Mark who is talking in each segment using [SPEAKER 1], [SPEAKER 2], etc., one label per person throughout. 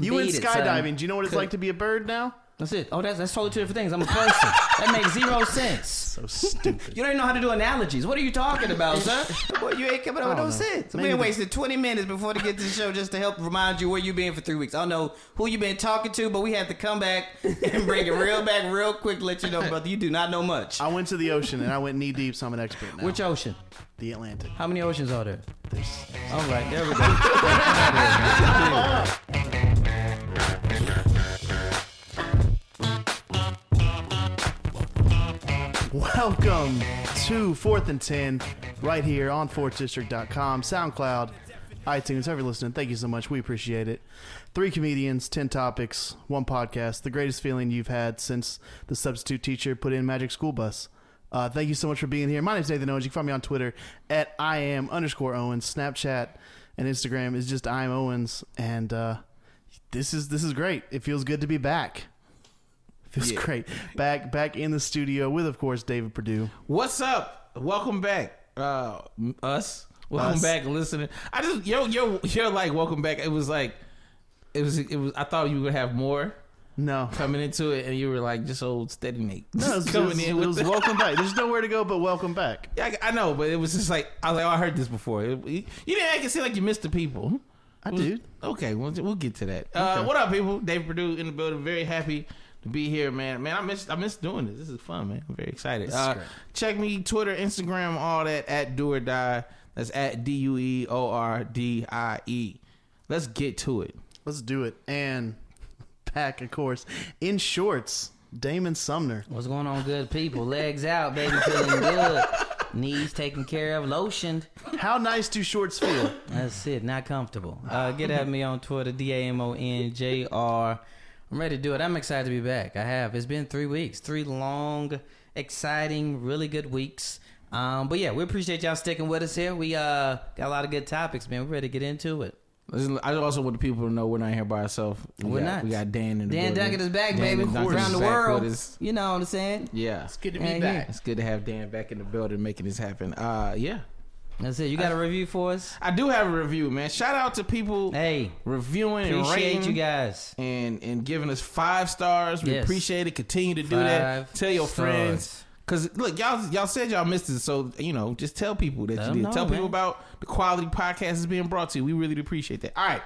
[SPEAKER 1] You went
[SPEAKER 2] Beat it, son.
[SPEAKER 1] skydiving. Do you know what it's like to be a bird now?
[SPEAKER 2] That's it. Oh, that's that's totally two different things. I'm a person. that makes zero sense.
[SPEAKER 1] So stupid.
[SPEAKER 2] You don't even know how to do analogies. What are you talking about, son?
[SPEAKER 3] Boy, you ain't coming up with no sense.
[SPEAKER 1] Maybe
[SPEAKER 3] we ain't
[SPEAKER 1] the-
[SPEAKER 3] wasted 20 minutes before to get to the show just to help remind you where you been for three weeks. I don't know who you been talking to, but we had to come back and bring it real back real quick to let you know, brother, you do not know much.
[SPEAKER 1] I went to the ocean and I went knee deep, so I'm an expert now.
[SPEAKER 2] Which uh, ocean?
[SPEAKER 1] the Atlantic.
[SPEAKER 2] How many oceans are there?
[SPEAKER 1] There's-
[SPEAKER 2] All right, there we go.
[SPEAKER 1] Welcome to Fourth and Ten, right here on fourthdistrict.com, SoundCloud, iTunes. Every listening, thank you so much. We appreciate it. Three comedians, ten topics, one podcast. The greatest feeling you've had since the substitute teacher put in Magic School Bus. Uh, thank you so much for being here. My name's Nathan Owens. You can find me on Twitter at I am underscore Owens. Snapchat and Instagram is just I am Owens. And uh, this is this is great. It feels good to be back. Feels great. Back back in the studio with, of course, David Perdue.
[SPEAKER 4] What's up? Welcome back, uh, m- us. Welcome
[SPEAKER 1] Us.
[SPEAKER 4] back, listening. I just yo yo yo like welcome back. It was like it was it was. I thought you would have more
[SPEAKER 1] No.
[SPEAKER 4] coming into it, and you were like just old steady Nate
[SPEAKER 1] No, it was,
[SPEAKER 4] Just
[SPEAKER 1] it
[SPEAKER 4] coming
[SPEAKER 1] was-
[SPEAKER 4] in.
[SPEAKER 1] it
[SPEAKER 4] With
[SPEAKER 1] was
[SPEAKER 4] the-
[SPEAKER 1] welcome back. There's nowhere to go but welcome back.
[SPEAKER 4] Yeah, I, I know, but it was just like I was like oh, I heard this before. It- you didn't make it seem like you missed the people.
[SPEAKER 1] I
[SPEAKER 4] It was-
[SPEAKER 1] do.
[SPEAKER 4] Okay, we'll, we'll get to that. Uh,
[SPEAKER 1] Okay.
[SPEAKER 4] what up, people? Dave Perdue in the building. Very happy to be here, man. Man, I miss I miss doing this. This is fun, man. I'm very excited. Uh, check me Twitter, Instagram, all that at Do or Die. That's at D U E O R D I E. Let's get to it.
[SPEAKER 1] Let's do it. And back, of course, in shorts, Damon Sumner.
[SPEAKER 2] What's going on, good people? Legs out, baby, feeling good. Knees taken care of, lotioned.
[SPEAKER 1] How nice do shorts feel?
[SPEAKER 2] That's it. Not comfortable. Uh, get at me on Twitter, D A M O N J R. I'm ready to do it. I'm excited to be back. I have. It's been three weeks, three long, exciting, really good weeks. Um, but yeah, we appreciate y'all sticking with us here. We uh, got a lot of good topics, man. We're ready to get into it.
[SPEAKER 4] Listen, I also want the people to know we're not here by ourselves. We
[SPEAKER 2] We're
[SPEAKER 4] got,
[SPEAKER 2] not.
[SPEAKER 4] We got Dan in the
[SPEAKER 2] Dan
[SPEAKER 4] building.
[SPEAKER 2] Duckett is back, baby,
[SPEAKER 4] Duckett is
[SPEAKER 2] around the
[SPEAKER 4] back
[SPEAKER 2] world.
[SPEAKER 4] with us.
[SPEAKER 2] You know what I'm saying?
[SPEAKER 4] Yeah, it's
[SPEAKER 3] good to
[SPEAKER 2] be Yeah, yeah. back.
[SPEAKER 4] It's good to have Dan back in the building, making this happen. Uh, yeah,
[SPEAKER 2] That's it. You got a review for us?
[SPEAKER 4] I do have a review, man. Shout out to people
[SPEAKER 2] Hey,
[SPEAKER 4] reviewing and
[SPEAKER 2] appreciate
[SPEAKER 4] rating
[SPEAKER 2] you guys.
[SPEAKER 4] and and giving us five stars. We
[SPEAKER 2] Yes.
[SPEAKER 4] appreciate it. Continue to do
[SPEAKER 2] Five
[SPEAKER 4] that. Tell your
[SPEAKER 2] stars.
[SPEAKER 4] friends. Cause look, y'all y'all said y'all missed it, so you know, just tell people that
[SPEAKER 2] Let
[SPEAKER 4] you
[SPEAKER 2] 'em
[SPEAKER 4] did.
[SPEAKER 2] know,
[SPEAKER 4] tell people
[SPEAKER 2] man.
[SPEAKER 4] about the quality podcast is being brought to you. We really appreciate that. All right.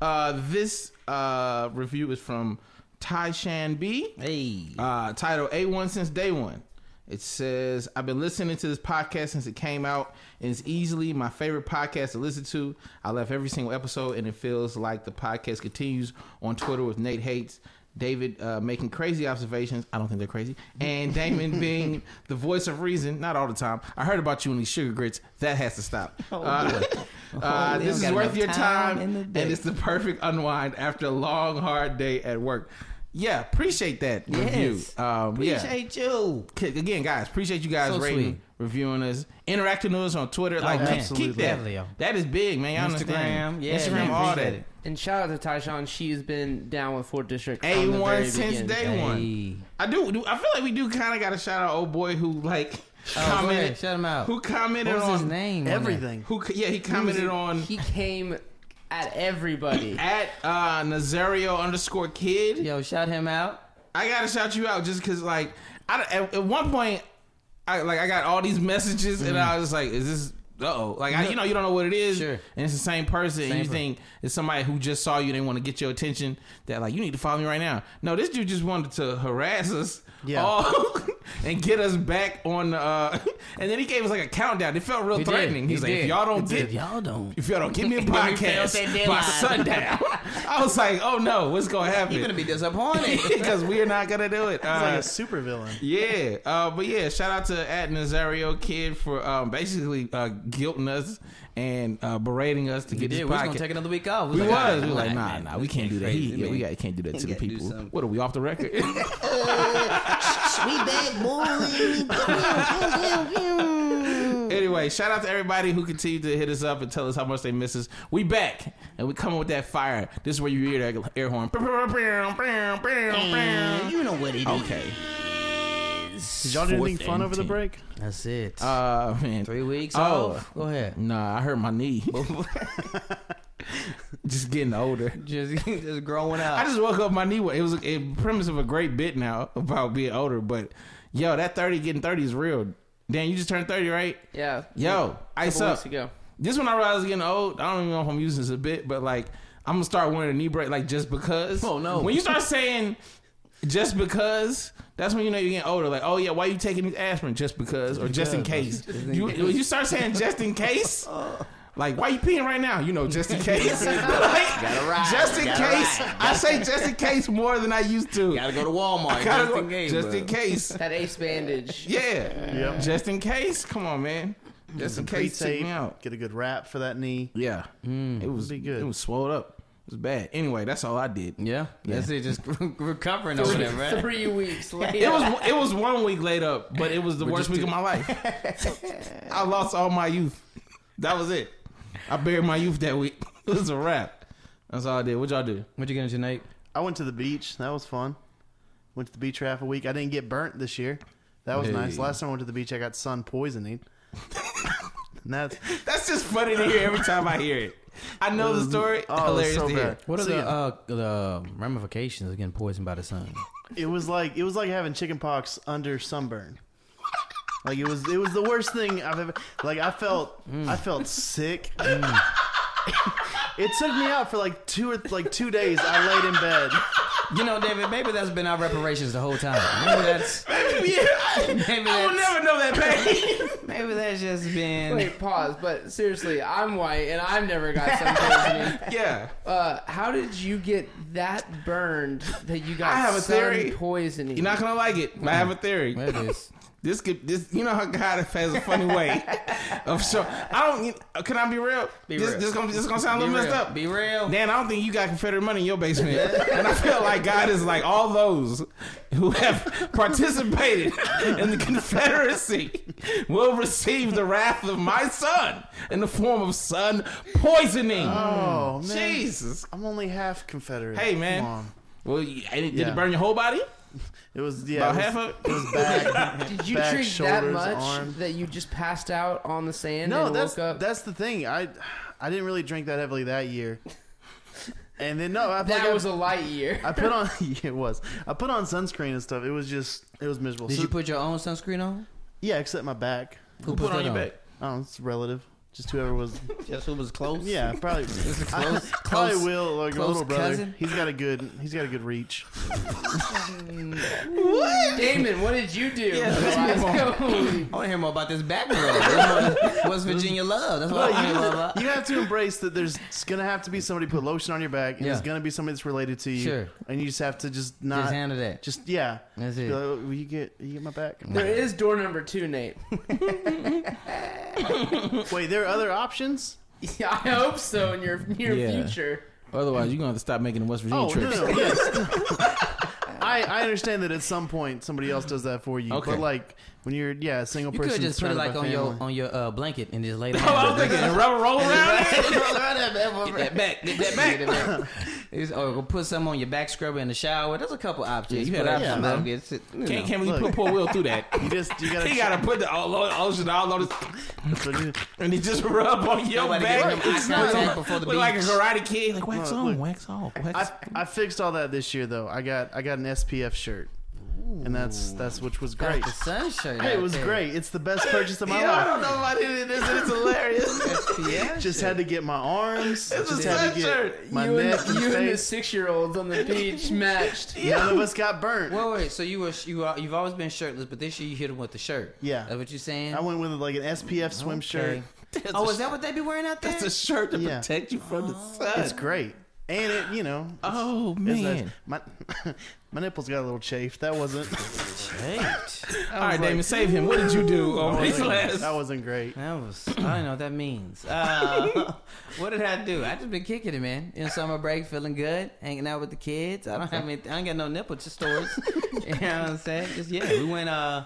[SPEAKER 4] Uh this uh review is from Ty Shan B.
[SPEAKER 2] Hey,
[SPEAKER 4] Uh, title A1 since day one. It says, I've been listening to this podcast since it came out, and it's easily my favorite podcast to listen to. I love every single episode, and it feels like the podcast continues on Twitter with Nate Hates, David uh, making crazy observations. I don't think they're crazy. And Damon being the voice of reason, not all the time. I heard about you and these sugar grits. That has to stop. Uh, uh,
[SPEAKER 2] Oh, we don't
[SPEAKER 4] this is
[SPEAKER 2] got
[SPEAKER 4] worth
[SPEAKER 2] enough
[SPEAKER 4] your
[SPEAKER 2] time
[SPEAKER 4] time,
[SPEAKER 2] in the
[SPEAKER 4] and
[SPEAKER 2] day.
[SPEAKER 4] it's the perfect unwind after a long, hard day at work. Yeah, appreciate that review.
[SPEAKER 2] Yes.
[SPEAKER 4] Um, yeah.
[SPEAKER 2] appreciate you.
[SPEAKER 4] K- Again, guys, appreciate you guys
[SPEAKER 2] So
[SPEAKER 4] rating,
[SPEAKER 2] sweet. Oh,
[SPEAKER 4] reviewing us, interacting with us on Twitter. Like, keep-
[SPEAKER 1] absolutely.
[SPEAKER 4] keep that.
[SPEAKER 2] Definitely, yo.
[SPEAKER 4] That is big, man. Y'all understand?
[SPEAKER 2] Instagram, yeah,
[SPEAKER 4] Instagram,
[SPEAKER 2] man,
[SPEAKER 4] all
[SPEAKER 2] appreciate
[SPEAKER 4] that.
[SPEAKER 2] it.
[SPEAKER 5] And shout out to Tyshawn. She's been down with Fort District. from the
[SPEAKER 4] A1
[SPEAKER 5] very
[SPEAKER 4] since
[SPEAKER 5] beginning.
[SPEAKER 4] day one.
[SPEAKER 2] Hey.
[SPEAKER 4] I do, do. I feel like we do kind of got to shout out old boy who like
[SPEAKER 2] Oh, go
[SPEAKER 4] commented.
[SPEAKER 2] ahead. Shut him out.
[SPEAKER 4] Who commented
[SPEAKER 2] What was
[SPEAKER 4] on
[SPEAKER 2] his name? on there?
[SPEAKER 1] Everything.
[SPEAKER 4] Who? c- Yeah, he commented on
[SPEAKER 5] He came at everybody.
[SPEAKER 4] at uh, Nazario underscore kid.
[SPEAKER 2] Yo, shout him out.
[SPEAKER 4] I gotta shout you out just because, like, I at, at one point, I like I got all these messages and I was like, "Is this?" Uh oh, like I, you know, you don't know what it is,
[SPEAKER 2] Sure.
[SPEAKER 4] and it's the same person. and
[SPEAKER 2] Same
[SPEAKER 4] you
[SPEAKER 2] per-
[SPEAKER 4] think it's somebody who just saw you, they want to get your attention. That like you need to follow me right now. No, this dude just wanted to harass us
[SPEAKER 1] Yeah.
[SPEAKER 4] all and get us back on. Uh, and then he gave us like a countdown. It felt real
[SPEAKER 5] did.
[SPEAKER 4] threatening. He's
[SPEAKER 5] He
[SPEAKER 4] like, "If
[SPEAKER 5] did.
[SPEAKER 4] y'all don't
[SPEAKER 2] If
[SPEAKER 4] get
[SPEAKER 2] y'all don't.
[SPEAKER 4] if y'all don't give me a
[SPEAKER 2] When we failed that
[SPEAKER 4] podcast by
[SPEAKER 2] deadline.
[SPEAKER 4] sundown," I was like, "Oh no, what's gonna happen?"
[SPEAKER 3] You're gonna be disappointed.
[SPEAKER 4] because we're not gonna do it.
[SPEAKER 1] It's like
[SPEAKER 4] Uh,
[SPEAKER 1] a super villain.
[SPEAKER 4] yeah, uh, but yeah, shout out to at Nazario Kid for um, basically uh, guilting us and uh, berating us to
[SPEAKER 2] You
[SPEAKER 4] get
[SPEAKER 2] did.
[SPEAKER 4] this
[SPEAKER 2] We was gonna
[SPEAKER 4] podcast.
[SPEAKER 2] take another week off.
[SPEAKER 4] we
[SPEAKER 2] like, all right,
[SPEAKER 4] was, we were like,
[SPEAKER 2] all
[SPEAKER 4] nah,
[SPEAKER 2] right,
[SPEAKER 4] nah,
[SPEAKER 2] man.
[SPEAKER 4] we can't do that.
[SPEAKER 3] crazy,
[SPEAKER 4] He, yeah, we
[SPEAKER 3] man.
[SPEAKER 4] got, can't do that to the
[SPEAKER 3] gotta do
[SPEAKER 4] people.
[SPEAKER 3] something.
[SPEAKER 4] What are we off the record?
[SPEAKER 3] we back, boy.
[SPEAKER 4] anyway, shout out to everybody who continued to hit us up and tell us how much they miss us. We back and we coming with that fire. This is where you hear that air horn.
[SPEAKER 3] you know what it is.
[SPEAKER 4] Okay,
[SPEAKER 1] Did y'all do
[SPEAKER 4] Fourth
[SPEAKER 1] anything fun
[SPEAKER 4] and
[SPEAKER 1] over the
[SPEAKER 4] ten.
[SPEAKER 1] break?
[SPEAKER 2] That's it.
[SPEAKER 4] uh, man,
[SPEAKER 2] Three weeks
[SPEAKER 4] oh.
[SPEAKER 2] off. Go ahead.
[SPEAKER 4] Nah, I hurt my knee. just getting older.
[SPEAKER 3] Just, just growing up.
[SPEAKER 4] I just woke up my knee. wa- It was a it, premise of a great bit now about being older, but yo, that thirty getting thirty is real. Dan, you just turned thirty, right?
[SPEAKER 6] Yeah.
[SPEAKER 4] Yo, ice
[SPEAKER 6] couple
[SPEAKER 4] up.
[SPEAKER 6] weeks ago.
[SPEAKER 4] This when I realized I was getting old. I don't even know if I'm using this a bit, but like I'm gonna start wearing a knee brace, like just because.
[SPEAKER 7] Oh, no.
[SPEAKER 4] When you start saying just because, that's when you know you're getting older. Like, oh yeah, why you taking these aspirin just because or just in case? you when you start saying just in case.
[SPEAKER 7] Oh.
[SPEAKER 4] Like, why you peeing right now? You know, just in case. like,
[SPEAKER 7] ride,
[SPEAKER 4] just in
[SPEAKER 7] gotta
[SPEAKER 4] case.
[SPEAKER 7] ride.
[SPEAKER 4] I say just in case more than I used to.
[SPEAKER 7] Gotta go to Walmart.
[SPEAKER 4] Gotta
[SPEAKER 7] just
[SPEAKER 4] go-
[SPEAKER 7] in case,
[SPEAKER 4] just
[SPEAKER 7] bro.
[SPEAKER 4] in case.
[SPEAKER 6] That ace bandage.
[SPEAKER 4] Yeah.
[SPEAKER 1] Yep.
[SPEAKER 4] Just in case. Come on, man. Just in case. Take
[SPEAKER 1] Pre-tape,
[SPEAKER 4] me out.
[SPEAKER 1] get a good wrap for that knee.
[SPEAKER 4] Yeah, it was
[SPEAKER 1] Be good.
[SPEAKER 4] It was swelled up. It was bad. Anyway, that's all I did.
[SPEAKER 3] yeah, that's it. Just recovering over there, right?
[SPEAKER 6] Three weeks later.
[SPEAKER 4] It was it was one week laid up, but it was the worst week of my life. I lost all my youth. That was it. I buried my youth that week. It was a wrap. That's all I did. What y'all do?
[SPEAKER 3] What you gonna do, Nate?
[SPEAKER 1] I went to the beach. That was fun. Went to the beach for half a week. I didn't get burnt this year. That was nice.
[SPEAKER 4] Hey.
[SPEAKER 1] Last time I went to the beach, I got sun poisoning. and that's
[SPEAKER 4] That's just funny to hear every time I hear it. I know the story.
[SPEAKER 1] oh, it was
[SPEAKER 4] Hilarious
[SPEAKER 1] so
[SPEAKER 4] to hear.
[SPEAKER 1] bad.
[SPEAKER 3] What are
[SPEAKER 1] So,
[SPEAKER 3] the
[SPEAKER 1] yeah,
[SPEAKER 3] uh, the ramifications of getting poisoned by the sun?
[SPEAKER 1] it was like it was like having chicken pox under sunburn. Like it was it was the worst thing I've ever like I felt I felt sick. it took me out for like two or like two days. I laid in bed.
[SPEAKER 3] You know, David, maybe that's been our reparations the whole time. Maybe that's
[SPEAKER 4] yeah, I,
[SPEAKER 3] maybe
[SPEAKER 4] I will
[SPEAKER 3] that's,
[SPEAKER 4] never know that pain.
[SPEAKER 3] maybe that's just been.
[SPEAKER 6] Wait, pause. But seriously, I'm white and I've never got sun poisoning.
[SPEAKER 4] yeah,
[SPEAKER 6] Uh, how did you get that burned that you got
[SPEAKER 4] I have a
[SPEAKER 6] sun
[SPEAKER 4] theory.
[SPEAKER 6] poisoning?
[SPEAKER 4] you're not gonna like it. but I have a theory.
[SPEAKER 3] That is-
[SPEAKER 4] This could this you know how God has a funny way of so I don't you- can I be real?
[SPEAKER 3] Be
[SPEAKER 4] this,
[SPEAKER 3] real.
[SPEAKER 4] this gonna this gonna sound a little messed up.
[SPEAKER 3] Be real.
[SPEAKER 4] Dan, I don't think you got Confederate money in your basement, and I feel like God is like all those who have participated in the Confederacy will receive the wrath of my son in the form of sun poisoning.
[SPEAKER 1] Oh man,
[SPEAKER 4] Jesus!
[SPEAKER 1] I'm only half Confederate.
[SPEAKER 4] Hey, man.
[SPEAKER 1] Come on.
[SPEAKER 4] Well, you- and it- did
[SPEAKER 1] Yeah.
[SPEAKER 4] it burn your whole body?
[SPEAKER 1] it was yeah,
[SPEAKER 4] About
[SPEAKER 1] it was,
[SPEAKER 4] half of it?
[SPEAKER 1] it was bad.
[SPEAKER 6] Did you
[SPEAKER 1] back,
[SPEAKER 6] drink that
[SPEAKER 1] shoulders,
[SPEAKER 6] much
[SPEAKER 1] arms.
[SPEAKER 6] that you just passed out on the sand
[SPEAKER 1] No,
[SPEAKER 6] and
[SPEAKER 1] that's
[SPEAKER 6] woke up?
[SPEAKER 1] that's the thing. I I didn't really drink that heavily that year. And then no, I,
[SPEAKER 6] that
[SPEAKER 1] like,
[SPEAKER 6] was
[SPEAKER 1] I,
[SPEAKER 6] a light year.
[SPEAKER 1] I put on it was I put on sunscreen and stuff. It was just it was miserable.
[SPEAKER 3] Did
[SPEAKER 1] So-
[SPEAKER 3] you put your own sunscreen on?
[SPEAKER 1] yeah, except my back.
[SPEAKER 3] Who,
[SPEAKER 4] Put on
[SPEAKER 3] that
[SPEAKER 4] your back.
[SPEAKER 1] Oh, it's relative. Just whoever was.
[SPEAKER 3] Just who was close?
[SPEAKER 1] Yeah, probably.
[SPEAKER 3] close-
[SPEAKER 1] I, probably
[SPEAKER 3] close-
[SPEAKER 1] will. Like my
[SPEAKER 3] close
[SPEAKER 1] little brother.
[SPEAKER 3] cousin?
[SPEAKER 1] He's got a good. He's got a good reach.
[SPEAKER 6] Damon, what did you do?
[SPEAKER 4] let's
[SPEAKER 6] Let's go.
[SPEAKER 3] I want to hear more about this back rub. What's Virginia love? That's what I want to hear more about.
[SPEAKER 1] You have to embrace that. There's it's gonna have to be somebody put lotion on your back, and
[SPEAKER 3] Yeah.
[SPEAKER 1] there's gonna be somebody that's related to you.
[SPEAKER 3] Sure.
[SPEAKER 1] And you just have to just not.
[SPEAKER 3] Just handle that.
[SPEAKER 1] Just yeah.
[SPEAKER 3] That's
[SPEAKER 1] Be
[SPEAKER 3] it.
[SPEAKER 1] like, "Oh, will you get you get my back.
[SPEAKER 6] There is door number two, Nate.
[SPEAKER 1] Wait, there are other options.
[SPEAKER 6] Yeah, I hope so in your near
[SPEAKER 4] Yeah.
[SPEAKER 6] future.
[SPEAKER 4] Otherwise, you're gonna have to stop making the West Virginia
[SPEAKER 1] Oh no,
[SPEAKER 4] trips.
[SPEAKER 1] no, yes. I I understand that at some point somebody else does that for you.
[SPEAKER 4] Okay.
[SPEAKER 1] But like when you're yeah a single
[SPEAKER 3] You
[SPEAKER 1] person,
[SPEAKER 3] could just put it
[SPEAKER 1] surrounded
[SPEAKER 3] like
[SPEAKER 1] by
[SPEAKER 3] on your
[SPEAKER 1] family.
[SPEAKER 3] on your uh, blanket and just lay down.
[SPEAKER 4] Oh, I was thinking, and rubber roll around it.
[SPEAKER 3] Get that back. Get that back. It's- or go put some on your back scrubber in the shower. There's a couple options.
[SPEAKER 4] you had
[SPEAKER 3] but
[SPEAKER 4] options,
[SPEAKER 3] I'm
[SPEAKER 4] bro.
[SPEAKER 3] not gonna sit- you
[SPEAKER 4] Can't,
[SPEAKER 3] know.
[SPEAKER 4] can't really put
[SPEAKER 1] Look.
[SPEAKER 4] poor Will through that.
[SPEAKER 1] You just you gotta.
[SPEAKER 4] He gotta put the all all- ocean all on his,
[SPEAKER 1] so you-
[SPEAKER 4] and he just rub on your
[SPEAKER 3] Nobody
[SPEAKER 4] back.
[SPEAKER 3] give him eye
[SPEAKER 4] Look
[SPEAKER 3] contact before the
[SPEAKER 4] look like a
[SPEAKER 3] beach.
[SPEAKER 4] karate kid. Like wax
[SPEAKER 1] Look,
[SPEAKER 4] on,
[SPEAKER 1] look.
[SPEAKER 4] wax off. Wax.
[SPEAKER 1] I I fixed all that this year though. I got I got an SPF shirt, and that's that's which was
[SPEAKER 3] Got
[SPEAKER 1] great.
[SPEAKER 3] The sun shirt.
[SPEAKER 1] Hey,
[SPEAKER 3] out
[SPEAKER 1] it was
[SPEAKER 3] there.
[SPEAKER 1] great. It's the best purchase of my
[SPEAKER 4] Yo, I
[SPEAKER 1] life.
[SPEAKER 4] don't know about any of this, and it's hilarious.
[SPEAKER 3] Yeah.
[SPEAKER 1] Just had to get my arms.
[SPEAKER 4] It's a
[SPEAKER 1] just had to
[SPEAKER 4] sweatshirt.
[SPEAKER 1] get my
[SPEAKER 6] you and,
[SPEAKER 1] neck and
[SPEAKER 6] you and the
[SPEAKER 1] face.
[SPEAKER 6] six-year-olds on the beach matched.
[SPEAKER 1] None of us got burnt.
[SPEAKER 3] Wait, wait. So you were you are, you've always been shirtless, but this year you hit him with the shirt.
[SPEAKER 1] Yeah.
[SPEAKER 3] That's what you're saying.
[SPEAKER 1] I went with like an SPF swim shirt.
[SPEAKER 3] Okay. Oh, is that what they be wearing out there?
[SPEAKER 4] It's a shirt to
[SPEAKER 1] Yeah.
[SPEAKER 4] protect you from the sun.
[SPEAKER 1] It's great, and it you know.
[SPEAKER 4] oh
[SPEAKER 1] it's
[SPEAKER 4] man!
[SPEAKER 1] nice. my my nipples got a little chafed. That wasn't.
[SPEAKER 4] All right, Damon, save him. What did you do over Oh, these last?
[SPEAKER 1] That wasn't great.
[SPEAKER 3] That was I don't know what that means. Uh, what did I do? I just been kicking it, man. In summer break, feeling good, hanging out with the kids. I don't have any. I ain't got no nipple just stories. you know what I'm saying? Just yeah, we went uh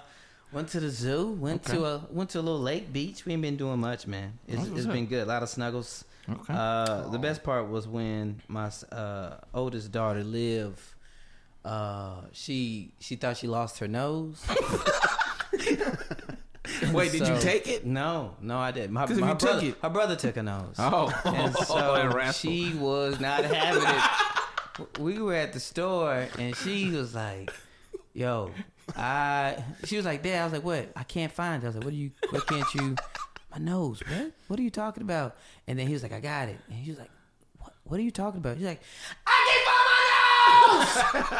[SPEAKER 3] went to the zoo. Went to a went to a little lake beach. We ain't been doing much, man. It's, it's been good. A lot of snuggles.
[SPEAKER 4] Okay.
[SPEAKER 3] Uh, the best part was when my uh, oldest daughter Liv, uh, she she thought she lost her nose.
[SPEAKER 4] Wait, did you
[SPEAKER 3] So-
[SPEAKER 4] take it?
[SPEAKER 3] No, no, I didn't. My,
[SPEAKER 4] 'Cause if
[SPEAKER 3] my
[SPEAKER 4] you took
[SPEAKER 3] brother,
[SPEAKER 4] it-
[SPEAKER 3] her brother took a nose.
[SPEAKER 4] Oh,
[SPEAKER 3] and
[SPEAKER 4] That
[SPEAKER 3] so
[SPEAKER 4] rascal.
[SPEAKER 3] she was not having it. We were at the store, and she was like, "Yo, I." She was like, "Dad," I was like, "What? I can't find." it. I was like, "What do you? What can't you?" My nose. What? What are you talking about? And then he was like, "I got it," and he was like. What, what are you talking about? She's like,
[SPEAKER 8] I can find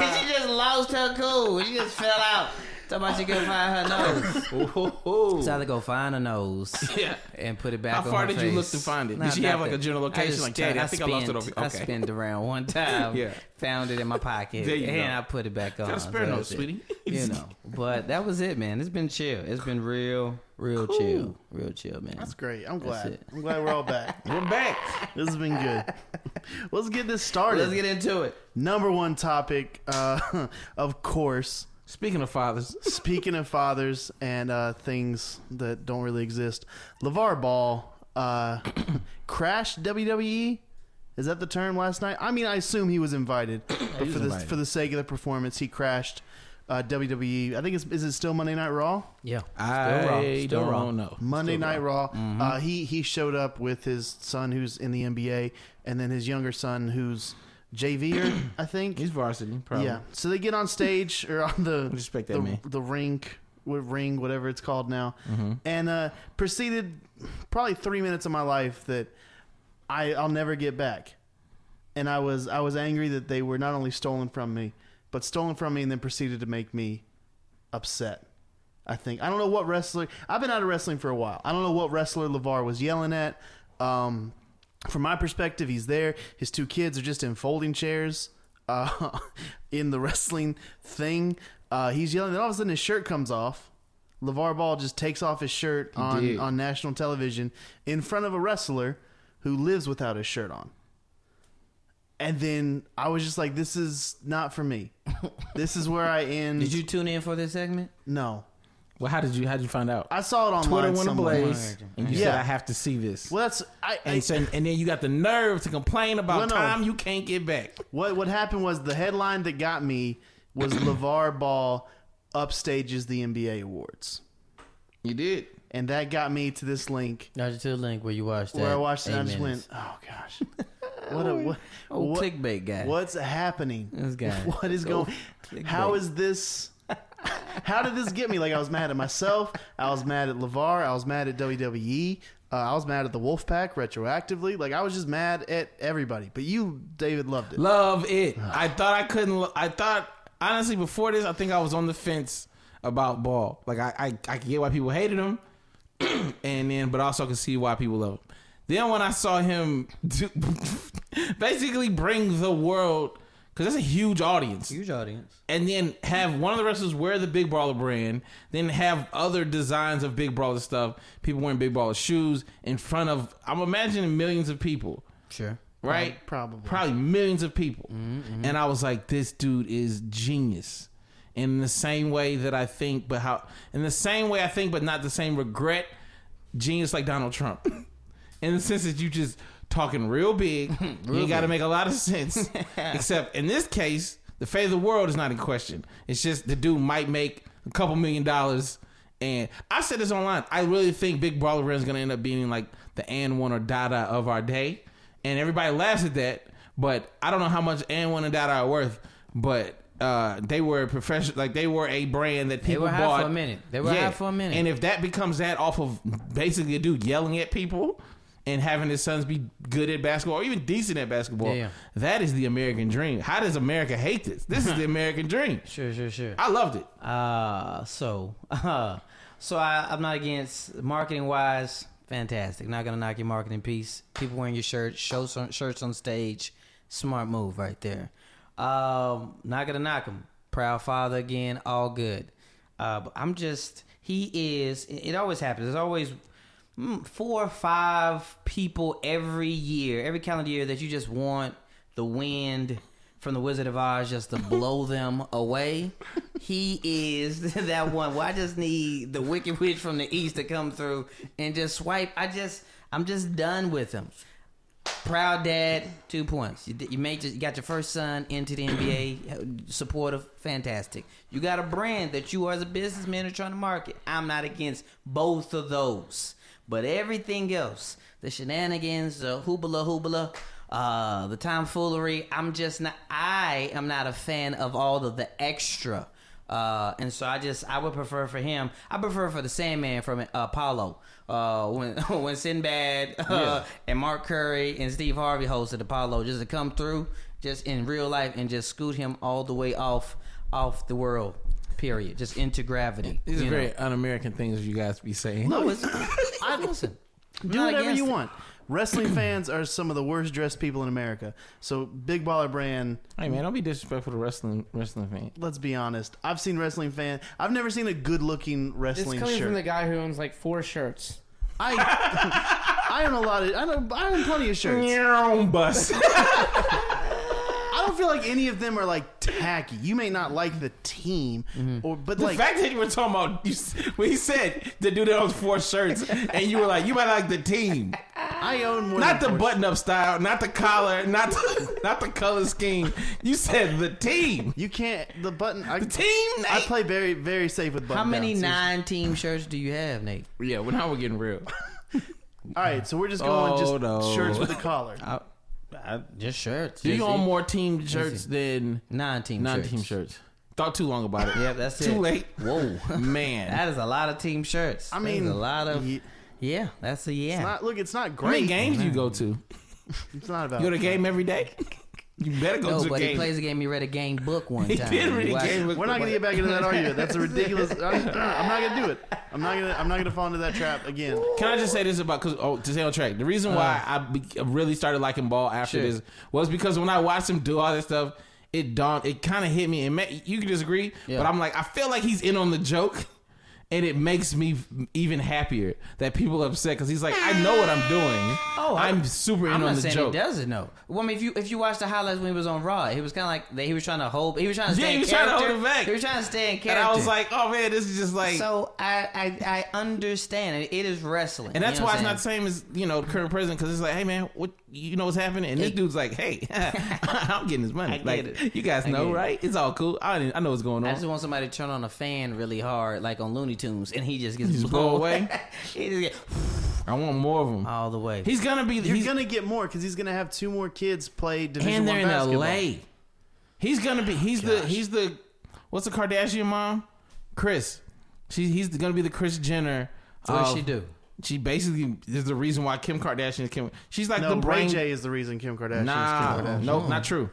[SPEAKER 8] my nose! and she just lost her cool. She just fell out. Talking about she couldn't find her nose.
[SPEAKER 3] so I had to go find a nose
[SPEAKER 4] Yeah.
[SPEAKER 3] and put it back.
[SPEAKER 4] How
[SPEAKER 3] on
[SPEAKER 4] far
[SPEAKER 3] her
[SPEAKER 4] did you look
[SPEAKER 3] face.
[SPEAKER 4] to find it?
[SPEAKER 3] Nah,
[SPEAKER 4] did she have like
[SPEAKER 3] nothing.
[SPEAKER 4] a general
[SPEAKER 3] I
[SPEAKER 4] location?
[SPEAKER 3] just
[SPEAKER 4] Like, Daddy,
[SPEAKER 3] turned-
[SPEAKER 4] I think I, lost it over.
[SPEAKER 3] I spinned around one time.
[SPEAKER 4] Yeah.
[SPEAKER 3] Found it in my pocket.
[SPEAKER 4] There you
[SPEAKER 3] and
[SPEAKER 4] go.
[SPEAKER 3] I put it back on.
[SPEAKER 4] Got a spare
[SPEAKER 3] So
[SPEAKER 4] note,
[SPEAKER 3] that's it.
[SPEAKER 4] sweetie.
[SPEAKER 3] You know. But that was it, man. It's been chill. It's been real, real chill. Real chill, man.
[SPEAKER 1] That's great. I'm glad.
[SPEAKER 3] it.
[SPEAKER 1] I'm glad we're all back.
[SPEAKER 4] We're back.
[SPEAKER 1] this has been good. Let's get this started.
[SPEAKER 8] Let's get into it.
[SPEAKER 1] Number one topic, uh, of course,
[SPEAKER 4] Speaking of fathers,
[SPEAKER 1] speaking of fathers and uh, things that don't really exist, LeVar Ball uh, crashed WWE. Is that the term last night? I mean, I assume he was invited, but for
[SPEAKER 4] was
[SPEAKER 1] the
[SPEAKER 4] invited.
[SPEAKER 1] for the sake of the performance, he crashed uh, WWE. I think it's is it still Monday Night Raw?
[SPEAKER 3] yeah.
[SPEAKER 4] I
[SPEAKER 3] Still
[SPEAKER 4] don't
[SPEAKER 3] wrong.
[SPEAKER 4] know.
[SPEAKER 1] Monday
[SPEAKER 4] Still Mm-hmm.
[SPEAKER 1] Night
[SPEAKER 4] wrong.
[SPEAKER 1] Raw. Uh, he he showed up with his son who's in the NBA, and then his younger son who's JV, I think.
[SPEAKER 4] He's varsity, probably.
[SPEAKER 1] Yeah. So they get on stage or on the
[SPEAKER 4] Respect that
[SPEAKER 1] the,
[SPEAKER 4] man.
[SPEAKER 1] the rink, with ring, whatever it's called now, and uh, proceeded probably three minutes of my life that I I'll never get back, and I was I was angry that they were not only stolen from me, but stolen from me and then proceeded to make me upset. I think I don't know what wrestler. I've been out of wrestling for a while. I don't know what wrestler Levar was yelling at. Um, from my perspective, he's there. His two kids are just in folding chairs uh, in the wrestling thing. Uh, he's yelling, and all of a sudden his shirt comes off. LeVar Ball just takes off his shirt on,
[SPEAKER 4] did.
[SPEAKER 1] on national television in front of a wrestler who lives without his shirt on. And then I was just like, this is not for me. this is where I end.
[SPEAKER 3] Did you tune in for this segment?
[SPEAKER 1] No.
[SPEAKER 4] Well, how did you how did you find out?
[SPEAKER 1] I saw it on
[SPEAKER 4] Twitter
[SPEAKER 1] Twitter
[SPEAKER 4] went
[SPEAKER 1] somewhere.
[SPEAKER 4] ablaze, and you said
[SPEAKER 1] Yeah.
[SPEAKER 4] I have to see this.
[SPEAKER 1] Well, that's I, I,
[SPEAKER 4] and, so, and then you got the nerve to complain about
[SPEAKER 1] Well, no.
[SPEAKER 4] time you can't get back.
[SPEAKER 1] what what happened was the headline that got me was LeVar Ball upstages the NBA awards,
[SPEAKER 4] You did.
[SPEAKER 1] and that got me to this link
[SPEAKER 3] No, just to the link where you watched
[SPEAKER 1] where I watched it.
[SPEAKER 3] eight
[SPEAKER 1] and I just
[SPEAKER 3] minutes.
[SPEAKER 1] went, "Oh gosh, what a what,
[SPEAKER 3] Oh,
[SPEAKER 1] what-
[SPEAKER 3] clickbait guy.
[SPEAKER 1] what's happening?
[SPEAKER 3] This guy.
[SPEAKER 1] What is going? How is this? How did this get me? Like I was mad at myself. I was mad at Levar. I was mad at WWE. Uh, I was mad at the Wolfpack retroactively. Like I was just mad at everybody. But you, David, loved it.
[SPEAKER 4] Love it. I thought I couldn't. lo- I thought honestly before this, I think I was on the fence about Ball. Like I, I, I could get why people hated him, and then but also I could see why people love him. Then when I saw him do, basically bring the world, because that's a huge audience.
[SPEAKER 3] Huge audience.
[SPEAKER 4] and then have one of the wrestlers wear the Big Brawler brand, then have other designs of Big Brawler stuff, people wearing Big Brawler shoes in front of, I'm imagining millions of people,
[SPEAKER 3] Sure.
[SPEAKER 4] right?
[SPEAKER 1] Probably.
[SPEAKER 4] Probably millions of people. And I was like, this dude is genius. In the same way that I think, but how, in the same way I think, but not the same regret, genius like Donald Trump. in the sense that you just talking real big. you ain't got to make a lot of sense. Except in this case, the fate of the world is not in question. It's just the dude might make a couple million dollars. And I said this online. I really think Big Brawler Ren is going to end up being like the and one or Dada of our day. And everybody laughs at that. But I don't know how much and one and Dada are worth. But uh, they were professional. Like they were a brand that people
[SPEAKER 3] were high
[SPEAKER 4] bought
[SPEAKER 3] for a minute. They were high for a minute.
[SPEAKER 4] And if that becomes that off of basically a dude yelling at people and having his sons be good at basketball or even decent at basketball,
[SPEAKER 3] Yeah, yeah.
[SPEAKER 4] that is the American dream. How does America hate this? This is the American dream.
[SPEAKER 3] Sure, sure, sure.
[SPEAKER 4] I loved it.
[SPEAKER 3] Uh, so, uh, so I, I'm not against marketing wise. Fantastic. Not gonna knock your marketing piece. People wearing your shirts, shows on, shirts on stage. Smart move right there. Um, not gonna knock him. Proud father again. All good. Uh, but I'm just. He is. It it always happens. There's always mm, four or five people every year, every calendar year that you just want the wind from the Wizard of Oz just to blow them away. He is that one. Well, I just need the Wicked Witch from the East to come through and just swipe. I just, I'm just done with him. Proud dad, two points. You, you made your, you got your first son into the NBA, supportive, fantastic. You got a brand that you as a businessman are trying to market. I'm not against both of those, but everything else, the shenanigans, the hoobla hoobla, uh, the tomfoolery. I'm just not. I am not a fan of all of the extra. Uh, and so I just I would prefer for him. I prefer for the Sandman from uh, Apollo uh, when when Sinbad uh, and Mark Curry and Steve Harvey hosted Apollo just to come through just in real life and just scoot him all the way off off the world. Period. Just into gravity.
[SPEAKER 4] These
[SPEAKER 3] you
[SPEAKER 4] are
[SPEAKER 3] know?
[SPEAKER 4] very un-American things you guys be saying.
[SPEAKER 3] No, it's, I listen. I'm
[SPEAKER 1] Do
[SPEAKER 3] not
[SPEAKER 1] whatever
[SPEAKER 3] against
[SPEAKER 1] you
[SPEAKER 3] it.
[SPEAKER 1] want. Wrestling fans are some of the worst dressed people in America. So Big Baller Brand,
[SPEAKER 4] Hey man, don't be disrespectful to wrestling wrestling fans.
[SPEAKER 1] let's be honest. I've seen wrestling fan. I've never seen a good looking
[SPEAKER 5] This
[SPEAKER 1] wrestling
[SPEAKER 5] coming
[SPEAKER 1] shirt.
[SPEAKER 5] from the guy who owns like four shirts.
[SPEAKER 1] I I own a lot of I know I own plenty of shirts.
[SPEAKER 4] bus.
[SPEAKER 1] I don't feel like any of them are like tacky. You may not like the team or but
[SPEAKER 4] The
[SPEAKER 1] like
[SPEAKER 4] fact that you were talking about you, s- when he said the dude that owns four shirts, and you were like, you might like the team,
[SPEAKER 1] I own more
[SPEAKER 4] not the
[SPEAKER 1] than four-
[SPEAKER 4] button-up style, not the collar, not the, not the color scheme. You said the team,
[SPEAKER 1] You can't the button I
[SPEAKER 4] the team.
[SPEAKER 1] I
[SPEAKER 4] Nate.
[SPEAKER 1] play very very safe with button
[SPEAKER 3] How many
[SPEAKER 1] downs.
[SPEAKER 3] nine team shirts do you have, Nate?
[SPEAKER 4] yeah, well, now we're getting real.
[SPEAKER 1] All right, so we're just going
[SPEAKER 4] Oh,
[SPEAKER 1] just
[SPEAKER 4] no.
[SPEAKER 1] shirts with a collar.
[SPEAKER 3] Just shirts.
[SPEAKER 4] Do you
[SPEAKER 3] Just
[SPEAKER 4] own
[SPEAKER 3] e-
[SPEAKER 4] more team shirts than
[SPEAKER 3] nine team shirts?
[SPEAKER 4] non-team shirts? Thought too long about it.
[SPEAKER 3] Yep, that's
[SPEAKER 4] too
[SPEAKER 3] it.
[SPEAKER 4] late.
[SPEAKER 3] Whoa.
[SPEAKER 4] Man,
[SPEAKER 3] That is a lot of team shirts.
[SPEAKER 1] I
[SPEAKER 3] That
[SPEAKER 1] mean
[SPEAKER 3] is a lot of
[SPEAKER 1] y-
[SPEAKER 3] yeah. That's a yeah.
[SPEAKER 1] it's not, look, it's not
[SPEAKER 4] how
[SPEAKER 1] great.
[SPEAKER 4] many games you go to? You
[SPEAKER 1] It's not about
[SPEAKER 4] go to a game every day. You better go
[SPEAKER 3] no,
[SPEAKER 4] to a
[SPEAKER 3] but he
[SPEAKER 4] game.
[SPEAKER 3] plays a game. He read a game book one
[SPEAKER 4] He
[SPEAKER 3] time.
[SPEAKER 4] did read a
[SPEAKER 3] Watch-
[SPEAKER 4] game book.
[SPEAKER 1] We're not gonna get back into that argument. That's a ridiculous. I, am not gonna do it. I'm not gonna. I'm not gonna fall into that trap again.
[SPEAKER 4] Can I just say this about cause, oh, to stay on track? The reason why I be, really started liking ball after
[SPEAKER 3] Uh. Sure.
[SPEAKER 4] this was because when I watched him do all that stuff, it dawned. It kind of hit me. And ma- you can disagree,
[SPEAKER 3] Yeah.
[SPEAKER 4] but I'm like, I feel like he's in on the joke, and it makes me even happier that people are upset because he's like, I know what I'm doing.
[SPEAKER 3] Oh, I-
[SPEAKER 4] I'm super in
[SPEAKER 3] I'm
[SPEAKER 4] on
[SPEAKER 3] not
[SPEAKER 4] the
[SPEAKER 3] saying
[SPEAKER 4] joke.
[SPEAKER 3] he doesn't know. Well, I mean, if you if you watch the highlights when he was on Raw, he was kind of like that. He was trying to hold. He was trying to
[SPEAKER 4] Yeah,
[SPEAKER 3] stay.
[SPEAKER 4] he
[SPEAKER 3] in
[SPEAKER 4] was trying to
[SPEAKER 3] character.
[SPEAKER 4] hold it back.
[SPEAKER 3] He was trying to stay in
[SPEAKER 4] And
[SPEAKER 3] character.
[SPEAKER 4] I was like, oh man, this is just like.
[SPEAKER 3] so I I, I understand. It is wrestling,
[SPEAKER 4] and that's
[SPEAKER 3] you know
[SPEAKER 4] why
[SPEAKER 3] what
[SPEAKER 4] it's
[SPEAKER 3] I'm
[SPEAKER 4] not the same as you know the current president because it's like, hey man, what you know what's happening? And this
[SPEAKER 3] Hey.
[SPEAKER 4] dude's like, hey, I'm getting this money.
[SPEAKER 3] I get
[SPEAKER 4] like
[SPEAKER 3] it.
[SPEAKER 4] you guys
[SPEAKER 3] I get
[SPEAKER 4] know,
[SPEAKER 3] it.
[SPEAKER 4] right? It's all cool. I didn't, I know what's going on.
[SPEAKER 3] I just want somebody to turn on a fan really hard, like on Looney Tunes, and he just gets
[SPEAKER 4] Just
[SPEAKER 3] blown
[SPEAKER 4] blow away?
[SPEAKER 3] he just get
[SPEAKER 4] I want more of them.
[SPEAKER 3] all the way.
[SPEAKER 4] he's gonna be.
[SPEAKER 1] You're
[SPEAKER 4] He's,
[SPEAKER 1] gonna get more because he's gonna have two more kids play Division
[SPEAKER 4] and they're
[SPEAKER 1] One
[SPEAKER 4] in
[SPEAKER 1] basketball.
[SPEAKER 4] L.A. He's gonna be. He's the. He's the. What's the Kardashian mom? Chris. She. He's gonna be the Chris Jenner.
[SPEAKER 3] what does
[SPEAKER 4] of-
[SPEAKER 3] she do?
[SPEAKER 4] She basically is the reason why Kim Kardashian is Kim. She's like
[SPEAKER 1] No,
[SPEAKER 4] the brain.
[SPEAKER 1] Ray J is the reason Kim Kardashian is Kim
[SPEAKER 4] Nah,
[SPEAKER 1] Kardashian.
[SPEAKER 4] no, not true.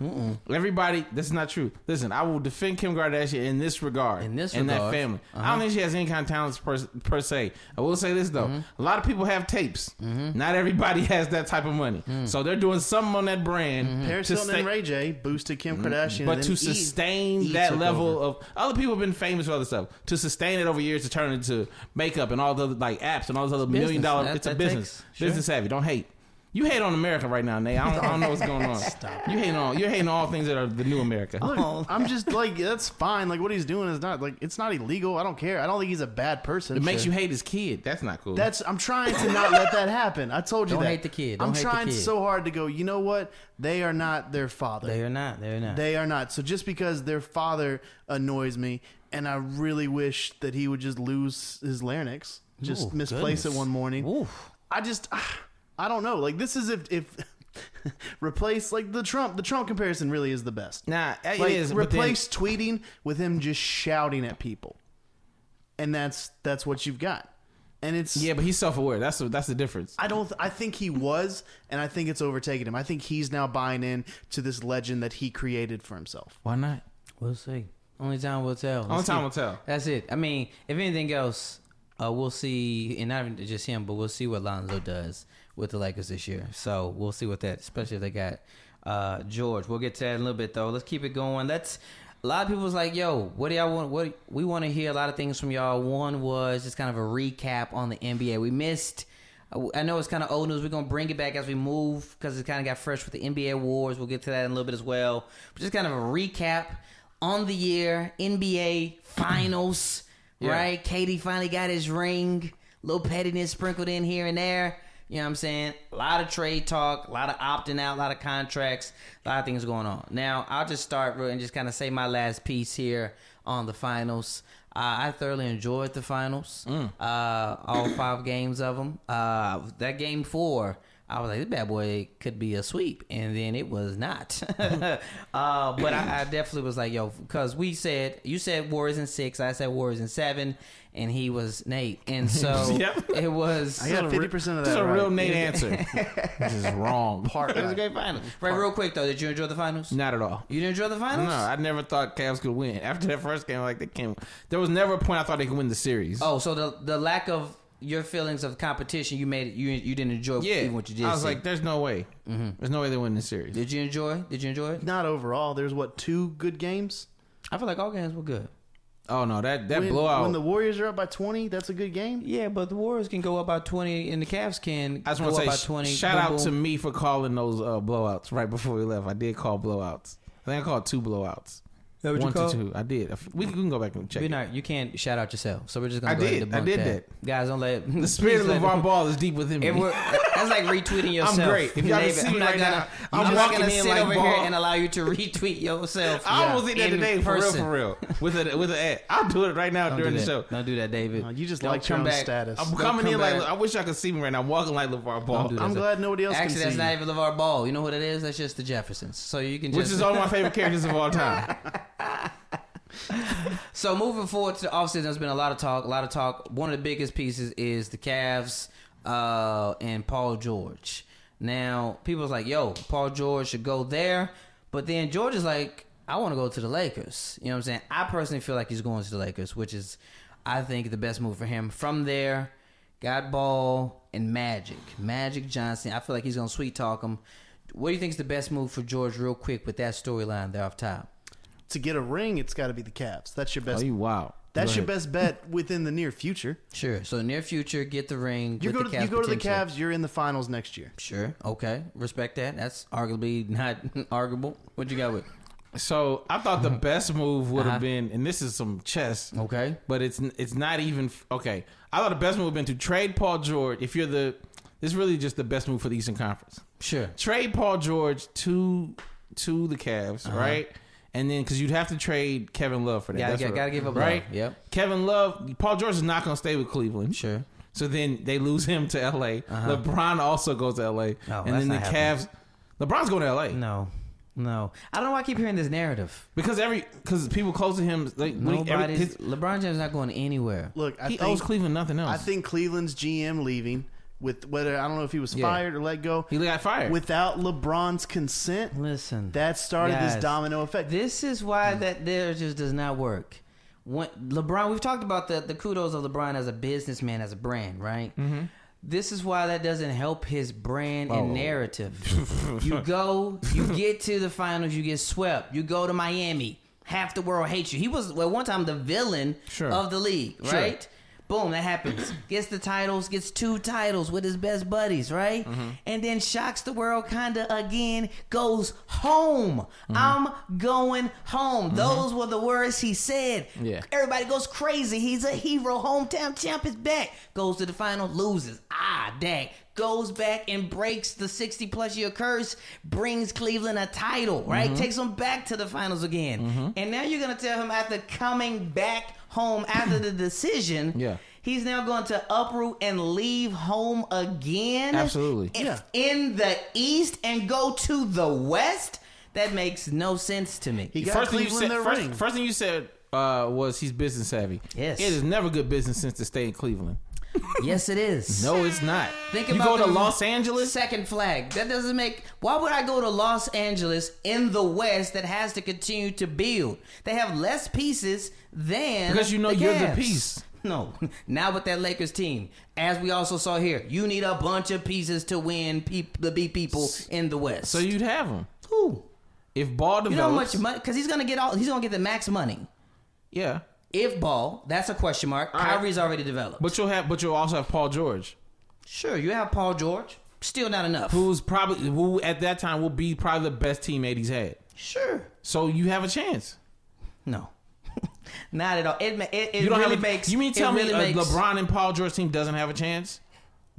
[SPEAKER 4] Everybody, this is not true. Listen, I will defend Kim Kardashian in this regard,
[SPEAKER 3] In this Uh-huh.
[SPEAKER 4] in that
[SPEAKER 3] regard,
[SPEAKER 4] family. I don't think she has any kind of talents per, per se. I will say this though: a
[SPEAKER 3] Mm-hmm.
[SPEAKER 4] lot of people have tapes. Not everybody has that type of money,
[SPEAKER 3] Mm.
[SPEAKER 4] so they're doing something on that brand
[SPEAKER 3] Mm-hmm.
[SPEAKER 1] Paris
[SPEAKER 4] to
[SPEAKER 1] Hilton
[SPEAKER 4] stay-
[SPEAKER 1] and Ray J boosted Kim Kardashian,
[SPEAKER 4] but
[SPEAKER 1] and
[SPEAKER 4] to
[SPEAKER 1] then E!
[SPEAKER 4] sustain
[SPEAKER 3] E
[SPEAKER 4] that
[SPEAKER 3] took
[SPEAKER 4] level of other people have been famous for other stuff. To sustain it over years, to turn it into makeup and all the other, like apps and all those other million
[SPEAKER 3] business.
[SPEAKER 4] dollar.
[SPEAKER 3] That-
[SPEAKER 4] it's a
[SPEAKER 3] that
[SPEAKER 4] business,
[SPEAKER 3] takes- sure.
[SPEAKER 4] business savvy. Don't hate. You hate on America right now, Nate. I don't, I don't know what's going on. Stop. You hating on you're hating on all things that are the new America.
[SPEAKER 1] Look, I'm just like that's fine. Like what he's doing is not like it's not illegal. I don't care. I don't think he's a bad person.
[SPEAKER 4] It makes you hate his kid. That's not cool.
[SPEAKER 1] That's I'm trying to not let that happen. I told you
[SPEAKER 3] Don't
[SPEAKER 1] that.
[SPEAKER 3] hate the kid. Don't
[SPEAKER 1] I'm
[SPEAKER 3] hate the
[SPEAKER 1] trying
[SPEAKER 3] kid.
[SPEAKER 1] so hard to go. You know what? They are not their father.
[SPEAKER 3] They are not. They are not.
[SPEAKER 1] They are not. So just because their father annoys me, and I really wish that he would just lose his larynx, just
[SPEAKER 3] Ooh,
[SPEAKER 1] misplace
[SPEAKER 3] goodness.
[SPEAKER 1] it one morning.
[SPEAKER 3] Oof.
[SPEAKER 1] I just, ah, I don't know. Like this is if if replace like the Trump. The Trump comparison really is the best.
[SPEAKER 4] nah. It
[SPEAKER 1] like
[SPEAKER 4] is, but then-
[SPEAKER 1] replace tweeting with him just shouting at people, and that's that's what you've got. And it's
[SPEAKER 4] yeah, but he's self aware. That's the- that's the difference.
[SPEAKER 1] I don't. I think he was, and I think it's overtaken him. I think he's now buying in to this legend that he created for himself.
[SPEAKER 4] Why not?
[SPEAKER 3] We'll see. Only time will tell.
[SPEAKER 4] Only
[SPEAKER 3] Let's
[SPEAKER 4] time
[SPEAKER 3] see.
[SPEAKER 4] will tell.
[SPEAKER 3] That's it. I mean, if anything else, uh, we'll see, and not even just him, but we'll see what Lonzo does with the Lakers this year. So we'll see what that, especially if they got uh, George. We'll get to that in a little bit, though. Let's keep it going. Let's. A lot of people was like, "Yo, what do y'all want? What we want to hear a lot of things from y'all." One was just kind of a recap on the NBA. We missed I know it's kind of old news. We're gonna bring it back as we move because it kind of got fresh with the NBA awards. We'll get to that in a little bit as well. But just kind of a recap on the year NBA Finals,
[SPEAKER 4] Yeah.
[SPEAKER 3] right? Katie finally got his ring. Little pettiness sprinkled in here and there. You know what I'm saying? A lot of trade talk, a lot of opting out, a lot of contracts, a lot of things going on. Now, I'll just start real and just kind of say my last piece here on the finals. Uh, I thoroughly enjoyed the finals, uh, all five games of them. Uh, that game four, I was like, this bad boy could be a sweep, and then it was not. uh, but I, I definitely was like, yo, because we said you said Warriors in six, I said Warriors in seven, and he was Nate, and so
[SPEAKER 4] Yep.
[SPEAKER 3] it was.
[SPEAKER 1] I got fifty percent of that.
[SPEAKER 4] That's a
[SPEAKER 1] right.
[SPEAKER 4] real Nate answer. this is wrong.
[SPEAKER 1] part.
[SPEAKER 9] It was a
[SPEAKER 1] right.
[SPEAKER 9] great final.
[SPEAKER 3] Right, real quick though, did you enjoy the finals?
[SPEAKER 4] Not at all.
[SPEAKER 3] You didn't enjoy the
[SPEAKER 4] No,
[SPEAKER 3] finals?
[SPEAKER 4] I never thought Cavs could win. After that first game, like they can't. There was never a point I thought they could win the series.
[SPEAKER 3] Oh, so the the lack of your feelings of competition, you made it. You you didn't enjoy
[SPEAKER 4] yeah.
[SPEAKER 3] even what you did.
[SPEAKER 4] I was
[SPEAKER 3] see.
[SPEAKER 4] like, there's no way. There's no way they win the series.
[SPEAKER 3] Mm-hmm. did you enjoy? Did you enjoy it?
[SPEAKER 1] Not overall. There's what two good games.
[SPEAKER 3] I feel like all games were good.
[SPEAKER 4] Oh no, that that
[SPEAKER 1] when,
[SPEAKER 4] blowout.
[SPEAKER 1] when the Warriors are up by twenty, that's a good game.
[SPEAKER 3] Yeah, but the Warriors can go up by twenty, and the Cavs can
[SPEAKER 4] I just
[SPEAKER 3] go
[SPEAKER 4] want
[SPEAKER 3] up
[SPEAKER 4] to
[SPEAKER 3] by
[SPEAKER 4] say, sh-
[SPEAKER 3] twenty.
[SPEAKER 4] shout
[SPEAKER 3] boom,
[SPEAKER 4] out
[SPEAKER 3] boom.
[SPEAKER 4] to me for calling those uh, blowouts right before we left. I did call blowouts. I think I called two blowouts.
[SPEAKER 3] that what you
[SPEAKER 4] One to
[SPEAKER 3] call?
[SPEAKER 4] two. I did. We can, we can go back and check.
[SPEAKER 3] You're
[SPEAKER 4] it.
[SPEAKER 3] not. You can't shout out yourself. So we're just gonna.
[SPEAKER 4] I
[SPEAKER 3] go ahead
[SPEAKER 4] did.
[SPEAKER 3] and debunk
[SPEAKER 4] I did
[SPEAKER 3] Guys, don't let
[SPEAKER 4] The spirit of
[SPEAKER 3] please let-
[SPEAKER 4] LeVar Ball is deep within
[SPEAKER 3] If
[SPEAKER 4] me.
[SPEAKER 3] we're- that's like retweeting yourself.
[SPEAKER 4] Mm-hmm. great. If y'all can
[SPEAKER 3] David,
[SPEAKER 4] see
[SPEAKER 3] I'm
[SPEAKER 4] me
[SPEAKER 3] not
[SPEAKER 4] right
[SPEAKER 3] gonna,
[SPEAKER 4] now,
[SPEAKER 3] I'm,
[SPEAKER 4] I'm
[SPEAKER 3] not
[SPEAKER 4] walking
[SPEAKER 3] gonna
[SPEAKER 4] in
[SPEAKER 3] sit
[SPEAKER 4] like
[SPEAKER 3] over
[SPEAKER 4] Ball.
[SPEAKER 3] here and allow you to retweet yourself.
[SPEAKER 4] I almost did that
[SPEAKER 3] in
[SPEAKER 4] today for real,
[SPEAKER 3] person.
[SPEAKER 4] for real. With a with a ad. I'll do it right now
[SPEAKER 3] Don't
[SPEAKER 4] during
[SPEAKER 3] do
[SPEAKER 4] the
[SPEAKER 3] that.
[SPEAKER 4] show.
[SPEAKER 3] Don't do that, David.
[SPEAKER 1] Uh, you just
[SPEAKER 3] Don't
[SPEAKER 1] like your
[SPEAKER 3] come
[SPEAKER 1] own
[SPEAKER 3] back.
[SPEAKER 1] status.
[SPEAKER 4] I'm
[SPEAKER 1] I'm,
[SPEAKER 3] Don't
[SPEAKER 4] coming
[SPEAKER 3] come
[SPEAKER 4] in like
[SPEAKER 3] back.
[SPEAKER 4] I wish y'all could see me right now. I'm walking like LeVar
[SPEAKER 3] do that.
[SPEAKER 4] Ball,
[SPEAKER 3] I'm-
[SPEAKER 1] glad nobody else
[SPEAKER 3] Actually,
[SPEAKER 1] can
[SPEAKER 3] that's
[SPEAKER 1] see.
[SPEAKER 3] not
[SPEAKER 1] you.
[SPEAKER 3] even LeVar Ball. You know what it is? That's just the Jeffersons. So you can just
[SPEAKER 4] which is all my favorite characters of all time.
[SPEAKER 3] So moving forward to the offseason, there's been a lot of talk, a lot of talk. One of the biggest pieces is the Cavs uh, and Paul George. Now, people's like, yo, Paul George should go there. But then George is like, I want to go to the Lakers. You know what I'm saying? I personally feel like he's going to the Lakers, which is, I think, the best move for him. From there, got Ball and Magic. Magic Johnson. I feel like he's going to sweet talk him. What do you think is the best move for George, real quick, with that storyline there off top?
[SPEAKER 1] To get a ring, it's got to be the Caps. That's your
[SPEAKER 3] Oh,
[SPEAKER 1] best.
[SPEAKER 4] Oh, you wow.
[SPEAKER 1] that's your best bet within the near future.
[SPEAKER 3] Sure. So near future, get the ring.
[SPEAKER 1] You
[SPEAKER 3] with
[SPEAKER 1] go
[SPEAKER 3] the
[SPEAKER 1] to
[SPEAKER 3] Cavs
[SPEAKER 1] you go to the
[SPEAKER 3] potential.
[SPEAKER 1] Cavs. You're in the finals next year.
[SPEAKER 3] Sure. Okay. Respect that. That's arguably not arguable. What you got with?
[SPEAKER 4] So I thought the best move would have
[SPEAKER 3] Uh-huh.
[SPEAKER 4] been, and this is some chess.
[SPEAKER 3] Okay.
[SPEAKER 4] but it's it's not even okay. I thought the best move would have been to trade Paul George. If you're the, this is really just the best move for the Eastern Conference.
[SPEAKER 3] Sure.
[SPEAKER 4] Trade Paul George to to the Cavs, right? And then because you'd have to trade Kevin Love for that.
[SPEAKER 3] Uh-huh. Yeah.
[SPEAKER 4] That's
[SPEAKER 3] Got,
[SPEAKER 4] what-
[SPEAKER 3] to give up.
[SPEAKER 4] right.
[SPEAKER 3] Love. Yep.
[SPEAKER 4] Kevin Love, Paul George is not going to stay with Cleveland.
[SPEAKER 3] Sure.
[SPEAKER 4] So then they lose him to L.A. LeBron also goes to L.A.
[SPEAKER 3] No,
[SPEAKER 4] and
[SPEAKER 3] Oh, that's
[SPEAKER 4] then the
[SPEAKER 3] not happening.
[SPEAKER 4] Cavs. LeBron's going to L.A.
[SPEAKER 3] No. No. I don't know why I keep hearing this narrative.
[SPEAKER 4] because every because people close to him. Like, when he- every-
[SPEAKER 3] Nobody's.
[SPEAKER 4] his-
[SPEAKER 3] LeBron James not going anywhere.
[SPEAKER 1] Look, I
[SPEAKER 4] he
[SPEAKER 1] think
[SPEAKER 4] owes Cleveland nothing else.
[SPEAKER 1] I think Cleveland's GM leaving with whether I don't know if he was
[SPEAKER 4] Yeah.
[SPEAKER 1] fired or let go
[SPEAKER 4] he got fired.
[SPEAKER 1] without LeBron's consent.
[SPEAKER 3] Listen.
[SPEAKER 1] That started
[SPEAKER 3] Guys,
[SPEAKER 1] this domino effect.
[SPEAKER 3] This is why that there just does not work. When LeBron, we've talked about the the kudos of LeBron as a businessman, as a brand, right? This is why that doesn't help his brand and narrative. you go, you get to the finals, you get swept. You go to Miami, half the world hates you. He was well, one time the villain
[SPEAKER 4] Sure.
[SPEAKER 3] of the league,
[SPEAKER 4] Sure.
[SPEAKER 3] right? Boom, that happens. Gets the titles, gets two titles with his best buddies, right?
[SPEAKER 4] Mm-hmm.
[SPEAKER 3] And then shocks the world kinda again, goes home.
[SPEAKER 4] Mm-hmm.
[SPEAKER 3] I'm going home. Those were the words he said.
[SPEAKER 4] Yeah.
[SPEAKER 3] Everybody goes crazy. He's a hero. Hometown champ is back. Goes to the final, loses. Ah, dang. Goes back and breaks the 60 plus year curse, brings Cleveland a title,
[SPEAKER 4] Mm-hmm.
[SPEAKER 3] right? Takes them back to the finals again. And now you're going to tell him after coming back home after the decision,
[SPEAKER 4] Yeah.
[SPEAKER 3] he's now going to uproot and leave home again.
[SPEAKER 4] Absolutely.
[SPEAKER 3] In, in the East and go to the West? That makes no sense to me.
[SPEAKER 1] He got
[SPEAKER 4] first thing you
[SPEAKER 1] Cleveland
[SPEAKER 4] said,
[SPEAKER 1] their
[SPEAKER 4] first,
[SPEAKER 1] ring.
[SPEAKER 4] first thing you said uh, was he's business savvy.
[SPEAKER 3] Yes.
[SPEAKER 4] it is never good business sense to stay in Cleveland.
[SPEAKER 3] yes, it is.
[SPEAKER 4] No, it's not.
[SPEAKER 3] Think
[SPEAKER 4] you
[SPEAKER 3] about
[SPEAKER 4] go to
[SPEAKER 3] the-
[SPEAKER 4] Los Angeles.
[SPEAKER 3] Second flag. That doesn't make. Why would I go to Los Angeles in the West that has to continue to build? They have less pieces than
[SPEAKER 4] Because you know you're the
[SPEAKER 3] Cavs.
[SPEAKER 4] piece.
[SPEAKER 3] No, now with that Lakers team, as we also saw here, you need a bunch of pieces to win peop the beat people in the West.
[SPEAKER 4] So you'd have him
[SPEAKER 3] Who?
[SPEAKER 4] if Ball
[SPEAKER 3] you know how
[SPEAKER 4] develops.
[SPEAKER 3] much money? Because he's gonna get all. He's gonna get the max money.
[SPEAKER 4] yeah,
[SPEAKER 3] If ball, that's a question mark.
[SPEAKER 4] right.
[SPEAKER 3] Kyrie's already developed.
[SPEAKER 4] but you'll have, but you'll also have Paul George,
[SPEAKER 3] sure, you have Paul George. Still not enough.
[SPEAKER 4] who's probably who at that time will be probably the best teammate he's had.
[SPEAKER 3] Sure.
[SPEAKER 4] So you have a chance.
[SPEAKER 3] No, not at all. It ma- it, it
[SPEAKER 4] You don't
[SPEAKER 3] really
[SPEAKER 4] have a,
[SPEAKER 3] makes
[SPEAKER 4] You mean
[SPEAKER 3] it
[SPEAKER 4] tell me
[SPEAKER 3] really
[SPEAKER 4] a
[SPEAKER 3] makes-
[SPEAKER 4] LeBron and Paul George team doesn't have a chance?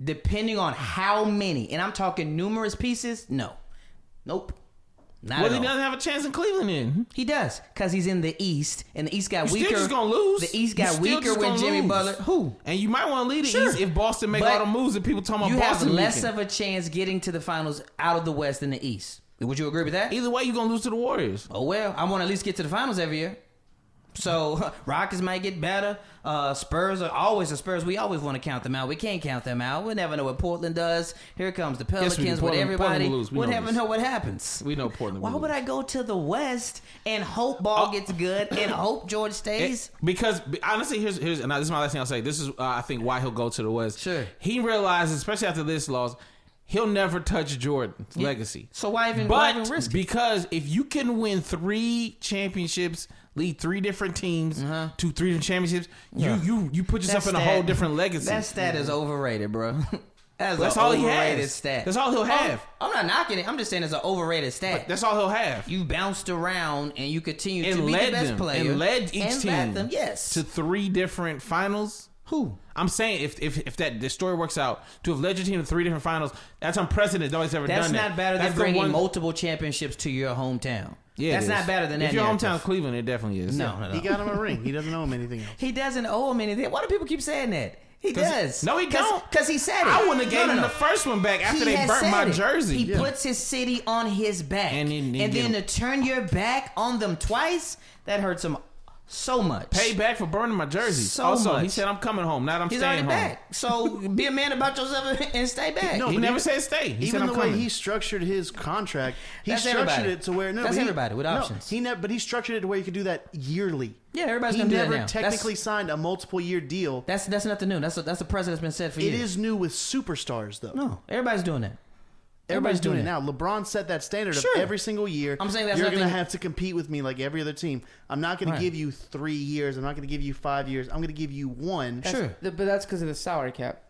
[SPEAKER 3] depending on how many, and I'm talking numerous pieces, no. Nope. Not
[SPEAKER 4] Well,
[SPEAKER 3] at
[SPEAKER 4] he
[SPEAKER 3] all.
[SPEAKER 4] doesn't have a chance in Cleveland. Then
[SPEAKER 3] He does, cause he's in the East, and the East got
[SPEAKER 4] You're still
[SPEAKER 3] weaker.
[SPEAKER 4] just gonna lose.
[SPEAKER 3] The East
[SPEAKER 4] You're
[SPEAKER 3] got
[SPEAKER 4] still
[SPEAKER 3] weaker
[SPEAKER 4] just
[SPEAKER 3] with
[SPEAKER 4] gonna
[SPEAKER 3] Jimmy
[SPEAKER 4] lose.
[SPEAKER 3] Butler. Who?
[SPEAKER 4] and you might want to lead the
[SPEAKER 3] Sure.
[SPEAKER 4] East if Boston make
[SPEAKER 3] But
[SPEAKER 4] all the moves that people talking about.
[SPEAKER 3] You have
[SPEAKER 4] Boston
[SPEAKER 3] less
[SPEAKER 4] making.
[SPEAKER 3] of a chance getting to the finals out of the West than the East. Would you agree with that?
[SPEAKER 4] Either way, you're gonna lose to the Warriors.
[SPEAKER 3] Oh well, I want to at least get to the finals every year. So Rockets might get better. Uh, Spurs are always the Spurs. We always want to count them out. We can't count them out. We never know what Portland does. Here comes the
[SPEAKER 4] Yes,
[SPEAKER 3] Pelicans
[SPEAKER 4] we do.
[SPEAKER 3] with
[SPEAKER 4] Portland-
[SPEAKER 3] everybody.
[SPEAKER 4] Portland will lose. We
[SPEAKER 3] We
[SPEAKER 4] know
[SPEAKER 3] never
[SPEAKER 4] this.
[SPEAKER 3] know what happens.
[SPEAKER 4] We know Portland.
[SPEAKER 3] Why
[SPEAKER 4] will
[SPEAKER 3] would
[SPEAKER 4] lose.
[SPEAKER 3] I go to the West and hope ball
[SPEAKER 4] Oh.
[SPEAKER 3] gets good and hope George
[SPEAKER 4] It-
[SPEAKER 3] stays?
[SPEAKER 4] Eh, because b- honestly, here's here's and this is my last thing I'll say. This is uh, I think why he'll go to the West.
[SPEAKER 3] Sure.
[SPEAKER 4] he realizes, especially after this loss, he'll never touch Jordan's legacy.
[SPEAKER 3] So why even why even
[SPEAKER 4] But
[SPEAKER 3] risk? it?
[SPEAKER 4] because if you can win three championships, lead three different teams to three different championships,
[SPEAKER 3] Uh-huh. Yeah.
[SPEAKER 4] you you you put yourself
[SPEAKER 3] That
[SPEAKER 4] in a whole
[SPEAKER 3] stat-
[SPEAKER 4] different legacy.
[SPEAKER 3] That stat is overrated, bro. That's,
[SPEAKER 4] That's
[SPEAKER 3] an
[SPEAKER 4] all he
[SPEAKER 3] overrated
[SPEAKER 4] has.
[SPEAKER 3] stat.
[SPEAKER 4] That's all he'll have.
[SPEAKER 3] I'm, I'm not knocking it. I'm just saying it's an overrated stat.
[SPEAKER 4] That's all he'll have.
[SPEAKER 3] you bounced around and you continue to
[SPEAKER 4] and
[SPEAKER 3] be the
[SPEAKER 4] led
[SPEAKER 3] best
[SPEAKER 4] them
[SPEAKER 3] player
[SPEAKER 4] and led each
[SPEAKER 3] and
[SPEAKER 4] team
[SPEAKER 3] led them, yes.
[SPEAKER 4] to three different finals.
[SPEAKER 3] Who?
[SPEAKER 4] I'm saying if if, if that this story works out to have led your team to three different finals, that's unprecedented. Nobody's ever
[SPEAKER 3] That's
[SPEAKER 4] done that.
[SPEAKER 3] not better
[SPEAKER 4] That's
[SPEAKER 3] than
[SPEAKER 4] the
[SPEAKER 3] bringing
[SPEAKER 4] one-
[SPEAKER 3] multiple championships to your hometown.
[SPEAKER 4] Yeah, it
[SPEAKER 3] that's
[SPEAKER 4] is.
[SPEAKER 3] not better than
[SPEAKER 4] If
[SPEAKER 3] that.
[SPEAKER 4] your
[SPEAKER 3] narrative.
[SPEAKER 4] hometown Cleveland, it definitely is.
[SPEAKER 3] no, no,
[SPEAKER 1] He
[SPEAKER 3] no.
[SPEAKER 1] got him a ring. He doesn't owe him anything else.
[SPEAKER 3] He doesn't owe him anything. Why do people keep saying that? He
[SPEAKER 4] 'Cause-
[SPEAKER 3] does.
[SPEAKER 4] no, he don't.
[SPEAKER 3] Because he said it.
[SPEAKER 4] I wouldn't have
[SPEAKER 3] No,
[SPEAKER 4] gave
[SPEAKER 3] no,
[SPEAKER 4] him
[SPEAKER 3] no.
[SPEAKER 4] the first one back after
[SPEAKER 3] He
[SPEAKER 4] they
[SPEAKER 3] has
[SPEAKER 4] burnt
[SPEAKER 3] said
[SPEAKER 4] my
[SPEAKER 3] it.
[SPEAKER 4] jersey.
[SPEAKER 3] He puts his city on his back,
[SPEAKER 4] And
[SPEAKER 3] and,
[SPEAKER 4] then- then get
[SPEAKER 3] then
[SPEAKER 4] him.
[SPEAKER 3] to turn your back on them twice, that hurts him so much.
[SPEAKER 4] Pay back for burning my jersey.
[SPEAKER 3] So
[SPEAKER 4] also, he
[SPEAKER 3] much.
[SPEAKER 4] said I'm coming home. Not I'm
[SPEAKER 3] He's
[SPEAKER 4] staying
[SPEAKER 3] already
[SPEAKER 4] home.
[SPEAKER 3] back. So be a man about yourself and stay back.
[SPEAKER 1] No,
[SPEAKER 4] He
[SPEAKER 1] But
[SPEAKER 4] never
[SPEAKER 1] even-
[SPEAKER 4] said stay. He said
[SPEAKER 1] Even
[SPEAKER 4] I'm
[SPEAKER 1] the
[SPEAKER 4] coming.
[SPEAKER 1] way he structured his contract, he
[SPEAKER 3] That's
[SPEAKER 1] structured
[SPEAKER 3] everybody.
[SPEAKER 1] it to where no,
[SPEAKER 3] That's
[SPEAKER 1] but he-
[SPEAKER 3] everybody with
[SPEAKER 1] no,
[SPEAKER 3] options.
[SPEAKER 1] he never, but he structured it to where you could do that yearly.
[SPEAKER 3] Yeah, everybody's
[SPEAKER 1] he
[SPEAKER 3] gonna do that
[SPEAKER 1] never
[SPEAKER 3] now. That's-
[SPEAKER 1] technically signed a multiple year deal.
[SPEAKER 3] That's that's nothing new. That's a, that's a precedent that's been set for
[SPEAKER 1] It
[SPEAKER 3] years.
[SPEAKER 1] is new with superstars though.
[SPEAKER 3] No, everybody's doing that.
[SPEAKER 1] Everybody's doing it now.
[SPEAKER 3] that.
[SPEAKER 1] LeBron set that standard
[SPEAKER 3] Sure.
[SPEAKER 1] of every single year.
[SPEAKER 3] I'm saying that's
[SPEAKER 1] you're
[SPEAKER 3] nothing-
[SPEAKER 1] going to have to compete with me like every other team. I'm not going
[SPEAKER 3] Right.
[SPEAKER 1] to give you three years. I'm not going to give you five years. I'm going to give you one.
[SPEAKER 5] That's-
[SPEAKER 3] Sure.
[SPEAKER 5] th- but that's because of the salary cap.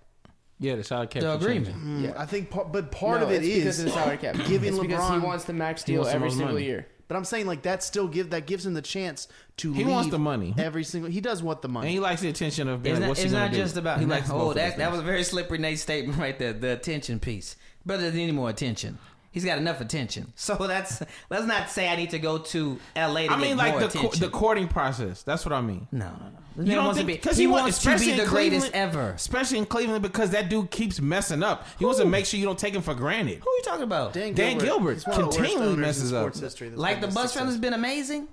[SPEAKER 4] Yeah, the salary cap.
[SPEAKER 3] The
[SPEAKER 4] should change
[SPEAKER 3] agreement.
[SPEAKER 4] it.
[SPEAKER 1] Mm, I think, par- but part
[SPEAKER 5] No,
[SPEAKER 1] of it
[SPEAKER 5] it's
[SPEAKER 1] is.
[SPEAKER 5] because of the salary cap.
[SPEAKER 1] giving
[SPEAKER 5] It's because he
[SPEAKER 1] LeBron-
[SPEAKER 5] wants the max
[SPEAKER 4] He
[SPEAKER 5] deal
[SPEAKER 4] wants the
[SPEAKER 5] every
[SPEAKER 4] most
[SPEAKER 5] single
[SPEAKER 4] money.
[SPEAKER 5] year.
[SPEAKER 1] But I'm saying like that still give that gives him the chance to.
[SPEAKER 4] He
[SPEAKER 1] leave
[SPEAKER 4] wants the money.
[SPEAKER 1] Every single he does want the
[SPEAKER 4] And
[SPEAKER 1] money.
[SPEAKER 4] he likes the attention of being
[SPEAKER 3] It's
[SPEAKER 4] like,
[SPEAKER 3] not,
[SPEAKER 4] what's he
[SPEAKER 3] it's
[SPEAKER 4] gonna
[SPEAKER 3] not
[SPEAKER 4] do?
[SPEAKER 3] just about.
[SPEAKER 4] He likes both
[SPEAKER 3] oh,
[SPEAKER 4] of
[SPEAKER 3] that
[SPEAKER 4] those
[SPEAKER 3] that was a very slippery Nate statement right there. The attention piece, but doesn't need any more attention. He's got enough attention. So that's let's not say I need to go to L.A. to
[SPEAKER 4] I mean,
[SPEAKER 3] get
[SPEAKER 4] like
[SPEAKER 3] more
[SPEAKER 4] the co-
[SPEAKER 3] attention.
[SPEAKER 4] the courting process. That's what I mean.
[SPEAKER 3] no, no, no. This
[SPEAKER 4] You
[SPEAKER 3] man
[SPEAKER 4] don't
[SPEAKER 3] wants
[SPEAKER 4] think-
[SPEAKER 3] to
[SPEAKER 4] 'cause he
[SPEAKER 3] be, he
[SPEAKER 4] want-
[SPEAKER 3] wants to
[SPEAKER 4] especially
[SPEAKER 3] be
[SPEAKER 4] in
[SPEAKER 3] the greatest
[SPEAKER 4] Cleveland-
[SPEAKER 3] ever.
[SPEAKER 4] Especially in Cleveland because that dude keeps messing up. He wants to make sure you don't take him for granted.
[SPEAKER 3] Who are you talking about?
[SPEAKER 4] Dan Gilbert
[SPEAKER 1] he's one of the worst
[SPEAKER 4] continually
[SPEAKER 1] owners in
[SPEAKER 4] messes up.
[SPEAKER 1] sports history that's
[SPEAKER 3] like
[SPEAKER 1] been
[SPEAKER 3] the
[SPEAKER 1] this
[SPEAKER 3] bus
[SPEAKER 1] successful.
[SPEAKER 3] has been amazing.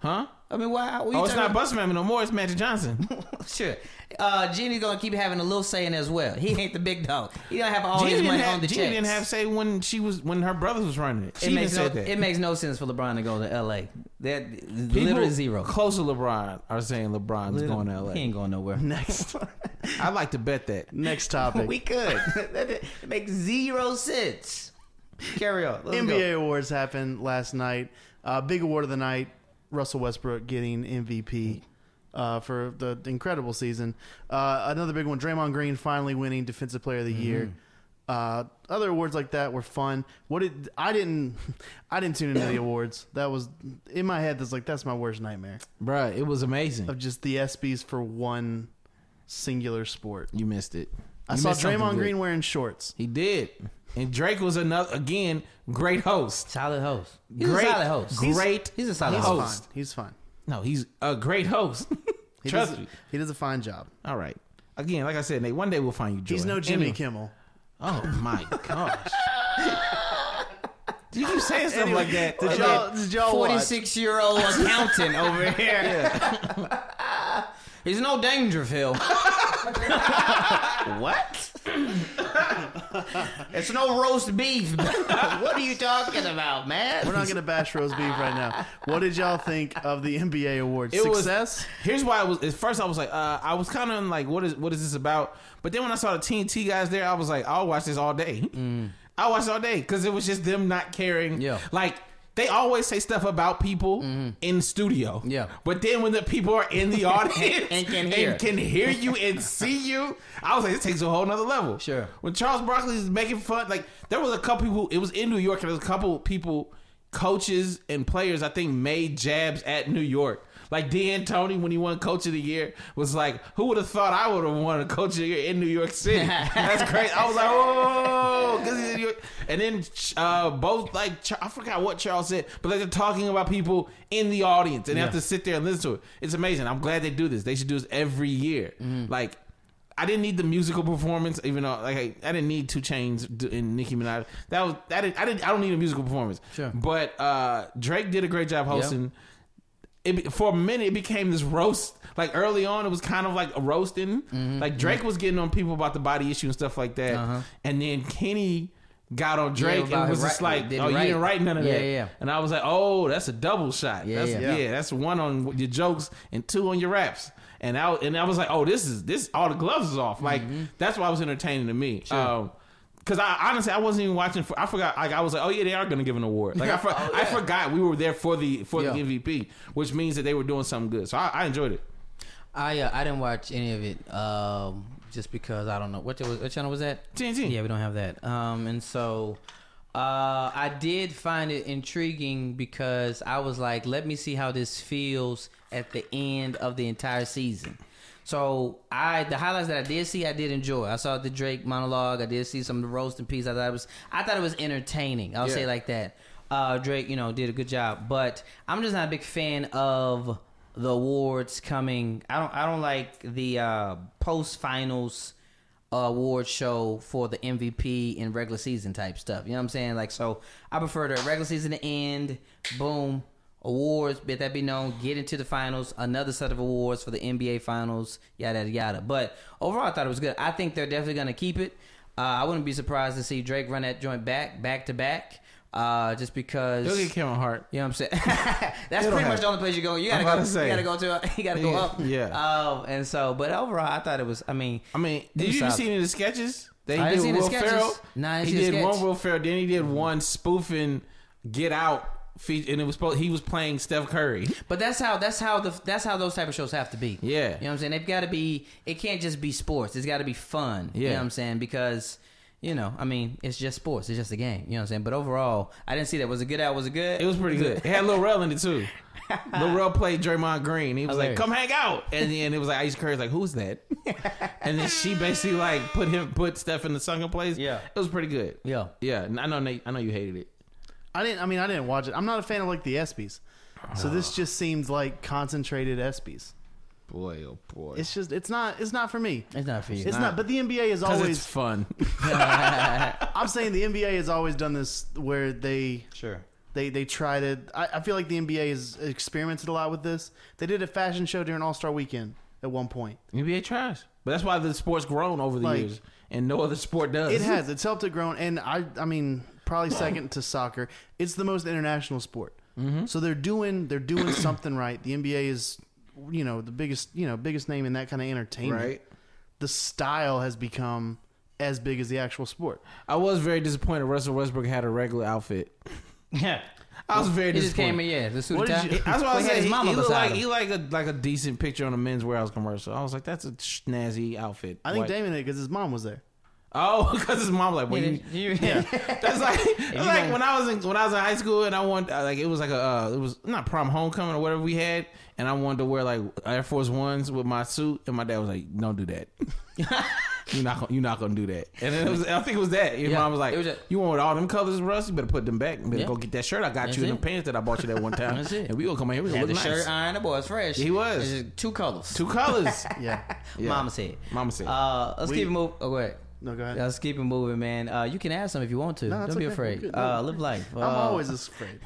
[SPEAKER 4] Huh?
[SPEAKER 3] I mean, why? What are you
[SPEAKER 4] Oh, it's
[SPEAKER 3] talking
[SPEAKER 4] not
[SPEAKER 3] about?
[SPEAKER 4] Bus Family no more. It's Magic Johnson.
[SPEAKER 3] Sure. Uh, Genie's gonna keep having a little say in it as well. He ain't the big dog. He don't have all
[SPEAKER 4] Genie
[SPEAKER 3] his
[SPEAKER 4] didn't
[SPEAKER 3] money
[SPEAKER 4] have,
[SPEAKER 3] on the
[SPEAKER 4] Genie
[SPEAKER 3] checks.
[SPEAKER 4] didn't have say when she was when her brother was running it. She
[SPEAKER 3] it
[SPEAKER 4] even
[SPEAKER 3] makes, no,
[SPEAKER 4] said that.
[SPEAKER 3] it makes no sense for LeBron to go to L.A. That
[SPEAKER 4] People
[SPEAKER 3] literally zero.
[SPEAKER 4] Close to LeBron are saying LeBron's going to
[SPEAKER 3] He ain't
[SPEAKER 4] LA.
[SPEAKER 3] going nowhere.
[SPEAKER 1] Next,
[SPEAKER 4] I like to bet that.
[SPEAKER 1] next topic.
[SPEAKER 3] we could. That- it makes zero sense. Carry on. Let's
[SPEAKER 1] NBA awards happened last night. Uh, big award of the night: Russell Westbrook getting MVP uh, for the incredible season. Uh, another big one: Draymond Green finally winning Defensive Player of the Year.
[SPEAKER 4] Mm-hmm.
[SPEAKER 1] Uh, other awards like that were fun. What did I didn't I didn't tune into the awards. That was in my head. That's like that's my worst nightmare
[SPEAKER 4] Bruh, it was amazing.
[SPEAKER 1] of just the ESPYS for one singular sport.
[SPEAKER 4] You missed it.
[SPEAKER 1] I
[SPEAKER 4] You
[SPEAKER 1] saw
[SPEAKER 4] missed something
[SPEAKER 1] Draymond
[SPEAKER 4] good.
[SPEAKER 1] Green wearing shorts.
[SPEAKER 4] He did. And Drake was another again great host.
[SPEAKER 3] Solid host. He's
[SPEAKER 4] Great-
[SPEAKER 3] a solid host.
[SPEAKER 4] great
[SPEAKER 3] He's, he's a solid
[SPEAKER 1] He's
[SPEAKER 3] host.
[SPEAKER 1] fine. He's fine.
[SPEAKER 4] No, he's a great host.
[SPEAKER 1] He
[SPEAKER 4] Trust
[SPEAKER 1] does,
[SPEAKER 4] me.
[SPEAKER 1] he does a fine job.
[SPEAKER 4] All right. Again, like I said, Nate, one day we'll find you. Joy.
[SPEAKER 1] He's no Jimmy
[SPEAKER 4] Anyway.
[SPEAKER 1] Kimmel.
[SPEAKER 4] Oh my gosh. you keep saying stuff like that.
[SPEAKER 1] Did y'all, did y'all watch?
[SPEAKER 3] Forty-six year old accountant over here. He's no Dangerfield. what? it's no roast beef. what are you talking about, man?
[SPEAKER 1] We're not going to bash roast beef right now. What did y'all think of the NBA awards?
[SPEAKER 4] It was-
[SPEAKER 1] Success?
[SPEAKER 4] Here's why I was at first I was like, uh, I was kind of like, what is what is this about? But then when I saw the TNT guys there, I was like, I'll watch this all day. I watched all day because it was just them not caring.
[SPEAKER 3] Mm. Yeah. Mm-hmm.
[SPEAKER 4] like. They always say stuff about people in studio.
[SPEAKER 3] Yeah.
[SPEAKER 4] But then when the people are in the audience
[SPEAKER 3] And can hear.
[SPEAKER 4] can hear you and see you, I was like, this takes a whole nother level.
[SPEAKER 3] Sure.
[SPEAKER 4] When Charles Barkley is making fun, like there was a couple people. It was in New York, and there was a couple people, coaches and players, I think, made jabs at New York. Like Dan Tony when he won Coach of the Year was like, who would have thought I would have won a Coach of the Year in New York City? That's crazy. I was like, oh, because he's in New York. And then uh, both like Ch- I forgot what Charles said, but like, they're talking about people in the audience and they have to sit there and listen to it. It's amazing. I'm glad they do this. They should do this every year. Like I didn't need the musical performance, even though like I, I didn't need Two Chains and Nicki Minaj. That was that didn't, I didn't I don't need a musical performance.
[SPEAKER 3] Sure.
[SPEAKER 4] But uh, Drake did a great job hosting. It be- for a minute it became this roast. Like early on, it was kind of like a roasting.
[SPEAKER 3] Mm-hmm.
[SPEAKER 4] Like Drake was getting on people about the body issue and stuff like that, and then Kenny got on Drake
[SPEAKER 3] Uh-huh. about
[SPEAKER 4] and was
[SPEAKER 3] his
[SPEAKER 4] just
[SPEAKER 3] right-
[SPEAKER 4] like,
[SPEAKER 3] didn't
[SPEAKER 4] "Oh, you
[SPEAKER 3] write.
[SPEAKER 4] didn't write none of
[SPEAKER 3] Yeah,
[SPEAKER 4] that."
[SPEAKER 3] yeah, yeah.
[SPEAKER 4] And I was like, "Oh, that's a double shot.
[SPEAKER 3] Yeah,
[SPEAKER 4] that's,
[SPEAKER 3] yeah.
[SPEAKER 4] yeah, that's one on your jokes and two on your raps." And I and I was like, "Oh, this is this all the gloves is off." Like
[SPEAKER 3] Mm-hmm.
[SPEAKER 4] that's why it was entertaining to me. Um, Cause I honestly I wasn't even watching. For, I forgot. Like I was like, oh yeah, they are gonna give an award. Like I, for, I forgot we were there for the for
[SPEAKER 3] Oh, Yeah.
[SPEAKER 4] the MVP, which means that they were doing something good. So I, I enjoyed it.
[SPEAKER 3] I uh, I didn't watch any of it um, just because I don't know what what channel was that.
[SPEAKER 4] TNT.
[SPEAKER 3] Yeah, we don't have that. Um, and so uh, I did find it intriguing because I was like, let me see how this feels at the end of the entire season. So I the highlights that I did see, I did enjoy. I saw the Drake monologue. I did see some of the roasting piece. I thought it was I thought it was entertaining. I'll say it like that. Uh, Drake, you know, did a good job, but I'm just not a big fan of the awards coming. I don't I don't like the uh, post finals award show for the MVP and regular season type stuff. You know what I'm saying? Like, so I prefer the regular season to end, boom, awards, let that be known, get into the finals, another set of awards for the NBA finals, yada, yada, yada. But overall, I thought it was good. I think they're definitely going to keep it. Uh, I wouldn't be surprised to see Drake run that joint back, back to back, uh, just because.
[SPEAKER 4] Look at Kevin Hart.
[SPEAKER 3] You know what I'm saying? That's pretty much
[SPEAKER 4] happen.
[SPEAKER 3] the only place you go. You gotta
[SPEAKER 4] I'm about
[SPEAKER 3] go.
[SPEAKER 4] to say.
[SPEAKER 3] You gotta go to. You gotta go
[SPEAKER 4] Yeah,
[SPEAKER 3] up.
[SPEAKER 4] yeah.
[SPEAKER 3] Um, and so, but overall, I thought it was. I mean,
[SPEAKER 4] I mean, did
[SPEAKER 3] was
[SPEAKER 4] you even
[SPEAKER 3] solid.
[SPEAKER 4] see any of the sketches? They
[SPEAKER 3] I didn't see
[SPEAKER 4] did
[SPEAKER 3] any
[SPEAKER 4] Will
[SPEAKER 3] sketches.
[SPEAKER 4] Ferrell.
[SPEAKER 3] Nah, I didn't
[SPEAKER 4] he
[SPEAKER 3] see a
[SPEAKER 4] did one
[SPEAKER 3] sketch.
[SPEAKER 4] Will Ferrell. Then he did one spoofing Get Out, fe- and it was supposed he was playing Steph Curry.
[SPEAKER 3] But that's how that's how the that's how those type of shows have to be.
[SPEAKER 4] Yeah.
[SPEAKER 3] You know what I'm saying? They've got to be it can't just be sports. It's got to be fun. You know
[SPEAKER 4] Yeah.
[SPEAKER 3] what I'm saying? Because you know, I mean, it's just sports. It's just a game. You know what I'm saying? But overall, I didn't see that. Was it good out? Was it good?
[SPEAKER 4] It was pretty good. It had Lil Rel in it too. Lil Rel played Draymond Green. He was
[SPEAKER 3] Hilarious.
[SPEAKER 4] like, "Come hang out," and then it was like Ice Curry's like, "Who's that?" and then she basically like put him put Steph in the sunken place.
[SPEAKER 3] Yeah.
[SPEAKER 4] it was pretty good.
[SPEAKER 3] Yeah.
[SPEAKER 4] yeah. And I know, Nate, I know you hated it.
[SPEAKER 1] I didn't. I mean, I didn't watch it. I'm not a fan of like the ESPYS, so
[SPEAKER 4] Ah.
[SPEAKER 1] this just seems like concentrated ESPYS.
[SPEAKER 4] Boy, oh boy.
[SPEAKER 1] It's just it's not it's not for me.
[SPEAKER 3] It's not for you.
[SPEAKER 1] It's not. But the NBA is
[SPEAKER 4] 'Cause
[SPEAKER 1] always.
[SPEAKER 4] it's fun.
[SPEAKER 1] I'm saying the NBA has always done this where they
[SPEAKER 3] sure.
[SPEAKER 1] they they try to. I, I feel like the NBA has experimented a lot with this. They did a fashion show during All Star Weekend at one point.
[SPEAKER 4] NBA trash, but that's why the sport's grown over the
[SPEAKER 1] Like-
[SPEAKER 4] years, and no other sport does.
[SPEAKER 1] It has. It's helped it grow, and I I mean probably second to soccer. It's the most international sport. So they're doing they're doing something right. The NBA is you know the biggest you know biggest name in that kind of entertainment.
[SPEAKER 4] right.
[SPEAKER 1] The style has become as big as the actual sport.
[SPEAKER 4] I was very disappointed. Russell Westbrook had a regular outfit.
[SPEAKER 3] Yeah.
[SPEAKER 4] I was very
[SPEAKER 3] It just
[SPEAKER 4] disappointed.
[SPEAKER 3] came in. Yeah. The suit
[SPEAKER 1] What
[SPEAKER 3] and
[SPEAKER 1] did
[SPEAKER 3] tie.
[SPEAKER 1] you-
[SPEAKER 4] That's why I
[SPEAKER 3] Well, he had
[SPEAKER 4] said
[SPEAKER 3] his
[SPEAKER 4] he,
[SPEAKER 3] mama
[SPEAKER 4] he looked
[SPEAKER 3] beside
[SPEAKER 4] like
[SPEAKER 3] him.
[SPEAKER 4] he like a like a decent picture on a men's warehouse commercial. I was like, that's a snazzy outfit.
[SPEAKER 1] I think
[SPEAKER 4] Like-
[SPEAKER 1] Damon did because his mom was there.
[SPEAKER 4] Oh, because his mom like, well, you,
[SPEAKER 3] You-
[SPEAKER 4] that's like that's like when I was in when I was in high school and I wanted uh, like it was like a uh, it was not prom homecoming or whatever we had and I wanted to wear like Air Force Ones with my suit and my dad was like, don't do that. you're not gonna, you're not gonna do that. And then it was I think it was that. Your
[SPEAKER 3] Yeah.
[SPEAKER 4] mom was like,
[SPEAKER 3] It was a-
[SPEAKER 4] you want all them colors, Russ? You better put them back. You better
[SPEAKER 3] Yeah.
[SPEAKER 4] go get that shirt I got you and
[SPEAKER 3] That's
[SPEAKER 4] the
[SPEAKER 3] it.
[SPEAKER 4] pants that I bought you that one time.
[SPEAKER 3] That's it.
[SPEAKER 4] And we gonna come in here. We gonna
[SPEAKER 3] Had
[SPEAKER 4] look
[SPEAKER 3] the
[SPEAKER 4] nice.
[SPEAKER 3] shirt iron. The boy's fresh.
[SPEAKER 4] He was.
[SPEAKER 3] It's just two colors.
[SPEAKER 4] Two colors.
[SPEAKER 1] Yeah.
[SPEAKER 4] Yeah.
[SPEAKER 3] Mama said.
[SPEAKER 4] Mama said.
[SPEAKER 3] Uh, let's
[SPEAKER 1] We-
[SPEAKER 3] keep it moving. Oh, go ahead.
[SPEAKER 1] No, go ahead.
[SPEAKER 3] Let's keep it moving, man. Uh, you can ask them if you want to.
[SPEAKER 1] No,
[SPEAKER 3] Don't
[SPEAKER 1] that's
[SPEAKER 3] be
[SPEAKER 1] okay. We're
[SPEAKER 3] afraid.
[SPEAKER 1] good. No,
[SPEAKER 3] Uh,
[SPEAKER 1] we're
[SPEAKER 3] live life.
[SPEAKER 1] I'm
[SPEAKER 3] Uh,
[SPEAKER 1] always afraid.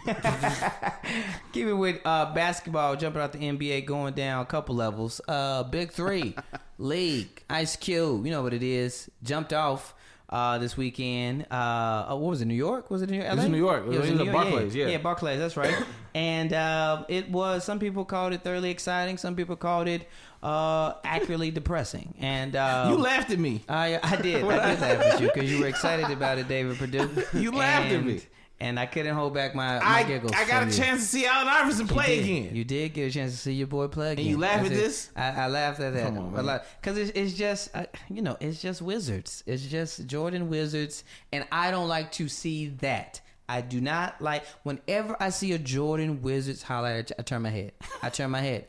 [SPEAKER 3] Keep it with uh, basketball, jumping out the NBA, going down a couple levels. Uh, Big Three, League, Ice Cube, you know what it is, jumped off uh, this weekend. Uh, oh, what was it, New York? Was it New York?
[SPEAKER 4] It was
[SPEAKER 3] LA?
[SPEAKER 4] New York. It
[SPEAKER 3] Yeah,
[SPEAKER 4] was
[SPEAKER 3] in
[SPEAKER 4] at
[SPEAKER 3] New York,
[SPEAKER 4] Barclays, yeah.
[SPEAKER 3] yeah, Barclays, that's right. and uh, it was, some people called it thoroughly exciting, some people called it uh, accurately depressing. And um,
[SPEAKER 4] you laughed at me.
[SPEAKER 3] I, I did. I did laugh at you because you were excited about it, David Perdue.
[SPEAKER 4] You laughed at
[SPEAKER 3] And-
[SPEAKER 4] me.
[SPEAKER 3] And I couldn't hold back my, my
[SPEAKER 4] I,
[SPEAKER 3] giggles.
[SPEAKER 4] I got
[SPEAKER 3] from
[SPEAKER 4] a
[SPEAKER 3] you.
[SPEAKER 4] chance to see Allen Iverson
[SPEAKER 3] You
[SPEAKER 4] play
[SPEAKER 3] did.
[SPEAKER 4] again.
[SPEAKER 3] You did get a chance to see your boy play again.
[SPEAKER 4] you laugh
[SPEAKER 3] That's
[SPEAKER 4] at
[SPEAKER 3] it.
[SPEAKER 4] this?
[SPEAKER 3] I, I laughed at that.
[SPEAKER 4] Come on, man.
[SPEAKER 3] Because it's, it's just, uh, you know, it's just Wizards. It's just Jordan Wizards. And I don't like to see that. I do not like whenever I see a Jordan Wizards highlight. I turn my head. I turn my head.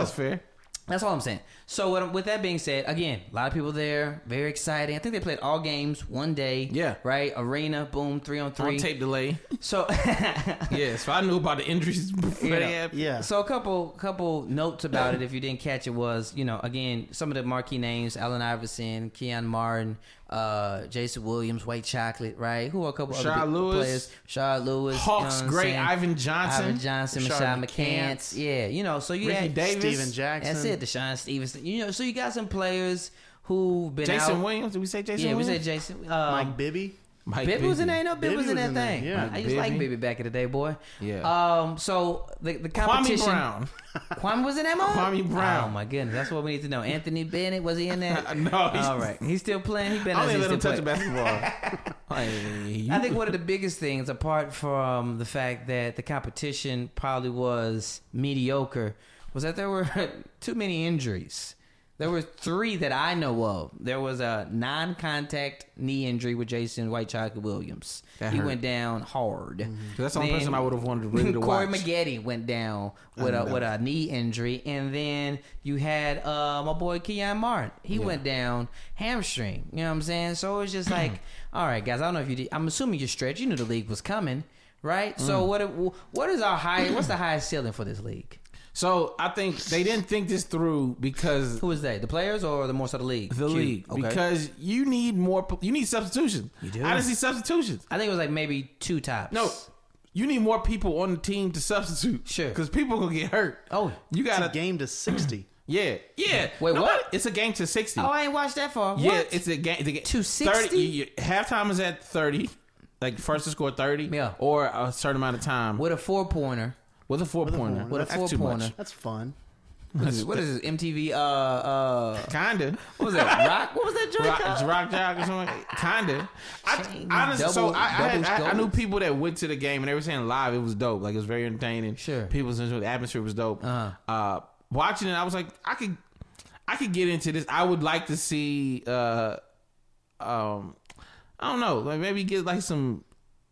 [SPEAKER 4] that's fair.
[SPEAKER 3] that's all I'm saying. So what, with that being said, again, a lot of people there, very exciting. I think they played all games one day.
[SPEAKER 4] Yeah.
[SPEAKER 3] Right. Arena, boom, three on
[SPEAKER 4] On
[SPEAKER 3] three.
[SPEAKER 4] tape delay.
[SPEAKER 3] So
[SPEAKER 4] yeah, so I knew about the injuries before
[SPEAKER 3] Yeah.
[SPEAKER 4] they happened.
[SPEAKER 1] Yeah.
[SPEAKER 3] So a couple couple notes about it. If you didn't catch it, was you know again some of the marquee names: Allen Iverson, Keon Martin, uh, Jason Williams, White Chocolate, right? Who are a couple other
[SPEAKER 4] Rashad
[SPEAKER 3] big
[SPEAKER 4] Lewis.
[SPEAKER 3] players? Rashad Lewis,
[SPEAKER 4] Hawks
[SPEAKER 3] you know what I'm
[SPEAKER 4] great
[SPEAKER 3] saying?
[SPEAKER 4] Ivan Johnson.
[SPEAKER 3] Ivan Johnson,
[SPEAKER 1] Rashad
[SPEAKER 3] Rashad McCants. Yeah, you know. So you
[SPEAKER 4] Ricky
[SPEAKER 3] had
[SPEAKER 4] Davis.
[SPEAKER 1] Steven Jackson.
[SPEAKER 3] That's it, Deshaun Stevenson. You know, so you got some players who've been
[SPEAKER 4] Jason
[SPEAKER 3] out.
[SPEAKER 4] Williams. Did we say Jason
[SPEAKER 3] yeah, we
[SPEAKER 4] Williams?
[SPEAKER 3] said Jason. Um,
[SPEAKER 1] Mike Bibby.
[SPEAKER 4] Mike
[SPEAKER 3] Bib was in
[SPEAKER 4] Bibby.
[SPEAKER 3] there. No, Bib
[SPEAKER 1] Bibby
[SPEAKER 3] was in
[SPEAKER 1] was
[SPEAKER 3] that
[SPEAKER 1] in there,
[SPEAKER 3] thing.
[SPEAKER 1] yeah.
[SPEAKER 3] I used to like
[SPEAKER 4] Bibby.
[SPEAKER 3] Bibby back in the day, boy.
[SPEAKER 4] Yeah.
[SPEAKER 3] Um. So the the
[SPEAKER 4] Kwame
[SPEAKER 3] competition.
[SPEAKER 4] Brown.
[SPEAKER 3] Kwame was in that moment.
[SPEAKER 4] Kwame Brown.
[SPEAKER 3] Oh my goodness, that's what we need to know. Anthony Bennett was he in that?
[SPEAKER 4] No, he's-
[SPEAKER 3] All right, he's still playing. He been.
[SPEAKER 4] I don't even let
[SPEAKER 3] still
[SPEAKER 4] him touch
[SPEAKER 3] playing.
[SPEAKER 4] the basketball. Like, you-
[SPEAKER 3] I think one of the biggest things, apart from the fact that the competition probably was mediocre, was that there were too many injuries. There were three that I know of. There was a non-contact knee injury with Jason Whitechock Williams.
[SPEAKER 4] That
[SPEAKER 3] he
[SPEAKER 4] hurt. Mm-hmm.
[SPEAKER 3] went down hard.
[SPEAKER 4] That's the only
[SPEAKER 3] Then
[SPEAKER 4] person I would have wanted really to
[SPEAKER 3] Corey
[SPEAKER 4] watch.
[SPEAKER 3] Maggette went down with a with a knee injury, and then you had uh, my boy Keon Martin. He went down hamstring. You know what I'm saying? So it's just like, all right, guys. I don't know if you did. I'm assuming you stretch. You knew the league was coming, right?
[SPEAKER 4] Mm.
[SPEAKER 3] So what what is our high? What's the highest ceiling for this league?
[SPEAKER 4] so I think they didn't think this through because
[SPEAKER 3] Who is that? The players or the more so the league?
[SPEAKER 4] the
[SPEAKER 3] Q.
[SPEAKER 4] league
[SPEAKER 3] Okay.
[SPEAKER 4] because you need more you need substitutions. You
[SPEAKER 3] do.
[SPEAKER 4] I didn't see substitutions.
[SPEAKER 3] I think it was like maybe two tops.
[SPEAKER 4] No, you need more people on the team to substitute.
[SPEAKER 3] Sure.
[SPEAKER 4] because people gonna get hurt.
[SPEAKER 3] Oh.
[SPEAKER 4] you
[SPEAKER 1] It's a
[SPEAKER 4] gotta
[SPEAKER 1] game to 60.
[SPEAKER 4] yeah yeah.
[SPEAKER 3] Wait, what?
[SPEAKER 4] It's a game to sixty.
[SPEAKER 3] Oh, I ain't watched that far.
[SPEAKER 4] yeah,
[SPEAKER 3] What?
[SPEAKER 4] it's a game to get
[SPEAKER 3] 260?
[SPEAKER 4] You, you, halftime is at thirty. Like first to score thirty,
[SPEAKER 3] Yeah.
[SPEAKER 4] or a certain amount of time with,
[SPEAKER 3] with a four pointer.
[SPEAKER 4] a four pointer.
[SPEAKER 1] With
[SPEAKER 3] a four-pointer.
[SPEAKER 1] That's fun.
[SPEAKER 3] What is this? MTV. Uh, uh,
[SPEAKER 4] Kinda.
[SPEAKER 3] what was that? Rock. What was that joint?
[SPEAKER 4] rock,
[SPEAKER 3] called?
[SPEAKER 4] rock jog or something. Kinda. I,
[SPEAKER 3] Chain,
[SPEAKER 4] honestly, so
[SPEAKER 3] double-
[SPEAKER 4] I, I, had,
[SPEAKER 3] doubles,
[SPEAKER 4] I, I knew
[SPEAKER 3] doubles.
[SPEAKER 4] people that went to the game and they were saying live it was dope. Like it was very entertaining.
[SPEAKER 3] Sure.
[SPEAKER 4] People's enjoyed the atmosphere was dope.
[SPEAKER 3] Uh-huh.
[SPEAKER 4] Uh, watching it, I was like, I could, I could get into this. I would like to see. Uh, um, I don't know. Like maybe get like some.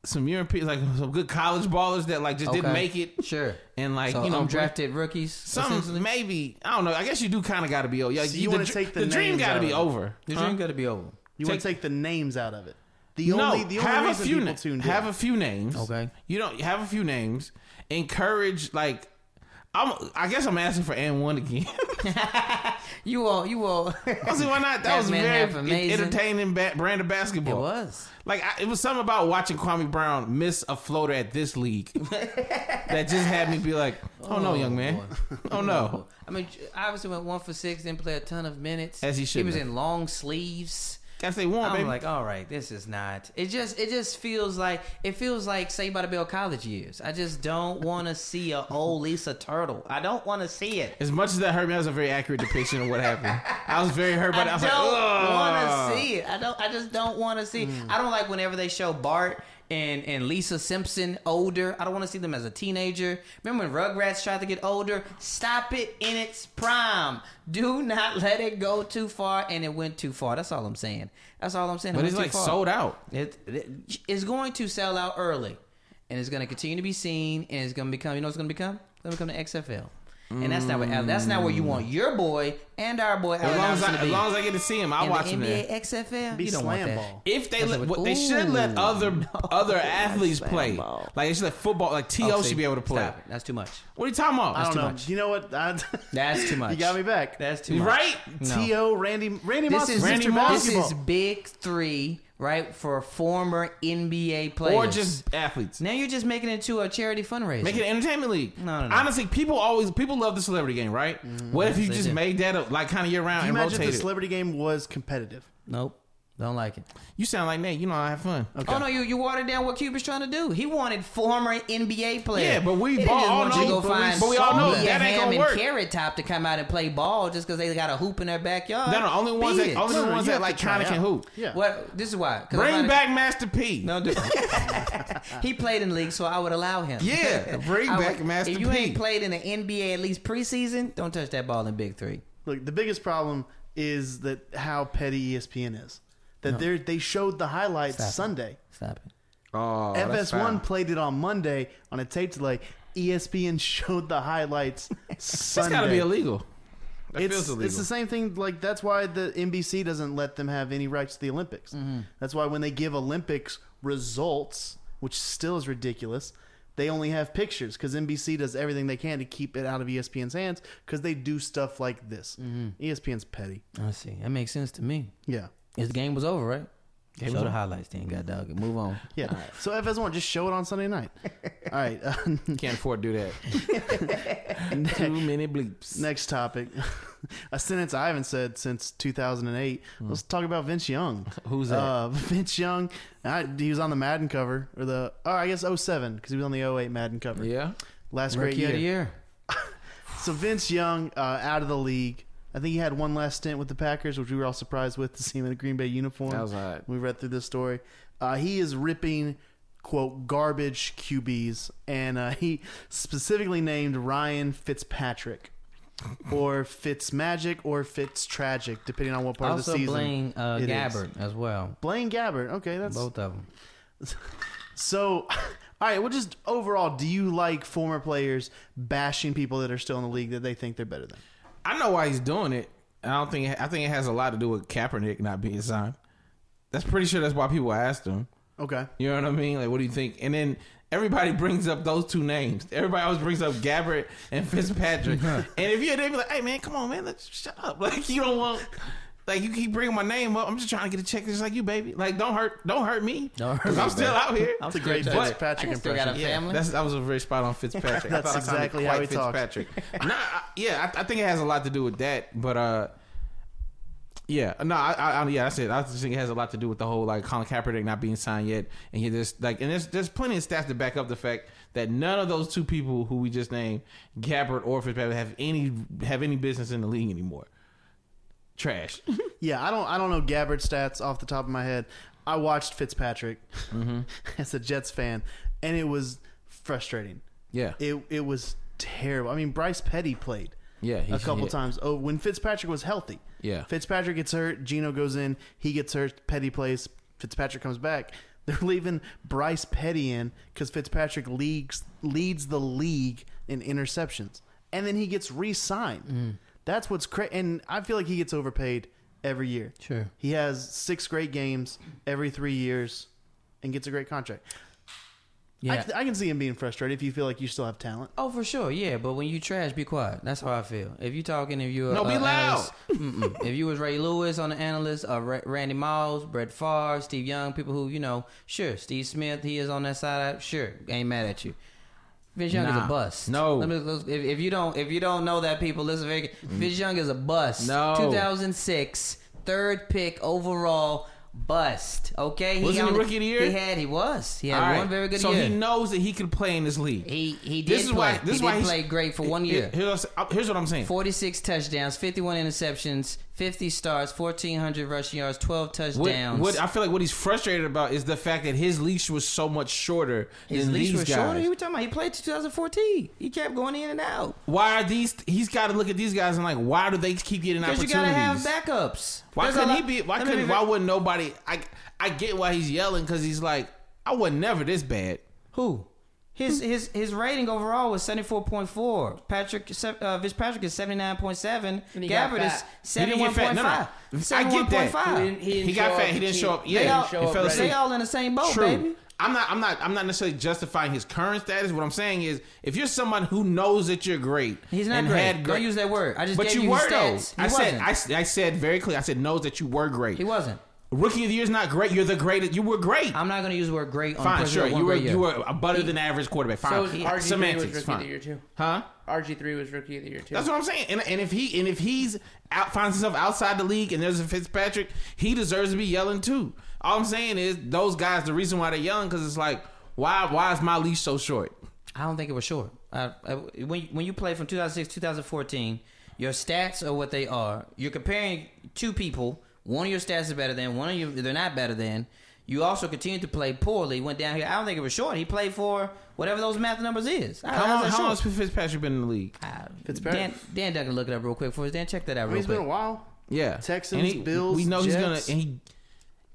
[SPEAKER 4] Some European, like some good college ballers that like just didn't
[SPEAKER 3] Okay.
[SPEAKER 4] make it,
[SPEAKER 3] Sure.
[SPEAKER 4] and like
[SPEAKER 3] so
[SPEAKER 4] you know, bring-
[SPEAKER 3] undrafted rookies. essentially?
[SPEAKER 4] some maybe I don't know. I guess you do kind of got to be over. Like,
[SPEAKER 1] So you
[SPEAKER 4] the
[SPEAKER 1] wanna
[SPEAKER 4] dr-
[SPEAKER 1] take the
[SPEAKER 4] dream
[SPEAKER 1] names
[SPEAKER 4] got to
[SPEAKER 1] out
[SPEAKER 4] be
[SPEAKER 1] of it.
[SPEAKER 4] over.
[SPEAKER 3] Your
[SPEAKER 4] Huh?
[SPEAKER 3] dream got to be over.
[SPEAKER 1] You want to take the names out of it. The
[SPEAKER 4] no,
[SPEAKER 1] only the only
[SPEAKER 4] have
[SPEAKER 1] reason
[SPEAKER 4] a few
[SPEAKER 1] people
[SPEAKER 4] na-
[SPEAKER 1] tuned
[SPEAKER 4] have
[SPEAKER 1] in.
[SPEAKER 4] a few names.
[SPEAKER 3] Okay.
[SPEAKER 4] you don't have a few names. Encourage like I'm. I guess I'm asking for and one again.
[SPEAKER 3] You all, you all.
[SPEAKER 4] I see why not. That
[SPEAKER 3] That
[SPEAKER 4] was
[SPEAKER 3] man
[SPEAKER 4] very
[SPEAKER 3] half amazing.
[SPEAKER 4] entertaining ba- brand of
[SPEAKER 3] it
[SPEAKER 4] basketball.
[SPEAKER 3] was.
[SPEAKER 4] Like I, it was something about watching Kwame Brown miss a floater at this league that just had me be like, "Oh, no, young man, oh no."
[SPEAKER 3] I mean, obviously went one for six, didn't play a ton of minutes.
[SPEAKER 4] As he should
[SPEAKER 3] He was
[SPEAKER 4] have.
[SPEAKER 3] in long sleeves.
[SPEAKER 4] That's they want,
[SPEAKER 3] I'm
[SPEAKER 4] baby.
[SPEAKER 3] like, all right, this is not. It just, it just feels like it feels like say by the Bell college years. I just don't want to see a old Lisa Turtle. I don't want to see it.
[SPEAKER 4] As much as that hurt me, that was a very accurate depiction of what happened. I was very hurt by
[SPEAKER 3] I
[SPEAKER 4] that. I was
[SPEAKER 3] don't
[SPEAKER 4] like,
[SPEAKER 3] want to see it. I don't. I just don't want to see.
[SPEAKER 4] Hmm.
[SPEAKER 3] I don't like whenever they show Bart and and Lisa Simpson older. I don't want to see them as a teenager. Remember when Rugrats tried to get older? Stop it in its prime. Do not let it go too far, and it went too far. That's all I'm saying. That's all I'm saying. It
[SPEAKER 4] But
[SPEAKER 3] went
[SPEAKER 4] it's
[SPEAKER 3] too
[SPEAKER 4] like
[SPEAKER 3] far.
[SPEAKER 4] sold out.
[SPEAKER 3] It, it it's going to sell out early, and it's going to continue to be seen, and it's going to become. You know, what it's going to become. It's going to become the XFL. And that's not what that's not where you want your boy and our boy.
[SPEAKER 4] Mm. As
[SPEAKER 3] Allen
[SPEAKER 4] long as,
[SPEAKER 3] Iverson
[SPEAKER 4] I,
[SPEAKER 3] to
[SPEAKER 4] as
[SPEAKER 3] be.
[SPEAKER 4] long as I get to see him, I'll
[SPEAKER 3] In
[SPEAKER 4] watch him.
[SPEAKER 3] the
[SPEAKER 4] There.
[SPEAKER 3] NBA XFL.
[SPEAKER 1] Be
[SPEAKER 3] you don't want
[SPEAKER 1] slam
[SPEAKER 3] that.
[SPEAKER 1] ball.
[SPEAKER 4] If they
[SPEAKER 3] That's
[SPEAKER 4] let,
[SPEAKER 3] what-
[SPEAKER 4] what, they should let
[SPEAKER 3] Ooh.
[SPEAKER 4] other other
[SPEAKER 5] That's
[SPEAKER 4] athletes play.
[SPEAKER 5] basketball.
[SPEAKER 4] Like they should let football, like To
[SPEAKER 3] Oh, see,
[SPEAKER 4] should be able to play.
[SPEAKER 3] stop it. That's too much.
[SPEAKER 4] What are you talking about?
[SPEAKER 1] I don't
[SPEAKER 3] too
[SPEAKER 1] know.
[SPEAKER 3] much.
[SPEAKER 1] You know what? I,
[SPEAKER 3] That's too much.
[SPEAKER 1] you got me back.
[SPEAKER 3] That's too
[SPEAKER 4] You
[SPEAKER 3] much.
[SPEAKER 4] right?
[SPEAKER 3] No.
[SPEAKER 1] T.O. Randy Randy
[SPEAKER 3] This
[SPEAKER 1] Moss
[SPEAKER 3] is
[SPEAKER 1] is
[SPEAKER 4] Randy
[SPEAKER 1] Mr.
[SPEAKER 4] Moss.
[SPEAKER 3] this
[SPEAKER 1] Basketball.
[SPEAKER 3] is big three, right? For former NBA players,
[SPEAKER 4] Or just athletes.
[SPEAKER 3] now you're just making it to a charity fundraiser.
[SPEAKER 4] Make it an entertainment league.
[SPEAKER 3] No, no, no.
[SPEAKER 4] Honestly, people always people love the celebrity game, right? what if you
[SPEAKER 3] they
[SPEAKER 4] just
[SPEAKER 3] do.
[SPEAKER 4] made that up, like kind of year round
[SPEAKER 1] Can
[SPEAKER 4] and
[SPEAKER 1] you imagine if
[SPEAKER 4] rotated?
[SPEAKER 1] the celebrity game was competitive?
[SPEAKER 3] nope, don't like it.
[SPEAKER 4] you sound like Nate. You know I have fun.
[SPEAKER 1] Okay.
[SPEAKER 3] Oh no, you you watered down what Cuba's trying to do. He wanted former NBA players.
[SPEAKER 4] Yeah, but we
[SPEAKER 3] He didn't
[SPEAKER 4] all
[SPEAKER 3] just want you to
[SPEAKER 4] know-
[SPEAKER 3] go
[SPEAKER 4] but we-
[SPEAKER 3] find
[SPEAKER 4] but we all know
[SPEAKER 3] Mia
[SPEAKER 4] that ain't
[SPEAKER 3] Hamm
[SPEAKER 4] gonna
[SPEAKER 3] and
[SPEAKER 4] work.
[SPEAKER 3] Carrot Top to come out and play ball just because they got a hoop in their backyard.
[SPEAKER 4] No, no, only ones
[SPEAKER 3] Beat
[SPEAKER 4] that
[SPEAKER 3] it.
[SPEAKER 4] only
[SPEAKER 1] No, no,
[SPEAKER 4] ones that
[SPEAKER 1] you have to
[SPEAKER 4] like
[SPEAKER 1] try
[SPEAKER 4] kind of
[SPEAKER 1] out.
[SPEAKER 4] can hoop.
[SPEAKER 1] Yeah.
[SPEAKER 3] What? This is why. 'Cause I'm
[SPEAKER 4] Bring
[SPEAKER 3] not-
[SPEAKER 4] back Master P.
[SPEAKER 3] No, dude. he played in the league, so I would allow him.
[SPEAKER 4] Yeah, bring
[SPEAKER 3] I
[SPEAKER 4] back
[SPEAKER 3] would-
[SPEAKER 4] Master
[SPEAKER 3] If you
[SPEAKER 4] P.
[SPEAKER 3] ain't played in the NBA at least preseason, don't touch that ball in Big Three.
[SPEAKER 1] Look, the biggest problem is E that how petty ESPN is. That they're they showed the highlights
[SPEAKER 3] Stop it.
[SPEAKER 1] Sunday.
[SPEAKER 3] Stop it.
[SPEAKER 4] Oh, that's
[SPEAKER 1] FS1
[SPEAKER 4] foul.
[SPEAKER 1] played it on Monday on a tape delay. E ESPN showed the highlights
[SPEAKER 4] That's
[SPEAKER 1] Sunday.
[SPEAKER 4] got to be illegal. That
[SPEAKER 1] it's,
[SPEAKER 4] feels illegal.
[SPEAKER 1] it's the same thing. Like that's why the NBC doesn't let them have any rights to the Olympics.
[SPEAKER 4] Mm-hmm.
[SPEAKER 1] That's why when they give Olympics results, which still is ridiculous, they only have pictures because NBC does everything they can to keep it out of E ESPN's hands because they do stuff like this.
[SPEAKER 4] Mm-hmm.
[SPEAKER 1] E ESPN's petty.
[SPEAKER 3] I see. That makes sense to me.
[SPEAKER 1] Yeah,
[SPEAKER 3] His game was over, right? Show the highlights, then, God dog. Move on.
[SPEAKER 1] yeah. So FS1 just show it on Sunday night. All right.
[SPEAKER 4] Can't afford to do that. Too many bleeps.
[SPEAKER 1] Next topic. a sentence I haven't said since 2008. Let's talk about Vince Young.
[SPEAKER 4] Who's that?
[SPEAKER 1] Uh, Vince Young. I, he was on the Madden cover, or the, oh, I guess 07, because he was on the 08 Madden cover.
[SPEAKER 4] Yeah.
[SPEAKER 1] Last great
[SPEAKER 3] Rookie
[SPEAKER 1] year.
[SPEAKER 3] of the year.
[SPEAKER 1] So Vince Young, uh, out of the league. I think he had one last stint with the Packers, which we were all surprised with to see him in a Green Bay uniform.
[SPEAKER 4] That was all right.
[SPEAKER 1] We read through this story. Uh, he is ripping quote garbage QBs, and uh, he specifically named Ryan Fitzpatrick or Fitzmagic or Fitztragic, depending on what part
[SPEAKER 3] Also
[SPEAKER 1] of the season.
[SPEAKER 3] playing uh,
[SPEAKER 1] it is.
[SPEAKER 3] Gabbard as well.
[SPEAKER 1] Blaine Gabbert. Okay, that's
[SPEAKER 3] Both of them.
[SPEAKER 1] so. All right. Well, just overall, do you like former players bashing people that are still in the league that they think they're better than?
[SPEAKER 4] I know why he's doing it. I don't think. I think it has a lot to do with Kaepernick not being signed. That's pretty sure that's why people asked him.
[SPEAKER 1] Okay.
[SPEAKER 4] You know what I mean? Like, what do you think? And then everybody brings up those two names. Everybody always brings up Gabbert and Fitzpatrick. and if you're there, be like, hey man, come on, man, let's shut up. Like, you don't want. Like you keep bringing my name up, I'm just trying to get a check just like you, baby. Like don't hurt, don't hurt me.
[SPEAKER 3] Don't hurt
[SPEAKER 4] 'Cause
[SPEAKER 3] me,
[SPEAKER 4] I'm still
[SPEAKER 3] baby.
[SPEAKER 4] out here.
[SPEAKER 1] That's a great
[SPEAKER 4] But-
[SPEAKER 1] Fitzpatrick
[SPEAKER 3] I still got
[SPEAKER 1] impression.
[SPEAKER 3] a family.
[SPEAKER 4] That's that was a very spot on Fitzpatrick. I
[SPEAKER 1] That's
[SPEAKER 4] thought I sounded
[SPEAKER 1] exactly how
[SPEAKER 4] quite
[SPEAKER 1] he talks.
[SPEAKER 4] Fitzpatrick. nah, I, yeah, I, I think it has a lot to do with that, but uh. Yeah, no, I, I, I- yeah, that's it. I just think it has a lot to do with the whole like Colin Kaepernick not being signed yet, and you just like, and there's there's plenty of stats to back up the fact that none of those two people who we just named, Gabbard or Fitzpatrick, have any have any business in the league anymore. Trash.
[SPEAKER 1] Yeah, I don't I don't know Gabbard stats off the top of my head. I watched Fitzpatrick as a Jets fan, and it was frustrating.
[SPEAKER 4] Yeah,
[SPEAKER 1] It it was terrible. I mean, Bryce Petty played
[SPEAKER 4] yeah, he-
[SPEAKER 1] a couple
[SPEAKER 4] yeah.
[SPEAKER 1] times. Oh, when Fitzpatrick was healthy.
[SPEAKER 4] Yeah.
[SPEAKER 1] Fitzpatrick gets hurt. Gino goes in. He gets hurt. Petty plays. Fitzpatrick comes back. They're leaving Bryce Petty in because Fitzpatrick leagues, leads the league in interceptions. And then he gets re signed.
[SPEAKER 4] Mm.
[SPEAKER 1] That's what's crazy. And I feel like he gets overpaid every year.
[SPEAKER 3] Sure.
[SPEAKER 1] He has six great games every three years and gets a great contract. I,
[SPEAKER 3] Yeah.
[SPEAKER 1] I can see him being frustrated if you feel like you still have talent.
[SPEAKER 3] Oh, for sure, yeah. But when you trash, be quiet. That's how I feel. If you talking, if you
[SPEAKER 4] No, be
[SPEAKER 3] analyst- Mm-mm. if you was Ray Lewis on the analyst, or Ra- Randy Moss, Brett Favre, Steve Young, people who you know, sure. Steve Smith, he is on that side. I- Sure, ain't mad at you. Vince Young is
[SPEAKER 4] Nah.
[SPEAKER 3] a bust.
[SPEAKER 4] No. Mm.
[SPEAKER 3] Let me, let's- if, if you don't, if you don't know that, people listen. Very, Vince Young is a bust.
[SPEAKER 4] No.
[SPEAKER 3] 2006, third pick overall, bust. Okay,
[SPEAKER 4] Wasn't he
[SPEAKER 3] only-
[SPEAKER 4] rookie of the year?
[SPEAKER 3] He had, he was. He had
[SPEAKER 4] All right.
[SPEAKER 3] one very good
[SPEAKER 4] so
[SPEAKER 3] year.
[SPEAKER 4] he knows that he can play in this league.
[SPEAKER 3] He he did
[SPEAKER 4] This is
[SPEAKER 3] play.
[SPEAKER 4] why- this
[SPEAKER 3] he
[SPEAKER 4] is why
[SPEAKER 3] did
[SPEAKER 4] he's-
[SPEAKER 3] play great for one year.
[SPEAKER 4] Here's, here's what I'm saying.
[SPEAKER 3] 46 touchdowns, 51 interceptions, 50 starts, 1,400 rushing yards, 12
[SPEAKER 4] What,
[SPEAKER 3] touchdowns.
[SPEAKER 4] what I feel like what he's frustrated about is the fact that his leash was so much shorter
[SPEAKER 3] his
[SPEAKER 4] than
[SPEAKER 3] leash
[SPEAKER 4] these
[SPEAKER 3] was
[SPEAKER 4] guys.
[SPEAKER 3] shorter. He was talking about he played to 2014. He kept going in and out.
[SPEAKER 4] Why are these? He's got to look at these guys and like, why do they keep getting
[SPEAKER 3] Because
[SPEAKER 4] opportunities?
[SPEAKER 3] you got to have backups.
[SPEAKER 4] why
[SPEAKER 3] There's
[SPEAKER 4] couldn't
[SPEAKER 3] a
[SPEAKER 4] he
[SPEAKER 3] lot-
[SPEAKER 4] be? Why
[SPEAKER 3] Let me
[SPEAKER 4] couldn't?
[SPEAKER 3] be-
[SPEAKER 4] Why wouldn't nobody? I I get why he's yelling because he's like, I was never this bad.
[SPEAKER 3] Who? His his his rating overall was seventy four point four. Patrick se- uh, Fitzpatrick is seventy nine point seven.
[SPEAKER 5] And he got
[SPEAKER 3] Gabbard is
[SPEAKER 5] fat.
[SPEAKER 4] He
[SPEAKER 3] seventy
[SPEAKER 4] didn't
[SPEAKER 3] one
[SPEAKER 4] get fat.
[SPEAKER 3] point
[SPEAKER 4] No,
[SPEAKER 3] five.
[SPEAKER 4] no. I get that.
[SPEAKER 5] He didn't- he didn't
[SPEAKER 4] got
[SPEAKER 5] show
[SPEAKER 4] fat.
[SPEAKER 5] up
[SPEAKER 4] He didn't
[SPEAKER 5] to
[SPEAKER 4] show
[SPEAKER 5] cheat.
[SPEAKER 4] up.
[SPEAKER 5] They
[SPEAKER 4] Yeah,
[SPEAKER 3] They all,
[SPEAKER 4] he fell
[SPEAKER 5] ready.
[SPEAKER 4] asleep.
[SPEAKER 3] they all in the same boat,
[SPEAKER 4] True.
[SPEAKER 3] baby.
[SPEAKER 4] I'm not. I'm not. I'm not necessarily justifying his current status. What I'm saying is, if you're someone who knows that you're great,
[SPEAKER 3] He's not
[SPEAKER 4] and
[SPEAKER 3] great.
[SPEAKER 4] had
[SPEAKER 3] Don't use that word. I just
[SPEAKER 4] but
[SPEAKER 3] gave
[SPEAKER 4] you,
[SPEAKER 3] you
[SPEAKER 4] were
[SPEAKER 3] his
[SPEAKER 4] though.
[SPEAKER 3] stats. He
[SPEAKER 4] I said.
[SPEAKER 3] wasn't.
[SPEAKER 4] I, s- I said very clearly. I said knows that you were great.
[SPEAKER 3] He wasn't.
[SPEAKER 4] Rookie of the year is not great. You're the greatest. You were great.
[SPEAKER 3] I'm not going to use the word great on
[SPEAKER 4] Fine,
[SPEAKER 3] the
[SPEAKER 4] sure. You were
[SPEAKER 3] year.
[SPEAKER 4] you were a better than average quarterback.
[SPEAKER 5] So
[SPEAKER 4] Fine.
[SPEAKER 5] RG3 was
[SPEAKER 4] Ah, Semantics.
[SPEAKER 5] rookie of the year
[SPEAKER 4] Fine.
[SPEAKER 5] too.
[SPEAKER 4] Huh?
[SPEAKER 5] RG3 was rookie of the year too.
[SPEAKER 4] That's what I'm saying. And, and if he and if he's out finds himself outside the league and there's a Fitzpatrick, he deserves to be yelling too. All I'm saying is those guys. The reason why they're yelling because it's like why why is my leash so short?
[SPEAKER 3] I don't think it was short. I, I, when when you play from 2006 2014, your stats are what they are. You're comparing two people. One of your stats is better than one of you. They're not better than. You also continued to play poorly. Went down here. I don't think it was short. He played for whatever those math numbers is.
[SPEAKER 4] How long, how long
[SPEAKER 3] long?
[SPEAKER 4] has Fitzpatrick been in the league?
[SPEAKER 1] Fitzpatrick.
[SPEAKER 3] Dan, Dan Duncan, look it up real quick for us. Dan, check that out
[SPEAKER 1] I mean,
[SPEAKER 3] real
[SPEAKER 1] it's been a
[SPEAKER 3] quick.
[SPEAKER 1] while.
[SPEAKER 4] Yeah,
[SPEAKER 1] Texans,
[SPEAKER 4] And he-
[SPEAKER 1] Bills,
[SPEAKER 4] We know he's gonna
[SPEAKER 1] Jets.
[SPEAKER 4] and he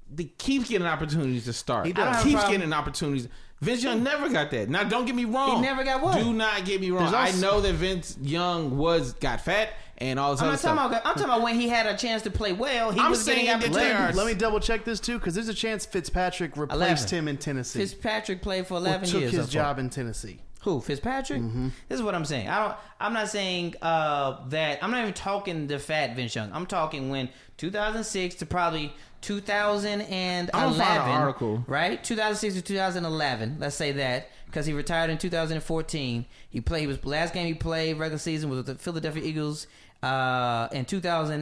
[SPEAKER 4] the keeps getting opportunities to start.
[SPEAKER 1] He
[SPEAKER 4] He
[SPEAKER 1] does. I don't have a
[SPEAKER 4] keeps
[SPEAKER 1] problem-
[SPEAKER 4] getting opportunities. Vince Young never got that. Now, don't get me wrong.
[SPEAKER 3] He never got what?
[SPEAKER 4] Do not get me wrong.
[SPEAKER 1] There's
[SPEAKER 4] I
[SPEAKER 1] also-
[SPEAKER 4] know that Vince Young was got fat and all this
[SPEAKER 3] I'm
[SPEAKER 4] other
[SPEAKER 3] not
[SPEAKER 4] stuff.
[SPEAKER 3] talking about. I'm talking about when he had a chance to play well. He
[SPEAKER 4] I'm
[SPEAKER 3] was
[SPEAKER 4] saying
[SPEAKER 3] getting
[SPEAKER 4] that
[SPEAKER 3] opportunities.
[SPEAKER 4] there are-
[SPEAKER 1] Let, let me double check this too, because there's a chance Fitzpatrick replaced
[SPEAKER 3] 11.
[SPEAKER 1] him in Tennessee.
[SPEAKER 3] Fitzpatrick played for
[SPEAKER 1] or
[SPEAKER 3] 11
[SPEAKER 1] took
[SPEAKER 3] years.
[SPEAKER 1] his
[SPEAKER 3] so far.
[SPEAKER 1] job Mm-hmm. in Tennessee.
[SPEAKER 3] Who? Fitzpatrick? This is what I'm saying. I don't. I'm not saying uh, that. I'm not even talking the fat Vince Young. I'm talking when 2006 to probably 2011.
[SPEAKER 4] I'm gonna find an article.
[SPEAKER 3] Right? 2006 to 2011. Let's say that because he retired in 2014. He played. He was last game he played regular season was with the Philadelphia Eagles. Uh, in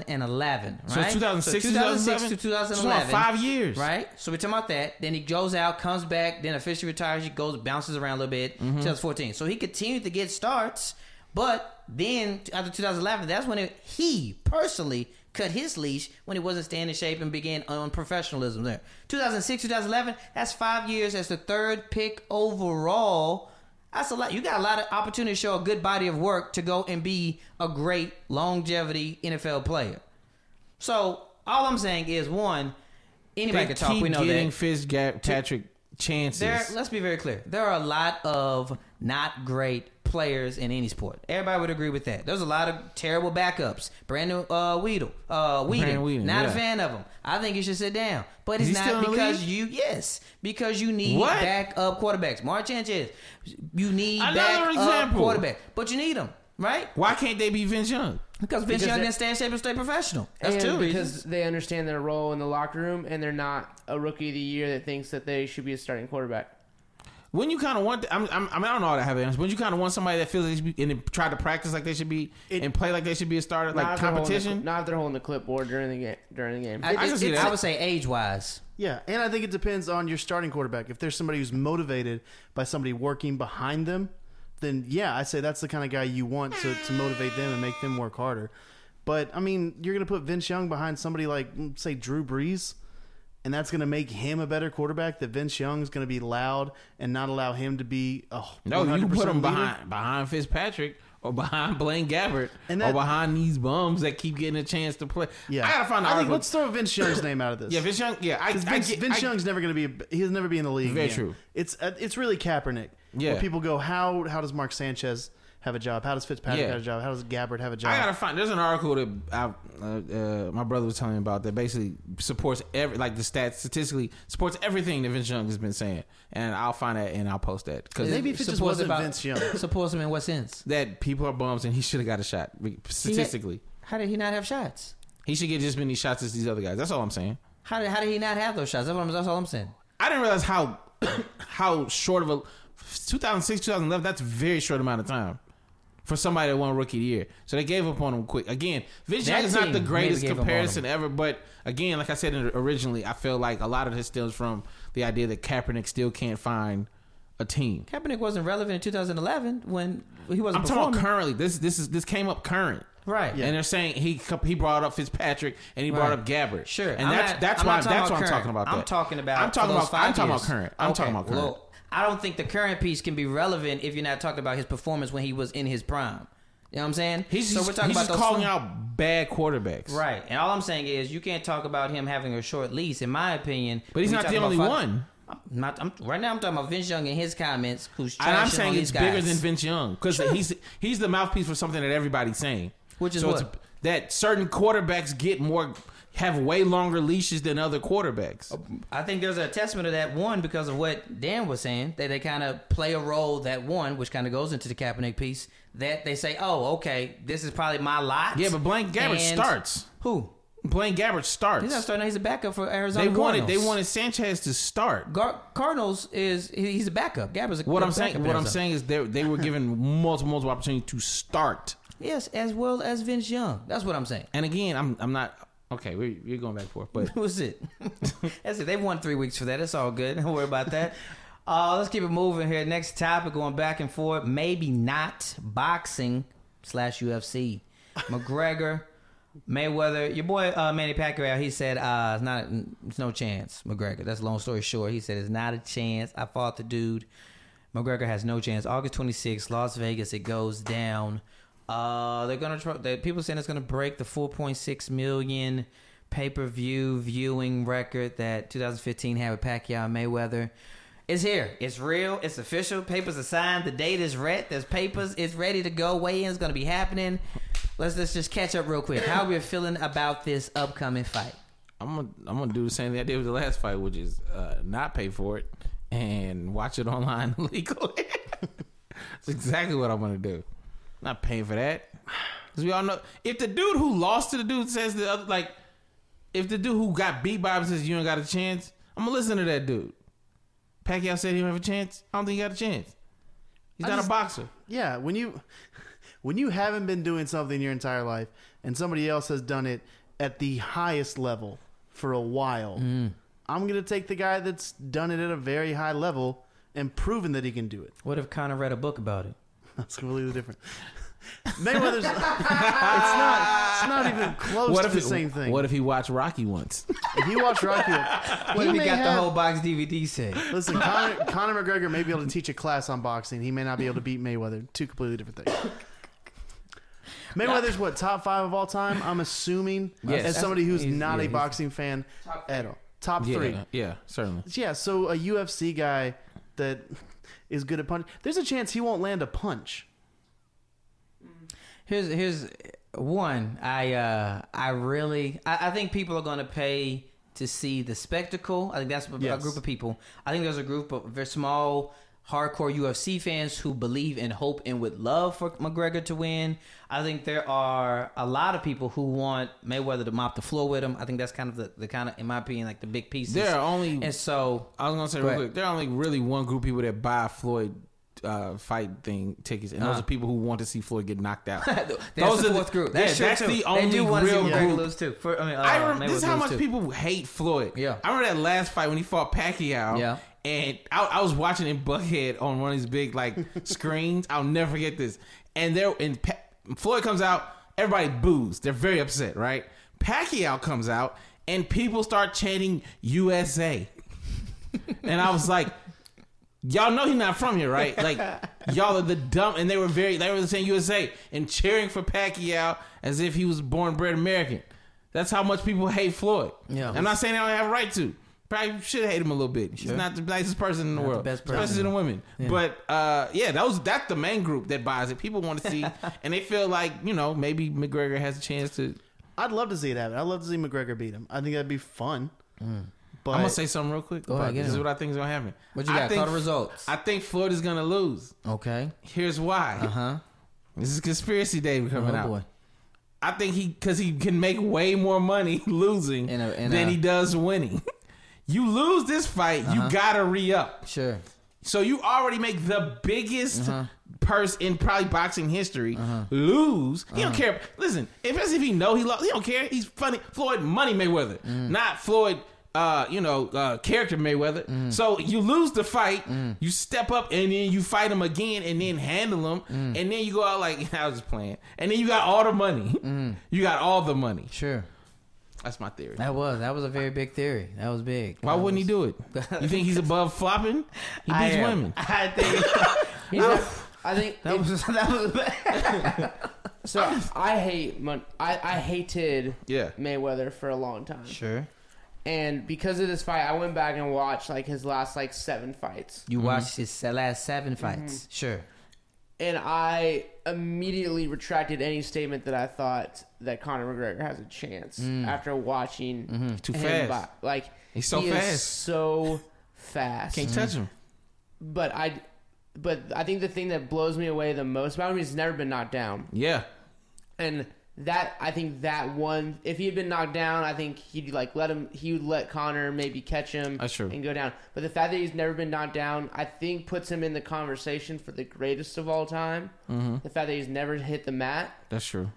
[SPEAKER 3] 2011, right?
[SPEAKER 4] So 2006
[SPEAKER 3] So
[SPEAKER 4] to
[SPEAKER 3] 2006 to
[SPEAKER 4] 2011?
[SPEAKER 3] 2011,
[SPEAKER 4] It's about five years.
[SPEAKER 3] right? So we're talking about that. Then he goes out, comes back, then officially retires. He goes, bounces around a little bit.
[SPEAKER 4] Mm-hmm.
[SPEAKER 3] 2014. So he continued to get starts, but then after 2011, that's when it, he personally cut his leash when he wasn't staying in shape and began unprofessionalism there. 2006, 2011. That's five years as the third pick overall. That's a lot. You got a lot of opportunity to show a good body of work to go and be a great longevity NFL player. So all I'm saying is one, anybody
[SPEAKER 4] They
[SPEAKER 3] can talk.
[SPEAKER 4] keep
[SPEAKER 3] We know
[SPEAKER 4] getting
[SPEAKER 3] that.
[SPEAKER 4] Fitzpatrick chances.
[SPEAKER 3] There, let's be very clear. There are a lot of not great players in any sport. Everybody would agree with that. There's a lot of terrible backups. Brandon uh, Weedle, uh, Whedon,
[SPEAKER 4] Brandon Whedon,
[SPEAKER 3] not
[SPEAKER 4] yeah.
[SPEAKER 3] a fan of him. I think he should sit down. But it's
[SPEAKER 4] he still in
[SPEAKER 3] not
[SPEAKER 4] the
[SPEAKER 3] because
[SPEAKER 4] league?
[SPEAKER 3] you, yes, because you need
[SPEAKER 4] What?
[SPEAKER 3] backup quarterbacks. Mark Sanchez, you need
[SPEAKER 4] Another
[SPEAKER 3] backup
[SPEAKER 4] example.
[SPEAKER 3] quarterback, but you need them, right?
[SPEAKER 4] Why can't they be Vince Young?
[SPEAKER 3] Because Vince
[SPEAKER 5] Because
[SPEAKER 3] Young
[SPEAKER 5] they-
[SPEAKER 3] didn't stay in shape and stay professional. That's
[SPEAKER 5] and
[SPEAKER 3] two
[SPEAKER 5] because
[SPEAKER 3] reasons.
[SPEAKER 5] they understand their role in the locker room, and they're not a rookie of the year that thinks that they should be a starting quarterback.
[SPEAKER 4] When you kind of want, I'm, I'm, I mean, I don't know how to have answers. When you kind of want somebody that feels they should be and try to practice like they should be
[SPEAKER 1] It-
[SPEAKER 4] and play like they should be a starter,
[SPEAKER 5] Not
[SPEAKER 4] like
[SPEAKER 5] if they're holding the-
[SPEAKER 4] competition.
[SPEAKER 5] not if they're holding the clipboard during the game. During the game,
[SPEAKER 3] I,
[SPEAKER 4] can
[SPEAKER 3] it-
[SPEAKER 4] see
[SPEAKER 3] it's-
[SPEAKER 4] that.
[SPEAKER 3] I would say age wise.
[SPEAKER 1] Yeah, and I think it depends on your starting quarterback. If there's somebody who's motivated by somebody working behind them, then yeah, I say that's the kind of guy you want to, to motivate them and make them work harder. But I mean, you're going to put Vince Young behind somebody like mm, say Drew Brees, and that's going to make him a better quarterback. That Vince Young's going to be loud and not allow him to be a
[SPEAKER 4] No, you
[SPEAKER 1] 100%
[SPEAKER 4] can put them
[SPEAKER 1] leader.
[SPEAKER 4] behind behind Fitzpatrick or behind Blaine Gabbert
[SPEAKER 1] And
[SPEAKER 4] or
[SPEAKER 1] that-
[SPEAKER 4] behind these bums that keep getting a chance to play.
[SPEAKER 1] Yeah,
[SPEAKER 4] I gotta find.
[SPEAKER 1] I
[SPEAKER 4] out.
[SPEAKER 1] think let's throw Vince Young's name out of this.
[SPEAKER 4] yeah, Vince Young. Yeah, I,
[SPEAKER 1] Because
[SPEAKER 4] I
[SPEAKER 1] Vince,
[SPEAKER 4] get-
[SPEAKER 1] Vince
[SPEAKER 4] I-
[SPEAKER 1] Young's never going to be. He'll never be in the league.
[SPEAKER 4] Very
[SPEAKER 1] again.
[SPEAKER 4] true.
[SPEAKER 1] It's uh, it's really Kaepernick.
[SPEAKER 4] Yeah.
[SPEAKER 1] Where people go, how how does Mark Sanchez have a job? How does Fitzpatrick
[SPEAKER 4] Yeah.
[SPEAKER 1] have a job? How does Gabbard have a job?
[SPEAKER 4] I gotta find. There's an article that I, uh, uh, my brother was telling me about that basically supports every like the stats statistically supports everything that Vince Young has been saying, and I'll find that and I'll post that because
[SPEAKER 1] Maybe if it just
[SPEAKER 3] Supports
[SPEAKER 1] wasn't
[SPEAKER 3] about-
[SPEAKER 1] Vince Young.
[SPEAKER 3] Supports him in what sense?
[SPEAKER 4] that people are bums and he should have got a shot statistically.
[SPEAKER 3] How did he not have shots?
[SPEAKER 4] He should get just as many shots as these other guys. That's all I'm saying.
[SPEAKER 3] How did, how did he not have those shots? That's, what I'm, that's all I'm saying.
[SPEAKER 4] I didn't realize how how short of a 2006 2011. That's a very short amount of time for somebody that won rookie of the year. So they gave up on him quick. Again, Vince
[SPEAKER 3] That
[SPEAKER 4] Young is not
[SPEAKER 3] team
[SPEAKER 4] the greatest
[SPEAKER 3] maybe gave up on
[SPEAKER 4] comparison ever, but again, like I said originally, I feel like a lot of this stems from the idea that Kaepernick still can't find a team.
[SPEAKER 3] Kaepernick wasn't relevant in 2011 when he
[SPEAKER 4] I'm talking
[SPEAKER 3] wasn't performing.
[SPEAKER 4] about currently. This this is this came up current.
[SPEAKER 3] right.
[SPEAKER 4] And they're saying he he brought up Fitzpatrick and he brought
[SPEAKER 3] Right.
[SPEAKER 4] up Gabbard.
[SPEAKER 3] Sure.
[SPEAKER 4] and
[SPEAKER 3] I'm
[SPEAKER 4] that's
[SPEAKER 3] not-
[SPEAKER 4] that's
[SPEAKER 3] I'm
[SPEAKER 4] why
[SPEAKER 3] not talking
[SPEAKER 4] that's why I'm
[SPEAKER 3] current.
[SPEAKER 4] talking about.
[SPEAKER 3] I'm
[SPEAKER 4] that.
[SPEAKER 3] talking about.
[SPEAKER 4] I'm talking
[SPEAKER 3] for those
[SPEAKER 4] about. I'm
[SPEAKER 3] five
[SPEAKER 4] talking about
[SPEAKER 3] years.
[SPEAKER 4] current. I'm
[SPEAKER 3] Okay,
[SPEAKER 4] talking about current.
[SPEAKER 3] well, I don't think the current piece can be relevant if you're not talking about his performance when he was in his prime. You know what I'm saying?
[SPEAKER 4] He's just, he's just
[SPEAKER 3] those
[SPEAKER 4] calling
[SPEAKER 3] fun-
[SPEAKER 4] out bad quarterbacks.
[SPEAKER 3] Right. And all I'm saying is you can't talk about him having a short lease, in my opinion.
[SPEAKER 4] But he's
[SPEAKER 3] when
[SPEAKER 4] not
[SPEAKER 3] you
[SPEAKER 4] the
[SPEAKER 3] talk
[SPEAKER 4] only
[SPEAKER 3] about-
[SPEAKER 4] one.
[SPEAKER 3] I'm not, I'm, right now, I'm talking about Vince Young and his comments, who's
[SPEAKER 4] And I'm
[SPEAKER 3] trashing on
[SPEAKER 4] saying
[SPEAKER 3] these
[SPEAKER 4] it's bigger
[SPEAKER 3] guys.
[SPEAKER 4] than Vince Young because he's he's the mouthpiece for something that everybody's saying.
[SPEAKER 3] Which is
[SPEAKER 4] it's-
[SPEAKER 3] what?
[SPEAKER 4] that certain quarterbacks get more have way longer leashes than other quarterbacks.
[SPEAKER 3] I think there's a testament of that one because of what Dan was saying that they kind of play a role that one, which kind of goes into the Kaepernick piece that they say, oh, okay, this is probably my lot.
[SPEAKER 4] Yeah, but Blaine Gabbert
[SPEAKER 3] And-
[SPEAKER 4] starts.
[SPEAKER 3] Who?
[SPEAKER 4] Blaine Gabbert starts.
[SPEAKER 3] He's not starting. He's a backup for Arizona.
[SPEAKER 4] they wanted
[SPEAKER 3] Cardinals.
[SPEAKER 4] they wanted Sanchez to start.
[SPEAKER 3] Gar- Cardinals is he- he's a backup. Gabber's a
[SPEAKER 4] What I'm
[SPEAKER 3] backup in
[SPEAKER 4] saying, what I'm
[SPEAKER 3] Arizona.
[SPEAKER 4] saying is they they were given multiple multiple opportunities to start.
[SPEAKER 3] Yes, as well as Vince Young. That's what I'm saying.
[SPEAKER 4] And again, I'm I'm not okay. We're, we're going back and forth, but
[SPEAKER 3] Who's it? That's it. They've won three weeks for that. It's all good. Don't worry about that. Uh, let's keep it moving here. Next topic, going back and forth. Maybe not boxing slash UFC. McGregor, Mayweather, your boy uh, Manny Pacquiao. He said uh, it's not. It's no chance, McGregor. That's a long story short. He said it's not a chance. I fought the dude. McGregor has no chance. August 26th, Las Vegas. It goes down. Uh, they're gonna. Try, they, people saying it's gonna break the 4.6 million pay per view viewing record that 2015 had with Pacquiao and Mayweather. It's here. It's real. It's official. Papers are signed. The date is read. There's papers. It's ready to go. Weigh in is going to be happening. Let's let's just catch up real quick. How we're feeling about this upcoming fight?
[SPEAKER 4] I'm gonna I'm gonna do the same thing I did with the last fight, which is uh, not pay for it and watch it online legally. That's exactly what I'm gonna do. Not paying for that because we all know if the dude who lost to the dude says the other like if the dude who got beat by him says you ain't got a chance, I'm gonna listen to that dude. Pacquiao said he don't have a chance. I don't think he got a chance. He's
[SPEAKER 1] I
[SPEAKER 4] not
[SPEAKER 1] just-
[SPEAKER 4] a boxer.
[SPEAKER 1] Yeah, when you when you haven't been doing something your entire life and somebody else has done it at the highest level for a while, I'm going to take the guy that's done it at a very high level and proven that he can do it.
[SPEAKER 3] What if Connor read a book about it?
[SPEAKER 1] That's completely different. Mayweather's it's not it's not even close to the
[SPEAKER 4] he-
[SPEAKER 1] same thing.
[SPEAKER 4] What if he watched Rocky once?
[SPEAKER 1] if you watch Rocky?
[SPEAKER 3] What if he
[SPEAKER 1] may
[SPEAKER 3] got the
[SPEAKER 1] have-
[SPEAKER 3] whole box DVD set?
[SPEAKER 1] Listen, Conor, Conor McGregor may be able to teach a class on boxing. He may not be able to beat Mayweather. Two completely different things. Mayweather's what top five of all time? I'm assuming
[SPEAKER 4] Yes.
[SPEAKER 1] as somebody who's
[SPEAKER 3] He's-
[SPEAKER 1] not
[SPEAKER 3] yeah,
[SPEAKER 1] a
[SPEAKER 3] he's-
[SPEAKER 1] boxing fan at all. Top
[SPEAKER 4] yeah,
[SPEAKER 1] three.
[SPEAKER 4] yeah, certainly.
[SPEAKER 1] Yeah. So a UFC guy that is good at punch. There's a chance he won't land a punch.
[SPEAKER 3] Here's here's one. I uh I really I, I think people are gonna pay to see the spectacle. I think that's a- a
[SPEAKER 1] Yes.
[SPEAKER 3] group of people. I think there's a group of very small hardcore UFC fans who believe and hope and would love for McGregor to win. I think there are a lot of people who want Mayweather to mop the floor with him. I think that's kind of the, the kind of in my opinion like the big pieces.
[SPEAKER 4] There are only
[SPEAKER 3] and so
[SPEAKER 4] I was gonna say
[SPEAKER 3] Go
[SPEAKER 4] real
[SPEAKER 3] ahead.
[SPEAKER 4] quick. There are only really one group of people that buy Floyd uh, fight thing tickets, and those
[SPEAKER 3] Uh.
[SPEAKER 4] are people who want to see Floyd get knocked out.
[SPEAKER 3] that's the fourth group. That's,
[SPEAKER 4] yeah,
[SPEAKER 3] true,
[SPEAKER 4] that's
[SPEAKER 3] too.
[SPEAKER 4] the only
[SPEAKER 3] they do want
[SPEAKER 4] real
[SPEAKER 3] to see McGregor
[SPEAKER 4] group.
[SPEAKER 3] lose too. For, I mean, uh,
[SPEAKER 4] I remember, this is
[SPEAKER 3] Mayweather
[SPEAKER 4] how
[SPEAKER 3] lose,
[SPEAKER 4] much
[SPEAKER 3] too.
[SPEAKER 4] people hate Floyd.
[SPEAKER 3] Yeah.
[SPEAKER 4] I remember that last fight when he fought Pacquiao.
[SPEAKER 3] Yeah.
[SPEAKER 4] and I, I was watching in Buckhead on one of these big like screens. I'll never forget this. And there, and pa- Floyd comes out, everybody boos. They're very upset, right? Pacquiao comes out, and people start chanting USA. and I was like, y'all know he's not from here, right? Like, y'all are the dumb. And they were very, they were saying USA and cheering for Pacquiao as if he was born bred American. That's how much people hate Floyd.
[SPEAKER 3] Yeah.
[SPEAKER 4] I'm not saying they don't have a right to. Probably should hate him a little bit. He's not the nicest person in the world,
[SPEAKER 3] best
[SPEAKER 4] especially
[SPEAKER 3] person.
[SPEAKER 4] to women. But uh, yeah, that was that's the main group that buys it. People want to see, and they feel like you know maybe McGregor has a chance to.
[SPEAKER 1] I'd love to see it happen. I'd love to see McGregor beat him. I think that'd be fun. But
[SPEAKER 4] I'm gonna say something real quick.
[SPEAKER 3] ahead,
[SPEAKER 4] about
[SPEAKER 3] get
[SPEAKER 4] this
[SPEAKER 3] it.
[SPEAKER 4] is what I think is gonna happen.
[SPEAKER 3] What you
[SPEAKER 4] I
[SPEAKER 3] got?
[SPEAKER 4] think-
[SPEAKER 3] Call the results.
[SPEAKER 4] I think Floyd is gonna lose.
[SPEAKER 3] okay.
[SPEAKER 4] Here's why.
[SPEAKER 3] Uh huh.
[SPEAKER 4] This is conspiracy day coming
[SPEAKER 3] Oh
[SPEAKER 4] out.
[SPEAKER 3] boy.
[SPEAKER 4] I think he because he can make way more money losing
[SPEAKER 3] In a- in
[SPEAKER 4] than
[SPEAKER 3] a- Uh-huh.
[SPEAKER 4] he does winning. you lose this fight, you gotta re up.
[SPEAKER 3] Sure.
[SPEAKER 4] So you already make the biggest
[SPEAKER 3] Uh-huh.
[SPEAKER 4] purse in probably boxing history lose. He
[SPEAKER 3] Uh-huh.
[SPEAKER 4] don't care. Listen, if as if he know he lost, he don't care. He's funny. Floyd Money Mayweather,
[SPEAKER 3] Mm.
[SPEAKER 4] not Floyd. Uh, you know, uh, character Mayweather.
[SPEAKER 3] Mm.
[SPEAKER 4] So you lose the fight, you step up, and then you fight him again, and then handle him,
[SPEAKER 3] Mm.
[SPEAKER 4] and then you go out like I was just playing, and then you got all the money. You got all the money.
[SPEAKER 3] Sure.
[SPEAKER 4] That's my theory.
[SPEAKER 3] Mm. That was that was a very big theory. That was big.
[SPEAKER 4] Why wouldn't he do it? You think he's above flopping? He
[SPEAKER 3] I
[SPEAKER 4] beats
[SPEAKER 3] am.
[SPEAKER 4] women.
[SPEAKER 3] I think
[SPEAKER 5] He's not- I think
[SPEAKER 3] that was that was
[SPEAKER 5] so. I hate Mon- I I hated
[SPEAKER 4] Yeah.
[SPEAKER 5] Mayweather for a long time,
[SPEAKER 3] sure.
[SPEAKER 5] and because of this fight, I went back and watched like his last like seven fights,
[SPEAKER 4] Mm-hmm.
[SPEAKER 3] You watched his se- last seven
[SPEAKER 5] Mm-hmm.
[SPEAKER 3] fights. Sure.
[SPEAKER 5] and I immediately retracted any statement that I thought that Conor McGregor has a chance after watching
[SPEAKER 4] Mm. Mm-hmm. Too
[SPEAKER 5] him.
[SPEAKER 4] fast.
[SPEAKER 5] bo- like
[SPEAKER 4] He's so
[SPEAKER 5] he is
[SPEAKER 4] fast.
[SPEAKER 5] so fast.
[SPEAKER 4] Can't
[SPEAKER 3] mm.
[SPEAKER 4] touch him.
[SPEAKER 5] but I, but I think the thing that blows me away the most about him is he's never been knocked down,
[SPEAKER 4] Yeah.
[SPEAKER 5] and that I think that one. If he had been knocked down, I think he'd like let him. He would let Connor maybe catch him.
[SPEAKER 4] That's true.
[SPEAKER 5] and go down. But the fact that he's never been knocked down, I think puts him in the conversation for the greatest of all time.
[SPEAKER 4] Mm-hmm.
[SPEAKER 5] The fact that he's never hit the mat,
[SPEAKER 4] That's true.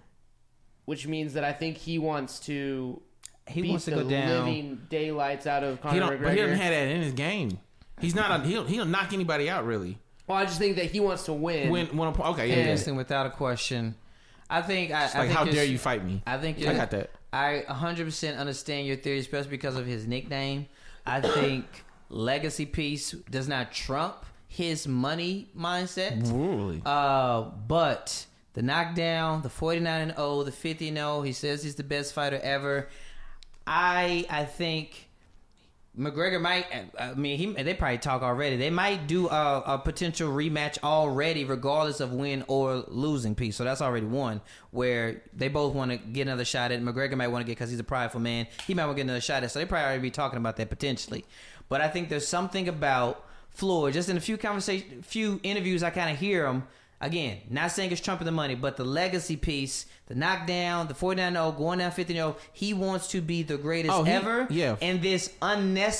[SPEAKER 5] which means that I think he wants to.
[SPEAKER 3] He
[SPEAKER 5] beat
[SPEAKER 3] wants to
[SPEAKER 5] the
[SPEAKER 3] go down.
[SPEAKER 5] living daylights out of Conor
[SPEAKER 4] He don't,
[SPEAKER 5] McGregor.
[SPEAKER 4] but he doesn't have that in his game. He's not. A, he'll he'll knock anybody out really.
[SPEAKER 5] well, I just think that he wants to win.
[SPEAKER 4] When when a, okay yeah, yeah.
[SPEAKER 3] Interesting, without a question. I think I, I
[SPEAKER 4] like
[SPEAKER 3] think
[SPEAKER 4] how dare
[SPEAKER 3] it's-
[SPEAKER 4] you fight me?
[SPEAKER 3] I think
[SPEAKER 4] I
[SPEAKER 3] you're-
[SPEAKER 4] got that.
[SPEAKER 3] I 100% understand your theory, especially because of his nickname. I think legacy piece does not trump his money mindset.
[SPEAKER 4] Really?
[SPEAKER 3] Uh, but oh, the knockdown, the 49 and 0, the 50 and 0, he says he's the best fighter ever. I I think McGregor might. I mean, he they probably talk already. They might do a, a potential rematch already, regardless of win or losing piece. So that's already one where they both want to get another shot at. it. McGregor might want to get because he's a prideful man. He might want to get another shot at. it. So they probably already be talking about that potentially. But I think there's something about Floyd. Just in a few conversation, few interviews, I kind of hear him. Again, not saying it's Trump and the money, but the legacy piece, the knockdown, the 49 0, going down 50 0, he wants to be the greatest
[SPEAKER 4] Oh, he-
[SPEAKER 3] ever.
[SPEAKER 4] yeah.
[SPEAKER 3] And this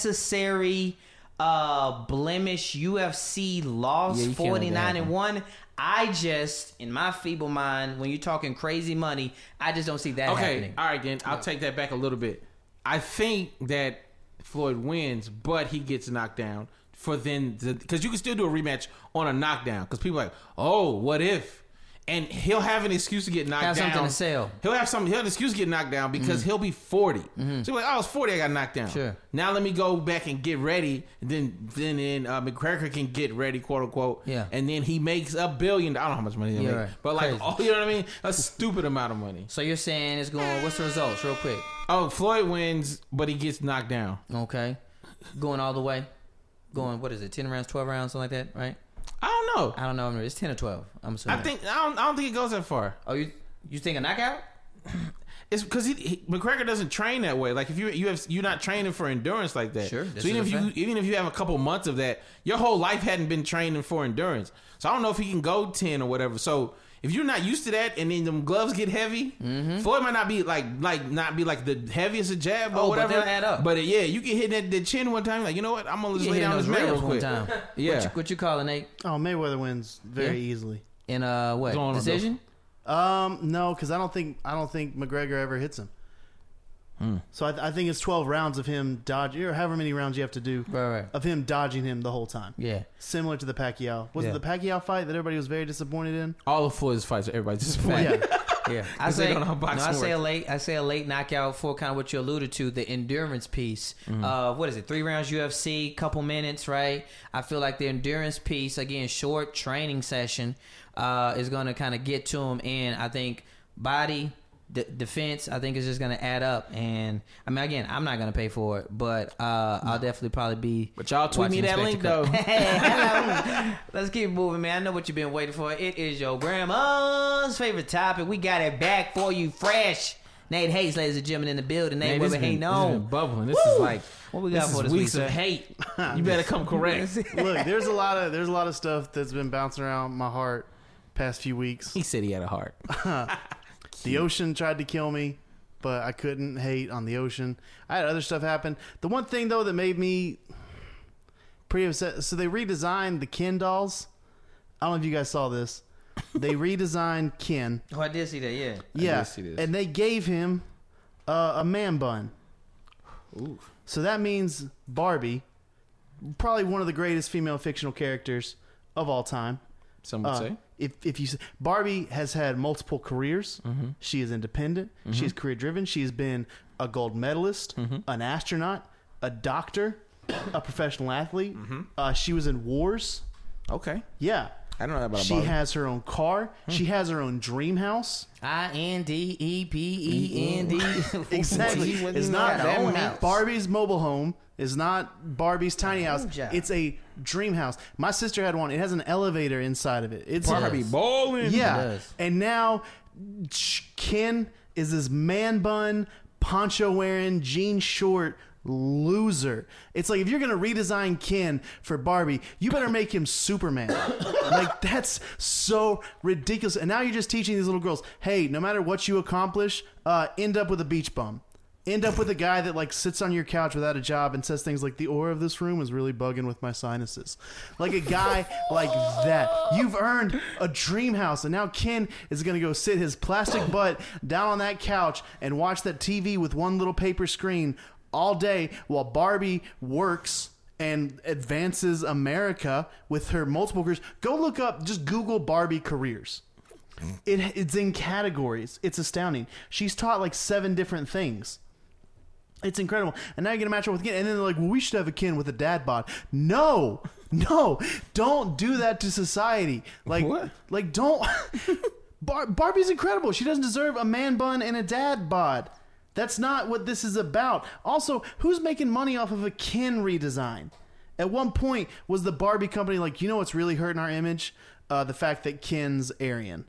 [SPEAKER 3] unnecessary uh blemish UFC loss
[SPEAKER 4] Yeah, you can't let that
[SPEAKER 3] 49 and
[SPEAKER 4] happen.
[SPEAKER 3] 1. I just, in my feeble mind, when you're talking crazy money, I just don't see that
[SPEAKER 4] okay,
[SPEAKER 3] happening.
[SPEAKER 4] all right, then I'll take that back a little bit. I think that Floyd wins, but he gets knocked down for then because you can still do a rematch on a knockdown because people are like, oh, what if? And he'll have an excuse to get knocked
[SPEAKER 3] Have
[SPEAKER 4] down.
[SPEAKER 3] something to sell. Mm-hmm.
[SPEAKER 4] He'll have some. He'll have an excuse to get knocked down because he'll be 40 So he'll be like, oh, I was forty. I got knocked down.
[SPEAKER 3] Sure.
[SPEAKER 4] Now let me go back and get ready. And then then then uh, McGregor can get ready, quote unquote.
[SPEAKER 3] Yeah.
[SPEAKER 4] And then he makes a billion. I don't know how much money he
[SPEAKER 3] Yeah,
[SPEAKER 4] make,
[SPEAKER 3] right.
[SPEAKER 4] but like,
[SPEAKER 3] Crazy.
[SPEAKER 4] oh, you know what I mean? A stupid amount of money.
[SPEAKER 3] So you're saying it's going, what's the results, real quick?
[SPEAKER 4] Oh, Floyd wins, but he gets knocked down.
[SPEAKER 3] Okay. Going all the way. Going, what is it, 10 rounds, 12 rounds, something like that, right?
[SPEAKER 4] I don't know.
[SPEAKER 3] I don't know. It's 10 or 12. I'm
[SPEAKER 4] I
[SPEAKER 3] assuming.
[SPEAKER 4] think I don't. I don't think it goes that far.
[SPEAKER 3] Oh, you, you think a knockout?
[SPEAKER 4] It's because he, he, McGregor doesn't train that way. Like if you you have you're not training for endurance like that.
[SPEAKER 3] Sure, this
[SPEAKER 4] So even
[SPEAKER 3] is
[SPEAKER 4] if
[SPEAKER 3] a
[SPEAKER 4] you
[SPEAKER 3] fact.
[SPEAKER 4] even if you have a couple months of that, your whole life hadn't been training for endurance. So I don't know if he can go ten or whatever. So if you're not used to that, and then them gloves get heavy,
[SPEAKER 3] Mm-hmm.
[SPEAKER 4] Floyd might not be like like not be like the heaviest of jab, but
[SPEAKER 3] Oh, but
[SPEAKER 4] whatever.
[SPEAKER 3] they'll add up.
[SPEAKER 4] But uh, yeah, you get hit in the chin one time. Like you know what? I'm gonna just
[SPEAKER 3] You
[SPEAKER 4] lay
[SPEAKER 3] hit
[SPEAKER 4] down
[SPEAKER 3] those
[SPEAKER 4] this man real
[SPEAKER 3] rails one
[SPEAKER 4] quick.
[SPEAKER 3] time.
[SPEAKER 4] Yeah.
[SPEAKER 3] What you, what you call it, Nate?
[SPEAKER 1] Oh, Mayweather wins very easily.
[SPEAKER 3] In a what?
[SPEAKER 4] Going on those.
[SPEAKER 3] Decision?
[SPEAKER 1] Um, no, because I don't think I don't think McGregor ever hits him. So I, th- I think it's twelve rounds of him dodging, or however many rounds you have to do
[SPEAKER 3] Right, right.
[SPEAKER 1] of him dodging him the whole time.
[SPEAKER 3] Yeah.
[SPEAKER 1] Similar to the Pacquiao. Was
[SPEAKER 3] Yeah.
[SPEAKER 1] it the Pacquiao fight that everybody was very disappointed in?
[SPEAKER 4] All of Floyd's fights, everybody's disappointed.
[SPEAKER 1] Yeah.
[SPEAKER 3] Yeah, I
[SPEAKER 4] 'Cause they
[SPEAKER 3] say,
[SPEAKER 4] don't know how
[SPEAKER 3] no,
[SPEAKER 4] boxing
[SPEAKER 3] I say a
[SPEAKER 4] works.
[SPEAKER 3] late, I say a late knockout for kind of what you alluded to, the endurance piece.
[SPEAKER 4] Mm-hmm.
[SPEAKER 3] Uh, what is it? Three rounds UFC, couple minutes, right? I feel like the endurance piece again, short training session, uh, is going to kind of get to him, and I think body. De- defense, I think is just going to add up, and I mean, again, I'm not going to pay for it, but uh, I'll definitely probably be.
[SPEAKER 4] But y'all tweet me
[SPEAKER 3] watching
[SPEAKER 4] that link
[SPEAKER 3] Spectacle.
[SPEAKER 4] though.
[SPEAKER 3] Hey, hello. Let's keep moving, man. I know what you've been waiting for. It is your grandma's favorite topic. We got it back for you, fresh. Nate Hayes, ladies and gentlemen, in the building. Nate,
[SPEAKER 4] Man,
[SPEAKER 3] what
[SPEAKER 4] this
[SPEAKER 3] we
[SPEAKER 4] been-
[SPEAKER 3] hating
[SPEAKER 4] this
[SPEAKER 3] on?
[SPEAKER 4] been bubbling. This is
[SPEAKER 3] Woo!
[SPEAKER 4] like
[SPEAKER 3] What we got
[SPEAKER 4] this
[SPEAKER 3] for
[SPEAKER 4] is
[SPEAKER 3] this
[SPEAKER 4] weeks
[SPEAKER 3] week,
[SPEAKER 4] of
[SPEAKER 3] sir?
[SPEAKER 4] hate. You better come correct.
[SPEAKER 1] Look, there's a lot of there's a lot of stuff that's been bouncing around my heart past few weeks.
[SPEAKER 4] he said he had a heart.
[SPEAKER 1] The ocean tried to kill me, but I couldn't hate on the ocean. I had other stuff happen. The one thing though that made me pretty upset. So they redesigned the Ken dolls. I don't know if you guys saw this. They redesigned Ken.
[SPEAKER 3] Oh, I did see that. Yeah.
[SPEAKER 1] Yeah,
[SPEAKER 4] see this.
[SPEAKER 1] and they gave him uh, a man bun.
[SPEAKER 4] Ooh.
[SPEAKER 1] So that means Barbie, probably one of the greatest female fictional characters of all time.
[SPEAKER 4] Some would
[SPEAKER 1] Uh,
[SPEAKER 4] say.
[SPEAKER 1] If if you s- Barbie has had multiple careers,
[SPEAKER 4] Mm-hmm.
[SPEAKER 1] she is independent. She is career driven. She has been a gold medalist,
[SPEAKER 4] Mm-hmm.
[SPEAKER 1] an astronaut, a doctor, a professional athlete. Uh, she was in wars.
[SPEAKER 4] Okay.
[SPEAKER 1] Yeah,
[SPEAKER 4] I don't know about a
[SPEAKER 1] she
[SPEAKER 4] Barbie. Hmm.
[SPEAKER 1] has her own car. She has her own dream house.
[SPEAKER 3] I N D E P E N D.
[SPEAKER 1] Exactly.
[SPEAKER 4] Well, you
[SPEAKER 1] It's
[SPEAKER 4] wouldn't
[SPEAKER 1] not
[SPEAKER 4] know that. Own
[SPEAKER 1] that
[SPEAKER 4] house.
[SPEAKER 1] Barbie's mobile home. Is not Barbie's tiny house.
[SPEAKER 3] job.
[SPEAKER 1] It's a dream house. My sister had one. It has an elevator inside of it. It's
[SPEAKER 4] Barbie balling.
[SPEAKER 1] Yeah.
[SPEAKER 3] does.
[SPEAKER 1] And now Ken is this man bun, poncho wearing, jean short loser. It's like if you're going to redesign Ken for Barbie, you better make him Superman. like that's so ridiculous. And now you're just teaching these little girls, "Hey, no matter what you accomplish, uh end up with a beach bum." End up with a guy that like sits on your couch without a job and says things like the aura of this room is really bugging with my sinuses. Like a guy like that. You've earned a dream house and now Ken is going to go sit his plastic butt down on that couch and watch that TV with one little paper screen all day while Barbie works and advances America with her multiple careers. Go look up just Google Barbie careers. It, it's in categories. It's astounding. She's taught like seven different things. It's incredible. And now you get a match up with Ken. And then they're like, well, we should have a Ken with a dad bod. No, no, don't do that to society. Like,
[SPEAKER 4] What?
[SPEAKER 1] like don't. Bar- Barbie's incredible. She doesn't deserve a man bun and a dad bod. That's not what this is about. Also, who's making money off of a Ken redesign? At one point, was the Barbie company like, you know what's really hurting our image? Uh, the fact that Ken's Aryan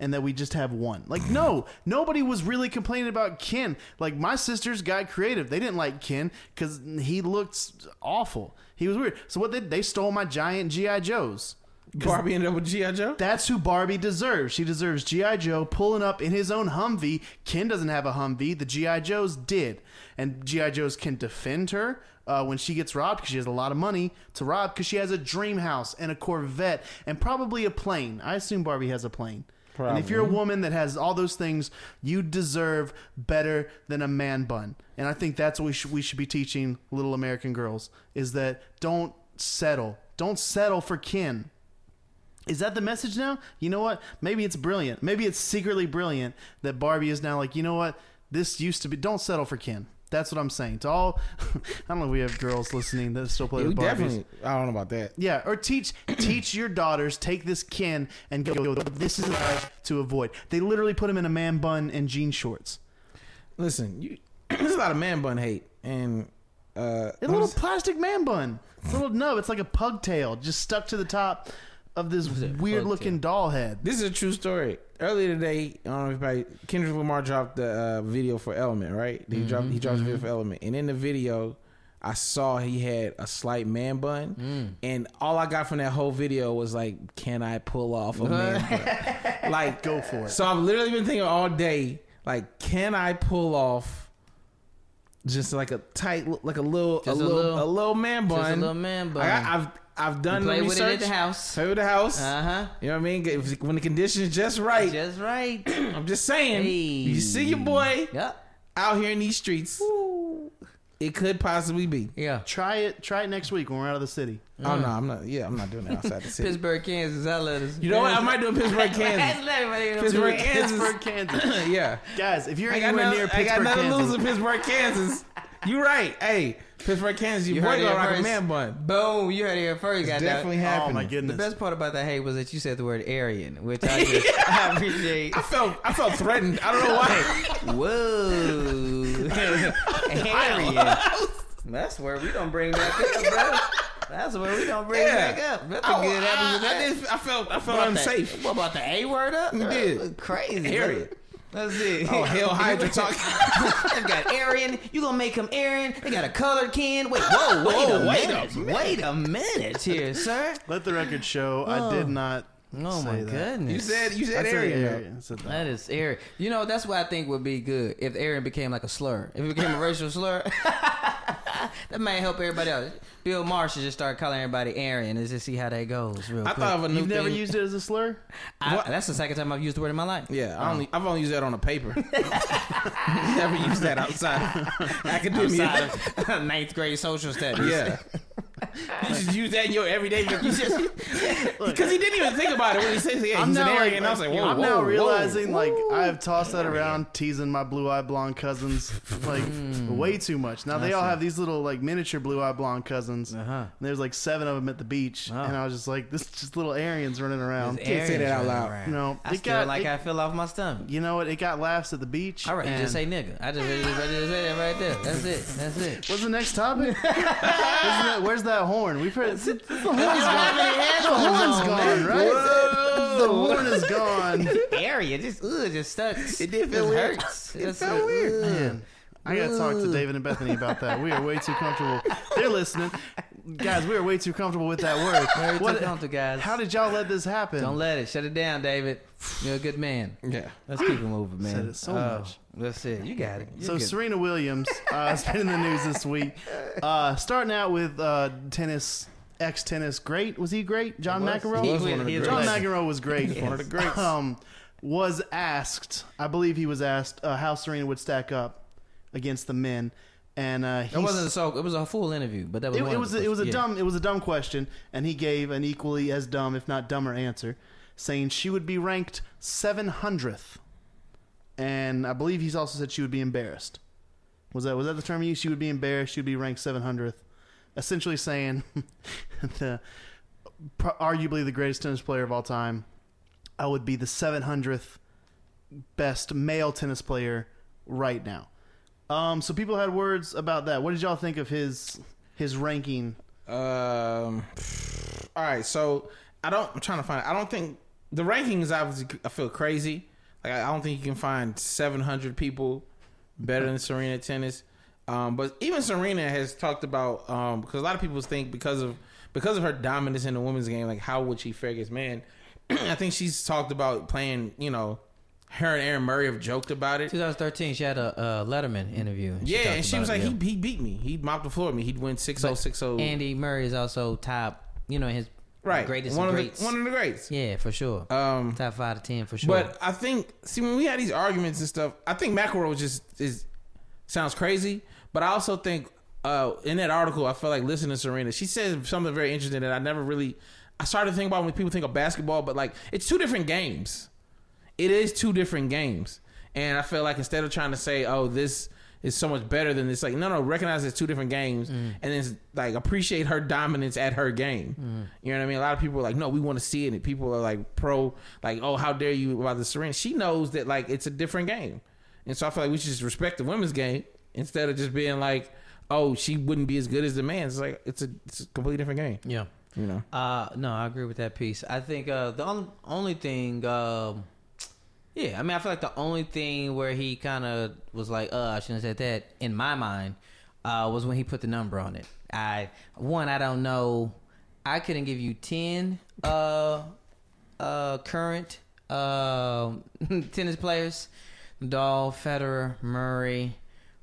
[SPEAKER 1] and that we just have one. Like, no, nobody was really complaining about Ken. Like, my sisters got creative. They didn't like Ken because he looked awful. He was weird. So what? They, they stole my giant GI Joes.
[SPEAKER 4] Barbie ended up with G.I. Joe?
[SPEAKER 1] That's who Barbie deserves. She deserves G.I. Joe pulling up in his own Humvee. Ken doesn't have a Humvee. The G.I. Joes did. And G.I. Joes can defend her uh, when she gets robbed because she has a lot of money to rob because she has a dream house and a Corvette and probably a plane. I assume Barbie has a plane. And if you're a woman that has all those things, you deserve better than a man bun. And I think that's what we should, we should be teaching little American girls is that don't settle. Don't settle for kin. Is that the message now? You know what? Maybe it's brilliant. Maybe it's secretly brilliant that Barbie is now like, you know what? This used to be. Don't settle for Ken. That's what I'm saying to all. I don't know. if We have girls listening that still play
[SPEAKER 4] We
[SPEAKER 1] with Barbies.
[SPEAKER 4] definitely. I don't know about that.
[SPEAKER 1] Yeah, or teach teach your daughters take this Ken and go. go, This is the life to avoid. They literally put him in a man bun and jean shorts.
[SPEAKER 4] Listen, you, there's a lot of man bun hate, and uh,
[SPEAKER 1] A little plastic man bun, It's a little nub. It's like a pug tail just stuck to the top of this weird looking doll head.
[SPEAKER 4] This is a true story. Earlier today, I don't know if anybody, Kendrick Lamar dropped the uh, video for Element, right?
[SPEAKER 3] Mm-hmm,
[SPEAKER 4] He dropped he dropped the video for Element, and in the video, I saw he had a slight man bun,
[SPEAKER 3] Mm.
[SPEAKER 4] and all I got from that whole video was like, "Can I pull off a man bun?" like,
[SPEAKER 1] Go for it.
[SPEAKER 4] So I've literally been thinking all day, like, can I pull off just like a tight, like a little, a
[SPEAKER 3] Just a
[SPEAKER 4] little,
[SPEAKER 3] little-
[SPEAKER 4] a little man bun?
[SPEAKER 3] Just a little man bun.
[SPEAKER 4] I got, I've I've done
[SPEAKER 3] play
[SPEAKER 4] the
[SPEAKER 3] with it
[SPEAKER 4] research.
[SPEAKER 3] at the house.
[SPEAKER 4] Play with the house.
[SPEAKER 3] Uh huh.
[SPEAKER 4] You know what I mean? If- When the condition is just right,
[SPEAKER 3] Just right.
[SPEAKER 4] I'm just saying.
[SPEAKER 3] Hey.
[SPEAKER 4] You see your boy
[SPEAKER 3] yep.
[SPEAKER 4] out here in these streets. It could possibly be.
[SPEAKER 3] Yeah.
[SPEAKER 1] Try it. Try it next week when we're out of the city.
[SPEAKER 4] Oh no, I'm not. Yeah, I'm not doing that outside the city.
[SPEAKER 3] Mm. Pittsburgh, Kansas. I love this.
[SPEAKER 4] you know what? I might do it in Pittsburgh, Kansas. Pittsburgh,
[SPEAKER 3] Pittsburgh.
[SPEAKER 4] Kansas.
[SPEAKER 1] Pittsburgh, Kansas.
[SPEAKER 4] yeah.
[SPEAKER 1] Guys, if you're
[SPEAKER 4] I got
[SPEAKER 1] anywhere
[SPEAKER 4] nothing,
[SPEAKER 1] near
[SPEAKER 4] I got
[SPEAKER 1] Pittsburgh,
[SPEAKER 4] nothing to
[SPEAKER 1] Kansas,
[SPEAKER 4] lose in Pittsburgh, Kansas. You right. Hey, Pittsburgh, Kansas. Your
[SPEAKER 3] You
[SPEAKER 4] boy
[SPEAKER 3] heard it
[SPEAKER 4] gonna
[SPEAKER 3] here
[SPEAKER 4] rock a
[SPEAKER 3] first.
[SPEAKER 4] man bun.
[SPEAKER 3] Boom! You heard it here first.
[SPEAKER 4] It's
[SPEAKER 3] Got
[SPEAKER 4] definitely
[SPEAKER 3] that.
[SPEAKER 1] oh
[SPEAKER 4] happening.
[SPEAKER 1] my
[SPEAKER 3] The
[SPEAKER 1] goodness,
[SPEAKER 3] best part about that hate was that you said the word Aryan, which I, just, I appreciate.
[SPEAKER 4] I felt I felt threatened. I don't know why.
[SPEAKER 3] Whoa, Aryan. That's where we gonna bring back up, bro. That's where we gonna bring
[SPEAKER 4] Yeah.
[SPEAKER 3] back up. Nothing
[SPEAKER 4] Oh, I,
[SPEAKER 3] good happens with
[SPEAKER 4] I, I,
[SPEAKER 3] that.
[SPEAKER 4] did, I felt I felt
[SPEAKER 3] What about
[SPEAKER 4] unsafe.
[SPEAKER 3] that- What about the A word up? You
[SPEAKER 4] did.
[SPEAKER 3] Crazy.
[SPEAKER 4] Aryan.
[SPEAKER 3] That's it.
[SPEAKER 4] Oh hell, Hydra talking.
[SPEAKER 3] They've got Aaron. You gonna make him Aaron? They got a colored Ken. Wait, whoa, wait,
[SPEAKER 4] Whoa,
[SPEAKER 3] a,
[SPEAKER 4] wait a
[SPEAKER 3] minute. Wait a minute here, sir.
[SPEAKER 1] let the record show I did not.
[SPEAKER 3] Oh
[SPEAKER 1] say
[SPEAKER 3] my
[SPEAKER 1] that.
[SPEAKER 3] goodness.
[SPEAKER 4] You said you
[SPEAKER 1] I
[SPEAKER 4] said
[SPEAKER 1] said
[SPEAKER 4] area.
[SPEAKER 1] area. I said that.
[SPEAKER 3] that is Aaron. You know, that's what I think would be good if Aaron became like a slur. If it became a racial slur, that might help everybody else. Bill Maher should just start calling everybody Aaron and just see how that goes. Real
[SPEAKER 4] I
[SPEAKER 3] quick.
[SPEAKER 4] thought of a new
[SPEAKER 1] You've never
[SPEAKER 4] thing.
[SPEAKER 1] used it as a slur?
[SPEAKER 3] I-
[SPEAKER 4] what-
[SPEAKER 3] that's the second time I've used the word in my life.
[SPEAKER 4] yeah,
[SPEAKER 1] Um,
[SPEAKER 4] I only I've only used that on a paper. never used that outside academia.
[SPEAKER 3] Outside of ninth grade social studies.
[SPEAKER 4] Yeah. you just use that in your everyday because he didn't even think about it when he says yeah,
[SPEAKER 1] I'm
[SPEAKER 4] he's an
[SPEAKER 1] now,
[SPEAKER 4] area,
[SPEAKER 1] like,
[SPEAKER 4] and I was like, whoa,
[SPEAKER 1] I'm
[SPEAKER 4] whoa,
[SPEAKER 1] now
[SPEAKER 4] whoa.
[SPEAKER 1] realizing like I've tossed that around, teasing my blue-eyed blonde cousins like way too much. Now they all have these little like miniature blue-eyed blonde cousins.
[SPEAKER 3] Uh-huh.
[SPEAKER 1] And there's like seven of them at the beach, and I was just like, this just little Aryans running around.
[SPEAKER 4] Can't say that out loud.
[SPEAKER 1] No,
[SPEAKER 3] I
[SPEAKER 1] it
[SPEAKER 3] still
[SPEAKER 1] got-
[SPEAKER 3] like
[SPEAKER 1] it-
[SPEAKER 3] I feel off my stomach.
[SPEAKER 1] You know what? It got laughs at the beach.
[SPEAKER 3] All right, you just
[SPEAKER 1] and-
[SPEAKER 3] say nigga. I just ready to say that right there. That's it. That's it.
[SPEAKER 1] What's the next topic? Isn't that- where's that horn? We've heard the horn's
[SPEAKER 3] The
[SPEAKER 1] gone, right? The horn is gone.
[SPEAKER 3] Area just ugh, just sucks.
[SPEAKER 4] It did
[SPEAKER 3] It
[SPEAKER 4] feel weird.
[SPEAKER 3] hurts.
[SPEAKER 4] It
[SPEAKER 3] That's
[SPEAKER 4] felt
[SPEAKER 3] it.
[SPEAKER 4] weird.
[SPEAKER 3] Ugh.
[SPEAKER 1] Man, I gotta talk to
[SPEAKER 3] Ooh.
[SPEAKER 1] David and Bethany about that. We are way too comfortable. They're listening, guys. We are way too comfortable with that
[SPEAKER 3] Very
[SPEAKER 1] word.
[SPEAKER 3] too
[SPEAKER 1] What-
[SPEAKER 3] comfortable, guys.
[SPEAKER 1] How did y'all let this happen?
[SPEAKER 3] Don't let it. Shut it down, David. You're a good man.
[SPEAKER 4] Yeah.
[SPEAKER 3] Let's keep it moving, man.
[SPEAKER 1] Said it so
[SPEAKER 3] Oh,
[SPEAKER 1] much.
[SPEAKER 3] That's it. You got it. You
[SPEAKER 1] so
[SPEAKER 3] good.
[SPEAKER 1] Serena Williams uh, has been in the news this week. Uh, starting out with uh, tennis, ex tennis great. Was he great? John
[SPEAKER 3] Was-
[SPEAKER 1] McEnroe.
[SPEAKER 3] he
[SPEAKER 4] was one of the
[SPEAKER 3] he
[SPEAKER 1] John
[SPEAKER 4] greatest.
[SPEAKER 1] McEnroe was great.
[SPEAKER 3] One of the
[SPEAKER 1] greats. Um, was asked, I believe he was asked, uh, how Serena would stack up against the men, and uh, he
[SPEAKER 3] That wasn't a so. It was a full interview, but that was
[SPEAKER 1] it,
[SPEAKER 3] one
[SPEAKER 1] it
[SPEAKER 3] of
[SPEAKER 1] was
[SPEAKER 3] the-
[SPEAKER 1] a, it was a
[SPEAKER 3] yeah.
[SPEAKER 1] dumb it was a dumb question, and he gave an equally as dumb, if not dumber, answer, saying she would be ranked seven hundredth, and I believe he's also said she would be embarrassed. Was that was that the term you used? She would be embarrassed. She would be ranked seven hundredth, essentially saying the pro- arguably the greatest tennis player of all time. I would be the seven hundredth best male tennis player right now. Um, so people had words about that. What did y'all think of his his ranking?
[SPEAKER 4] Um. All right, so I don't. I'm trying to find. I don't think the rankings. Obviously, I feel crazy. Like I I don't think you can find 700 people better than Serena Tennis. Um, but even Serena has talked about um, because a lot of people think because of because of her dominance in the women's game, like how would she fare against men? I think she's talked about playing. You know, her and Aaron Murray have joked about it.
[SPEAKER 3] 2013, she had a uh, Letterman interview. And
[SPEAKER 4] Yeah,
[SPEAKER 3] talked
[SPEAKER 4] and she
[SPEAKER 3] about
[SPEAKER 4] was
[SPEAKER 3] it,
[SPEAKER 4] like,
[SPEAKER 3] yeah.
[SPEAKER 4] he, he beat me. He oh, mopped the floor with me. He'd win 6 0, 6 0.
[SPEAKER 3] Andy Murray is also top. You know his
[SPEAKER 4] Right.
[SPEAKER 3] greatest
[SPEAKER 4] one of
[SPEAKER 3] greats.
[SPEAKER 4] the one of the greats.
[SPEAKER 3] yeah, for sure.
[SPEAKER 4] Um
[SPEAKER 3] top five to ten for sure.
[SPEAKER 4] But I think see when we had these arguments and stuff, I think McElroy was just is sounds crazy. But I also think uh, in that article, I felt like listening to Serena, she said something very interesting that I never really. I started to think about when people think of basketball, but like it's two different games. It is two different games, and I feel like instead of trying to say, "Oh, this is so much better than this," like no, no, recognize it's two different games, and it's like appreciate her dominance at her game. You know what I mean? A lot of people are like, "No, we want to see it," and people are like pro, like, "Oh, how dare you about the Serena?" She knows that like it's a different game. And so I feel like we should just respect the women's game instead of just being like, oh, she wouldn't be as good as the man. It's like it's a it's a completely different game.
[SPEAKER 3] yeah.
[SPEAKER 4] You know.
[SPEAKER 3] Uh, no, I agree with that piece. I think uh, the only, only thing, um, yeah, I mean, I feel like the only thing where he kind of was like, "Uh, I shouldn't have said that," in my mind, uh, was when he put the number on it. I one, I don't know, I couldn't give you ten uh, uh, current um tennis players: Nadal, Federer, Murray,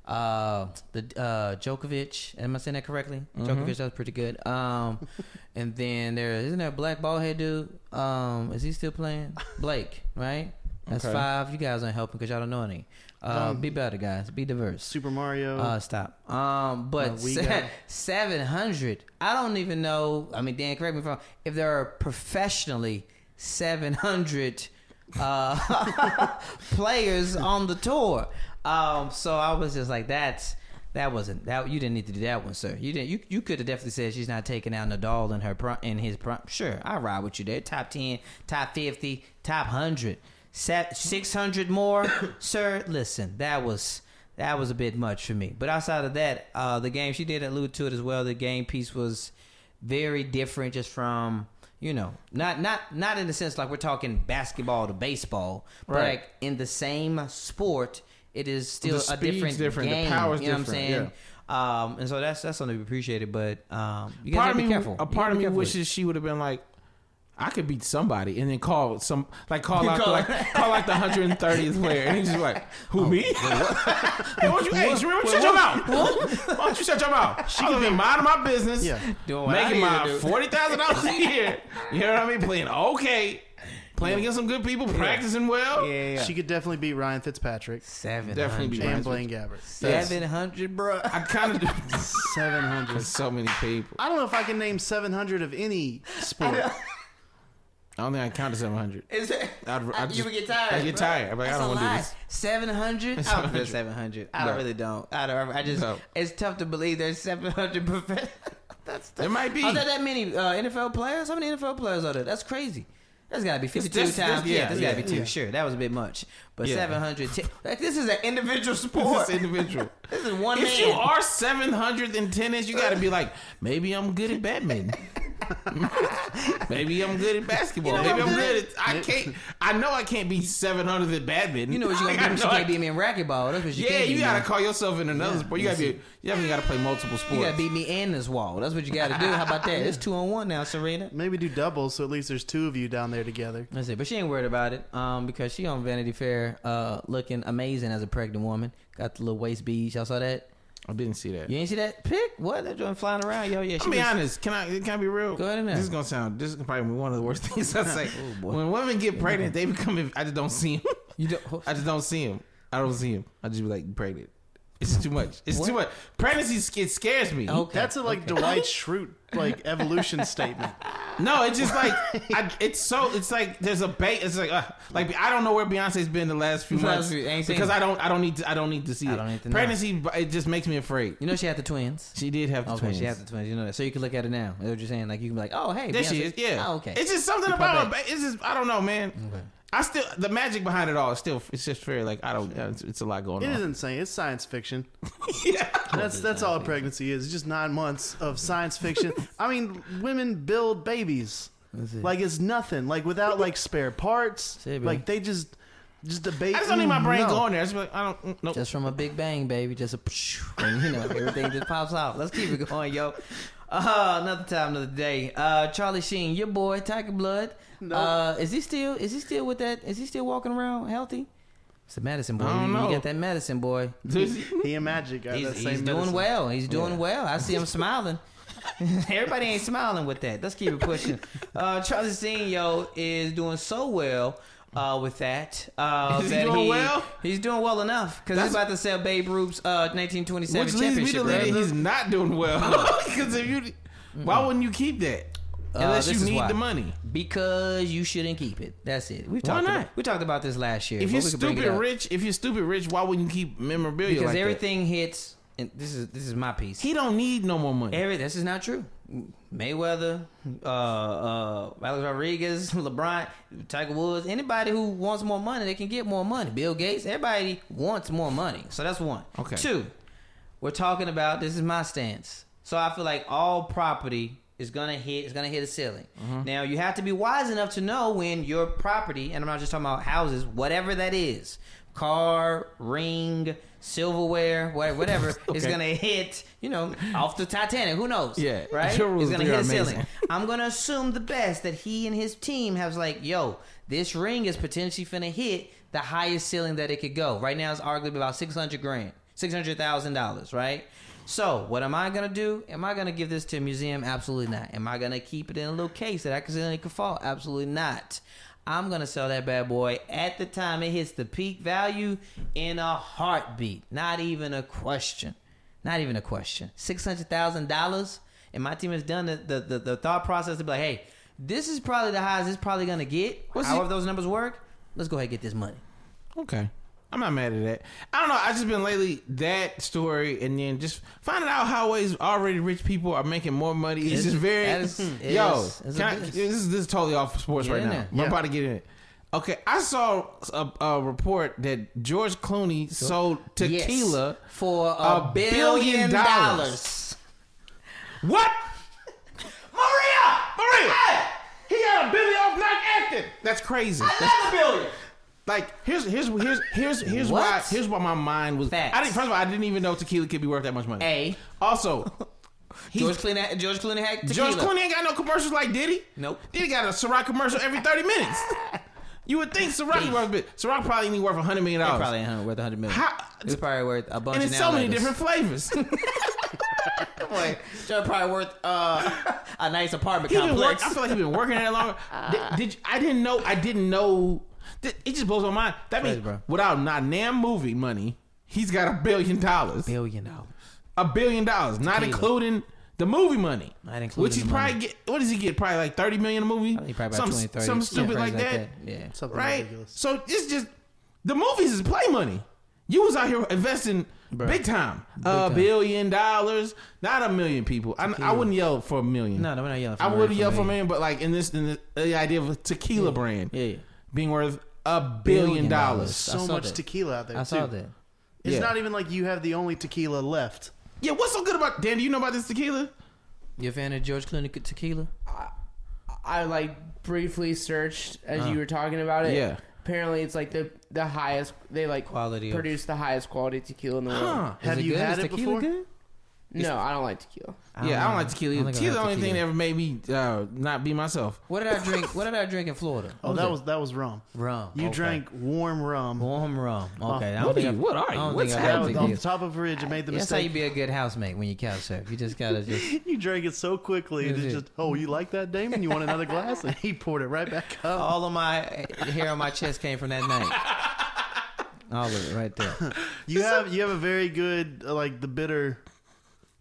[SPEAKER 3] uh, the uh, Djokovic. Am I saying that correctly? Djokovic, that was pretty good. Um, and then there isn't there a black ball head dude. Um, is he still playing? Blake, right? That's
[SPEAKER 4] Okay.
[SPEAKER 3] five. You guys aren't helping because y'all don't know any. Uh, be better, guys. Be diverse.
[SPEAKER 1] Super Mario.
[SPEAKER 3] Uh, stop. Um, but
[SPEAKER 1] No, we got-
[SPEAKER 3] seven hundred. I don't even know. I mean, Dan, correct me if I'm If there are professionally seven hundred uh, players on the tour, um, so I was just like, that's that wasn't that. You didn't need to do that one, sir. You didn't. You you could have definitely said she's not taking out Nadal in her prom, in his prom. Sure, I ride with you there. Top ten, top fifty, top hundred. Six hundred more, sir. Listen, that was that was a bit much for me. But outside of that, uh, the game she did allude to it as well. The game piece was very different, just from you know, not not not in the sense like we're talking basketball to baseball, but
[SPEAKER 4] Right.
[SPEAKER 3] like in the same sport, it is still
[SPEAKER 4] The
[SPEAKER 3] a
[SPEAKER 4] speed's
[SPEAKER 3] different,
[SPEAKER 4] different, the
[SPEAKER 3] game.
[SPEAKER 4] power's
[SPEAKER 3] you know what I'm
[SPEAKER 4] different,
[SPEAKER 3] saying? Um, and so that's that's something to be appreciated. But um, you guys
[SPEAKER 4] Part
[SPEAKER 3] gotta
[SPEAKER 4] of
[SPEAKER 3] be
[SPEAKER 4] me,
[SPEAKER 3] careful.
[SPEAKER 4] a
[SPEAKER 3] You
[SPEAKER 4] part
[SPEAKER 3] gotta
[SPEAKER 4] of
[SPEAKER 3] be
[SPEAKER 4] me
[SPEAKER 3] careful with it.
[SPEAKER 4] wishes she would have been like, I could beat somebody and then call some like call out the, like call like the hundred and thirtieth player and he's just like, Who
[SPEAKER 3] Oh,
[SPEAKER 4] me? hey, why don't you, hey, Serena, why don't you shut your mouth? Why don't you shut your mouth? She could be minding my business.
[SPEAKER 1] Yeah.
[SPEAKER 3] Doing what I
[SPEAKER 4] making
[SPEAKER 3] need to
[SPEAKER 4] my
[SPEAKER 3] do.
[SPEAKER 4] forty thousand dollars a year. You know what I mean? Playing okay. Playing against some good people, practicing well.
[SPEAKER 3] Yeah, yeah.
[SPEAKER 1] She could definitely beat Ryan Fitzpatrick
[SPEAKER 3] Seven
[SPEAKER 4] Definitely
[SPEAKER 3] hundred.
[SPEAKER 4] be
[SPEAKER 1] and
[SPEAKER 4] Ryan
[SPEAKER 1] Blaine Gabbert.
[SPEAKER 3] Seven hundred, bro.
[SPEAKER 4] I kind of do.
[SPEAKER 1] Seven hundred.
[SPEAKER 4] There's so many people.
[SPEAKER 1] I don't know if I can name seven hundred of any sport.
[SPEAKER 4] I don't think I can count to 700.
[SPEAKER 3] Is it?
[SPEAKER 4] I'd- I'd
[SPEAKER 3] you
[SPEAKER 4] just-
[SPEAKER 3] would get tired.
[SPEAKER 4] I'd get
[SPEAKER 3] bro.
[SPEAKER 4] tired. I'd be like, I
[SPEAKER 3] That's
[SPEAKER 4] don't
[SPEAKER 3] a
[SPEAKER 4] wanna do
[SPEAKER 3] lot.
[SPEAKER 4] this.
[SPEAKER 3] 700? I don't feel 700. I
[SPEAKER 4] No.
[SPEAKER 3] really don't. I don't. I just,
[SPEAKER 4] No.
[SPEAKER 3] it's tough to believe there's 700 professionals. That's tough.
[SPEAKER 4] There might be.
[SPEAKER 3] Are there that many uh, NFL players? How many NFL players are there? That's crazy. There's got to be 52
[SPEAKER 4] this-
[SPEAKER 3] times.
[SPEAKER 4] this-
[SPEAKER 3] yeah,
[SPEAKER 4] yeah,
[SPEAKER 3] there's got
[SPEAKER 4] yeah,
[SPEAKER 3] to be two.
[SPEAKER 4] yeah.
[SPEAKER 3] Sure, that was a bit much. But
[SPEAKER 4] Yeah.
[SPEAKER 3] 700. T- like, this is an individual sport.
[SPEAKER 4] This
[SPEAKER 3] This is,
[SPEAKER 4] individual.
[SPEAKER 3] one
[SPEAKER 4] If
[SPEAKER 3] man.
[SPEAKER 4] you are 700 in tennis, you got to be like, maybe I'm good at badminton. maybe I'm good at basketball.
[SPEAKER 3] You know
[SPEAKER 4] maybe
[SPEAKER 3] what
[SPEAKER 4] I'm
[SPEAKER 3] I'm
[SPEAKER 4] good at. I can't. I know I can't be 700 at badminton.
[SPEAKER 3] you know what you're going to
[SPEAKER 4] I
[SPEAKER 3] do, but you
[SPEAKER 4] know
[SPEAKER 3] can't
[SPEAKER 4] I-
[SPEAKER 3] beat me in racquetball. That's what you
[SPEAKER 4] Yeah,
[SPEAKER 3] can't
[SPEAKER 4] you
[SPEAKER 3] do,
[SPEAKER 4] got
[SPEAKER 3] man.
[SPEAKER 4] to call yourself in another sport. You got to be. You definitely got to play multiple sports.
[SPEAKER 3] You got to beat me in this wall. That's what you got to do. How about that? It's two on one now, Serena.
[SPEAKER 1] Maybe do doubles, so at least there's two of you down there together.
[SPEAKER 3] That's it. But she ain't worried about it um, because she on Vanity Fair uh, looking amazing as a pregnant woman. Got the little waist beads. Y'all saw that?
[SPEAKER 4] I didn't see that.
[SPEAKER 3] You ain't see that pic? What? That joint flying around? Yo, yeah. She
[SPEAKER 4] I'm be
[SPEAKER 3] was-
[SPEAKER 4] honest. Can I? Can I be real?
[SPEAKER 3] Go ahead and
[SPEAKER 4] This is
[SPEAKER 3] ask. Oh,
[SPEAKER 4] gonna sound. This is probably one of the worst things I say.
[SPEAKER 3] boy.
[SPEAKER 4] when women get pregnant, they become. inv- I just don't see them.
[SPEAKER 3] You don't, oh.
[SPEAKER 4] I just don't see him. I don't see him. I just be like pregnant. It's too much. It's too much. Pregnancy sc- it scares me.
[SPEAKER 3] Okay.
[SPEAKER 1] That's a like Dwight Schrute like evolution statement.
[SPEAKER 4] No, it's just like I, it's so. It's like there's a bait. It's like uh, like I don't know where Beyonce's been the last few
[SPEAKER 3] Last
[SPEAKER 4] months
[SPEAKER 3] few- ain't seen
[SPEAKER 4] because
[SPEAKER 3] her.
[SPEAKER 4] I don't. I don't need. To, I don't need to see
[SPEAKER 3] I
[SPEAKER 4] it.
[SPEAKER 3] don't need to know.
[SPEAKER 4] pregnancy. b- It just makes me afraid.
[SPEAKER 3] you know she had the twins.
[SPEAKER 4] She did have the
[SPEAKER 3] okay,
[SPEAKER 4] twins.
[SPEAKER 3] she had the twins. You know that. So you can look at her now. Is what you're saying? Like you can be like, oh hey,
[SPEAKER 4] There she
[SPEAKER 3] Beyonce-
[SPEAKER 4] is. Yeah.
[SPEAKER 3] Oh, okay.
[SPEAKER 4] It's just something
[SPEAKER 3] You pop
[SPEAKER 4] about. a ba- It's just I don't know, man. I I still the magic behind it all is still it's just very like I don't it's, it's a lot going
[SPEAKER 1] It is
[SPEAKER 4] on.
[SPEAKER 1] insane. It's science fiction.
[SPEAKER 4] yeah.
[SPEAKER 1] That's that's all pregnancy is. Just nine months of science fiction. I mean, women build babies
[SPEAKER 3] it.
[SPEAKER 1] like it's nothing. Like without like spare parts.
[SPEAKER 3] it, baby.
[SPEAKER 1] like they just just debate.
[SPEAKER 4] I just don't need
[SPEAKER 3] Mm,
[SPEAKER 4] my brain
[SPEAKER 1] No.
[SPEAKER 4] going there. I just be like, I don't mm, nope.
[SPEAKER 3] Just from a big bang, baby. Just a, and, you know, everything just pops out. Let's keep it going, yo. Uh, another time, another day. Uh, Charlie Sheen, your boy, Tiger Blood. Uh, is he still? Is he still with that? Is he still walking around healthy? It's a medicine boy.
[SPEAKER 4] I don't
[SPEAKER 3] you,
[SPEAKER 4] know.
[SPEAKER 3] got that medicine boy.
[SPEAKER 1] He and Magic got
[SPEAKER 3] He's,
[SPEAKER 1] that
[SPEAKER 3] he's
[SPEAKER 1] same
[SPEAKER 3] doing
[SPEAKER 1] medicine.
[SPEAKER 3] well. He's doing well. I see him smiling. Everybody ain't smiling with that. Let's keep it pushing. Uh, Charlie Sheen, yo, is doing so well uh, with that. Uh,
[SPEAKER 4] Is he
[SPEAKER 3] that
[SPEAKER 4] doing well?
[SPEAKER 3] He's doing well enough because he's
[SPEAKER 4] That's-
[SPEAKER 3] about to sell Babe Ruth's uh, 1927
[SPEAKER 4] Which leads me
[SPEAKER 3] championship.
[SPEAKER 4] to
[SPEAKER 3] right?
[SPEAKER 4] believe that he's not doing well. Because if you, why wouldn't you keep that?
[SPEAKER 3] Uh,
[SPEAKER 4] Unless
[SPEAKER 3] this
[SPEAKER 4] you
[SPEAKER 3] is
[SPEAKER 4] need
[SPEAKER 3] why.
[SPEAKER 4] the money.
[SPEAKER 3] Because you shouldn't keep it. That's it. We've
[SPEAKER 4] Why
[SPEAKER 3] talked
[SPEAKER 4] not?
[SPEAKER 3] About, we talked about this last year.
[SPEAKER 4] If
[SPEAKER 3] but
[SPEAKER 4] you're
[SPEAKER 3] we could bring it
[SPEAKER 4] stupid
[SPEAKER 3] up.
[SPEAKER 4] rich, if you're stupid rich, why wouldn't you keep memorabilia
[SPEAKER 3] because
[SPEAKER 4] like that?
[SPEAKER 3] everything hits. And this is this is my piece.
[SPEAKER 4] He don't need no more money.
[SPEAKER 3] Every this is not true. Mayweather, uh, uh, Alex Rodriguez, LeBron, Tiger Woods, anybody who wants more money, they can get more money. Bill Gates, everybody wants more money. So that's one.
[SPEAKER 4] Okay.
[SPEAKER 3] Two, we're talking about this is my stance. So I feel like all property is gonna hit is gonna hit a ceiling.
[SPEAKER 4] Mm-hmm.
[SPEAKER 3] Now you have to be wise enough to know when your property, and I'm not just talking about houses, whatever that is, car, ring, silverware, wha- whatever, is
[SPEAKER 4] Okay.
[SPEAKER 3] gonna hit, you know, off the Titanic. Who knows?
[SPEAKER 4] Yeah,
[SPEAKER 3] Right?
[SPEAKER 4] your rules
[SPEAKER 3] It's gonna
[SPEAKER 4] there are
[SPEAKER 3] hit a ceiling.
[SPEAKER 4] amazing.
[SPEAKER 3] I'm gonna assume the best that he and his team has like, yo, this ring is potentially finna hit the highest ceiling that it could go. Right now it's arguably about six hundred grand, six hundred thousand dollars, right? So what am I gonna do? Am I gonna give this to a museum? Absolutely not. Am I gonna keep it in a little case that accidentally could fall? Absolutely not. I'm gonna sell that bad boy at the time it hits the peak value in a heartbeat. Not even a question. Not even a question. Six hundred thousand dollars, and my team has done the, the the the thought process to be like, hey, this is probably the highest it's probably gonna get.
[SPEAKER 4] What's
[SPEAKER 3] However
[SPEAKER 4] it-
[SPEAKER 3] those numbers work, let's go ahead and get this money.
[SPEAKER 4] Okay. I'm not mad at that. I don't know. I just been lately that story, and then just finding out how ways already rich people are making more money. It's,
[SPEAKER 3] It's-
[SPEAKER 4] just very
[SPEAKER 3] that is- it
[SPEAKER 4] yo.
[SPEAKER 3] is- it's a
[SPEAKER 4] can I-
[SPEAKER 3] biz.
[SPEAKER 4] this, is, this is totally off sports
[SPEAKER 3] Get
[SPEAKER 4] right
[SPEAKER 3] in
[SPEAKER 4] now.
[SPEAKER 3] there.
[SPEAKER 4] I'm about to get in it. Okay, I saw a, a report that George Clooney sold
[SPEAKER 3] Yes.
[SPEAKER 4] tequila.
[SPEAKER 3] for a,
[SPEAKER 4] A
[SPEAKER 3] billion,
[SPEAKER 4] billion dollars.
[SPEAKER 3] dollars.
[SPEAKER 4] What? Maria, Maria, he got a billion off not acting. That's crazy. That's
[SPEAKER 3] billion.
[SPEAKER 4] Like here's here's here's here's here's
[SPEAKER 3] What?
[SPEAKER 4] why here's why my mind was.
[SPEAKER 3] Facts.
[SPEAKER 4] I didn't. First of all, I didn't even know tequila could be worth that much money.
[SPEAKER 3] A
[SPEAKER 4] Also, he,
[SPEAKER 3] George
[SPEAKER 4] George,
[SPEAKER 3] Clooney. George Clooney had tequila.
[SPEAKER 4] Clooney ain't got no commercials like Diddy.
[SPEAKER 3] Nope.
[SPEAKER 4] Diddy got a Ciroc commercial every thirty minutes. you would think Ciroc is worth a bit. Ciroc probably ain't worth hundred million dollars.
[SPEAKER 3] probably ain't hun- worth a hundred million.
[SPEAKER 4] How-
[SPEAKER 3] It's probably worth a bunch.
[SPEAKER 4] and
[SPEAKER 3] of
[SPEAKER 4] it's so many
[SPEAKER 3] nowadays.
[SPEAKER 4] different flavors.
[SPEAKER 3] Like, they're probably worth uh, a nice apartment
[SPEAKER 4] He been work,
[SPEAKER 3] complex.
[SPEAKER 4] I feel like he's been working that long.
[SPEAKER 3] Uh.
[SPEAKER 4] Did, did you- I didn't know. I didn't know. Th- It just blows my mind. That means
[SPEAKER 3] Crazy, bro.
[SPEAKER 4] without not damn movie money, he's got a billion dollars.
[SPEAKER 3] billion dollars.
[SPEAKER 4] A billion dollars, not including the movie money.
[SPEAKER 3] Not including
[SPEAKER 4] which he's
[SPEAKER 3] the
[SPEAKER 4] probably
[SPEAKER 3] money.
[SPEAKER 4] get. What does he get? Probably like thirty million a movie.
[SPEAKER 3] I think probably about
[SPEAKER 4] some,
[SPEAKER 3] 20, 30.
[SPEAKER 4] some
[SPEAKER 3] something
[SPEAKER 4] stupid
[SPEAKER 3] crazy
[SPEAKER 4] like that,
[SPEAKER 3] Yeah.
[SPEAKER 1] Something
[SPEAKER 4] right?
[SPEAKER 1] ridiculous.
[SPEAKER 4] So it's just the movies is play money. You was out here investing big time, a
[SPEAKER 3] time.
[SPEAKER 4] billion dollars, not a million people. I, I wouldn't yell for a million.
[SPEAKER 3] No, no, we're not yelling. For
[SPEAKER 4] I
[SPEAKER 3] money
[SPEAKER 4] would
[SPEAKER 3] for
[SPEAKER 4] yell for a
[SPEAKER 3] me.
[SPEAKER 4] million, but like in this, in the, the idea of a tequila brand
[SPEAKER 3] Yeah, yeah.
[SPEAKER 4] being worth a billion,
[SPEAKER 3] Billion
[SPEAKER 4] dollars.
[SPEAKER 3] dollars. I
[SPEAKER 1] So
[SPEAKER 3] saw
[SPEAKER 1] much
[SPEAKER 3] that.
[SPEAKER 1] tequila out there.
[SPEAKER 3] I saw
[SPEAKER 1] too.
[SPEAKER 3] that.
[SPEAKER 1] It's
[SPEAKER 4] Yeah.
[SPEAKER 1] not even like you have the only tequila left.
[SPEAKER 4] Yeah, what's so good about Dan? Do you know about this tequila?
[SPEAKER 3] You a fan of George Clooney tequila?
[SPEAKER 5] I like briefly searched as you were talking about it.
[SPEAKER 4] Yeah.
[SPEAKER 5] Apparently, it's like the the highest they like
[SPEAKER 3] Quality of-
[SPEAKER 5] produce the highest quality tequila in the world.
[SPEAKER 4] Huh.
[SPEAKER 1] Have
[SPEAKER 3] it
[SPEAKER 1] you
[SPEAKER 3] good?
[SPEAKER 1] had
[SPEAKER 3] Is
[SPEAKER 1] it before?
[SPEAKER 3] tequila good?
[SPEAKER 5] No, I don't like tequila.
[SPEAKER 4] yeah, I
[SPEAKER 3] know.
[SPEAKER 4] don't like tequila.
[SPEAKER 3] think I
[SPEAKER 4] tequila the
[SPEAKER 3] like
[SPEAKER 4] only thing that
[SPEAKER 3] tequila.
[SPEAKER 4] ever made me uh, not be myself.
[SPEAKER 3] What did I drink? What did I drink in Florida?
[SPEAKER 1] Oh, that was that was rum.
[SPEAKER 3] rum.
[SPEAKER 1] You
[SPEAKER 3] Okay.
[SPEAKER 1] drank warm rum
[SPEAKER 3] warm rum. Okay. I don't
[SPEAKER 4] what
[SPEAKER 3] think
[SPEAKER 4] are you-
[SPEAKER 3] I-
[SPEAKER 4] what are
[SPEAKER 3] I
[SPEAKER 4] you?
[SPEAKER 3] don't
[SPEAKER 4] What's
[SPEAKER 3] think I
[SPEAKER 1] That
[SPEAKER 3] have
[SPEAKER 1] was
[SPEAKER 4] happening?
[SPEAKER 1] off
[SPEAKER 3] tequila.
[SPEAKER 1] the top of a ridge and made the
[SPEAKER 3] That's how you
[SPEAKER 1] mistake.
[SPEAKER 3] be a good housemate when you couch surf. You just gotta just.
[SPEAKER 1] You, drank it so quickly and
[SPEAKER 3] That's
[SPEAKER 1] it's
[SPEAKER 3] it.
[SPEAKER 1] just, oh, you like that, Damon? You want another glass? And he poured it right back up.
[SPEAKER 3] All of my hair on my chest came from that night. All of it right there.
[SPEAKER 1] You have you have a very good uh, like the bitter.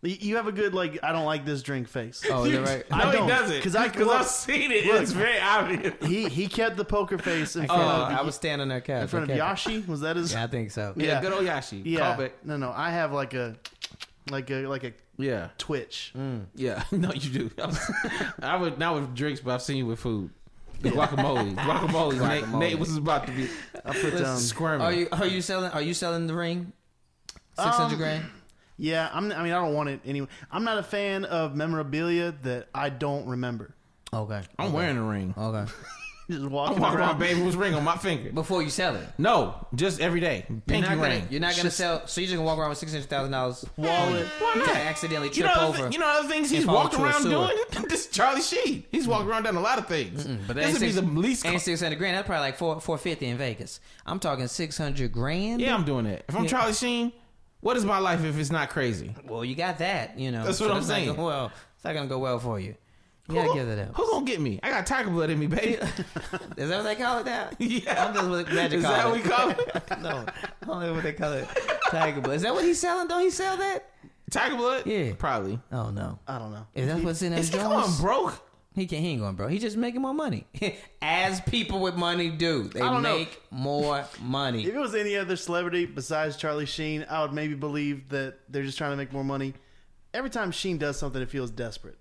[SPEAKER 1] You you have a good like I don't like this drink face.
[SPEAKER 3] Oh, is that right?
[SPEAKER 4] No,
[SPEAKER 1] I don't,
[SPEAKER 4] he doesn't.
[SPEAKER 1] 'cause I-
[SPEAKER 4] because
[SPEAKER 1] look,
[SPEAKER 4] I've seen it.
[SPEAKER 1] look.
[SPEAKER 4] it's very obvious.
[SPEAKER 1] He he kept the poker face in
[SPEAKER 3] Oh,
[SPEAKER 1] front
[SPEAKER 3] I
[SPEAKER 1] of
[SPEAKER 3] was standing on their couch.
[SPEAKER 1] in front of
[SPEAKER 3] Okay.
[SPEAKER 1] Yashi. Was that his?
[SPEAKER 3] Yeah, I think so.
[SPEAKER 4] Yeah,
[SPEAKER 1] Yeah.
[SPEAKER 4] good old Yashi.
[SPEAKER 1] Yeah.
[SPEAKER 4] Call back.
[SPEAKER 1] No, no. I have like a like a like a
[SPEAKER 4] Yeah,
[SPEAKER 1] twitch.
[SPEAKER 3] Mm.
[SPEAKER 4] yeah. No, you do. I, was, I would not with drinks, but I've seen you with food. The guacamole. Guacamole. Nate,
[SPEAKER 3] Guacamole.
[SPEAKER 4] Nate was about to be
[SPEAKER 1] I put um,
[SPEAKER 4] squirming.
[SPEAKER 3] Are you are you selling are you selling the ring? Six hundred
[SPEAKER 1] Um,
[SPEAKER 3] grand.
[SPEAKER 1] yeah. I'm, I mean, I don't want it anyway. I'm not a fan of memorabilia that I don't remember.
[SPEAKER 3] Okay.
[SPEAKER 4] I'm wearing a ring.
[SPEAKER 3] Okay.
[SPEAKER 1] Just
[SPEAKER 4] I'm
[SPEAKER 3] Oh,
[SPEAKER 1] walking
[SPEAKER 4] walking around
[SPEAKER 1] around.
[SPEAKER 4] with my baby was ring on my finger.
[SPEAKER 3] Before you sell it,
[SPEAKER 4] No, just every day.
[SPEAKER 3] you're
[SPEAKER 4] Pinky
[SPEAKER 3] not gonna,
[SPEAKER 4] ring.
[SPEAKER 3] You're not gonna sell. So you're just gonna walk around with six hundred thousand dollars
[SPEAKER 1] Wallet.
[SPEAKER 4] Why not?
[SPEAKER 3] to accidentally
[SPEAKER 4] You
[SPEAKER 3] trip
[SPEAKER 4] know, other
[SPEAKER 3] over.
[SPEAKER 4] thi- you know other things he's
[SPEAKER 3] fall
[SPEAKER 4] walked
[SPEAKER 3] into a
[SPEAKER 4] around
[SPEAKER 3] sewer.
[SPEAKER 4] doing? this is Charlie Sheen. He's walked around doing a lot of things.
[SPEAKER 3] but that
[SPEAKER 4] this
[SPEAKER 3] ain't
[SPEAKER 4] would be
[SPEAKER 3] six,
[SPEAKER 4] the least.
[SPEAKER 3] ain't
[SPEAKER 4] co-
[SPEAKER 3] six hundred grand. That's probably like four four fifty in Vegas. I'm talking six hundred grand.
[SPEAKER 4] yeah, I'm doing it. If I'm
[SPEAKER 3] Yeah.
[SPEAKER 4] Charlie Sheen, what is my life if it's not crazy?
[SPEAKER 3] Well, you got that. You know.
[SPEAKER 4] That's what I'm
[SPEAKER 3] it's not
[SPEAKER 4] saying.
[SPEAKER 3] gonna- well, it's not gonna go well for you. You gotta
[SPEAKER 4] Who-
[SPEAKER 3] give that up.
[SPEAKER 4] Who gonna get me? I got tiger blood in me, baby.
[SPEAKER 3] Is that what they call it now?
[SPEAKER 4] Yeah.
[SPEAKER 3] I'm just what glad you
[SPEAKER 4] is
[SPEAKER 3] call
[SPEAKER 4] that
[SPEAKER 3] it.
[SPEAKER 4] what we call it?
[SPEAKER 3] no, I don't know what they call it. Tiger blood. Is that what he's selling? Don't he sell that?
[SPEAKER 4] Tiger blood?
[SPEAKER 3] Yeah.
[SPEAKER 4] probably.
[SPEAKER 3] Oh no.
[SPEAKER 1] I don't know.
[SPEAKER 3] Is that what's in that
[SPEAKER 4] Uh, Is he going
[SPEAKER 3] Jones?
[SPEAKER 4] broke?
[SPEAKER 3] He can't. He ain't going, bro. He just making more money, as people with money do. They
[SPEAKER 1] don't know.
[SPEAKER 3] make more money.
[SPEAKER 1] If it was any other celebrity besides Charlie Sheen, I would maybe believe that they're just trying to make more money. Every time Sheen does something, it feels desperate.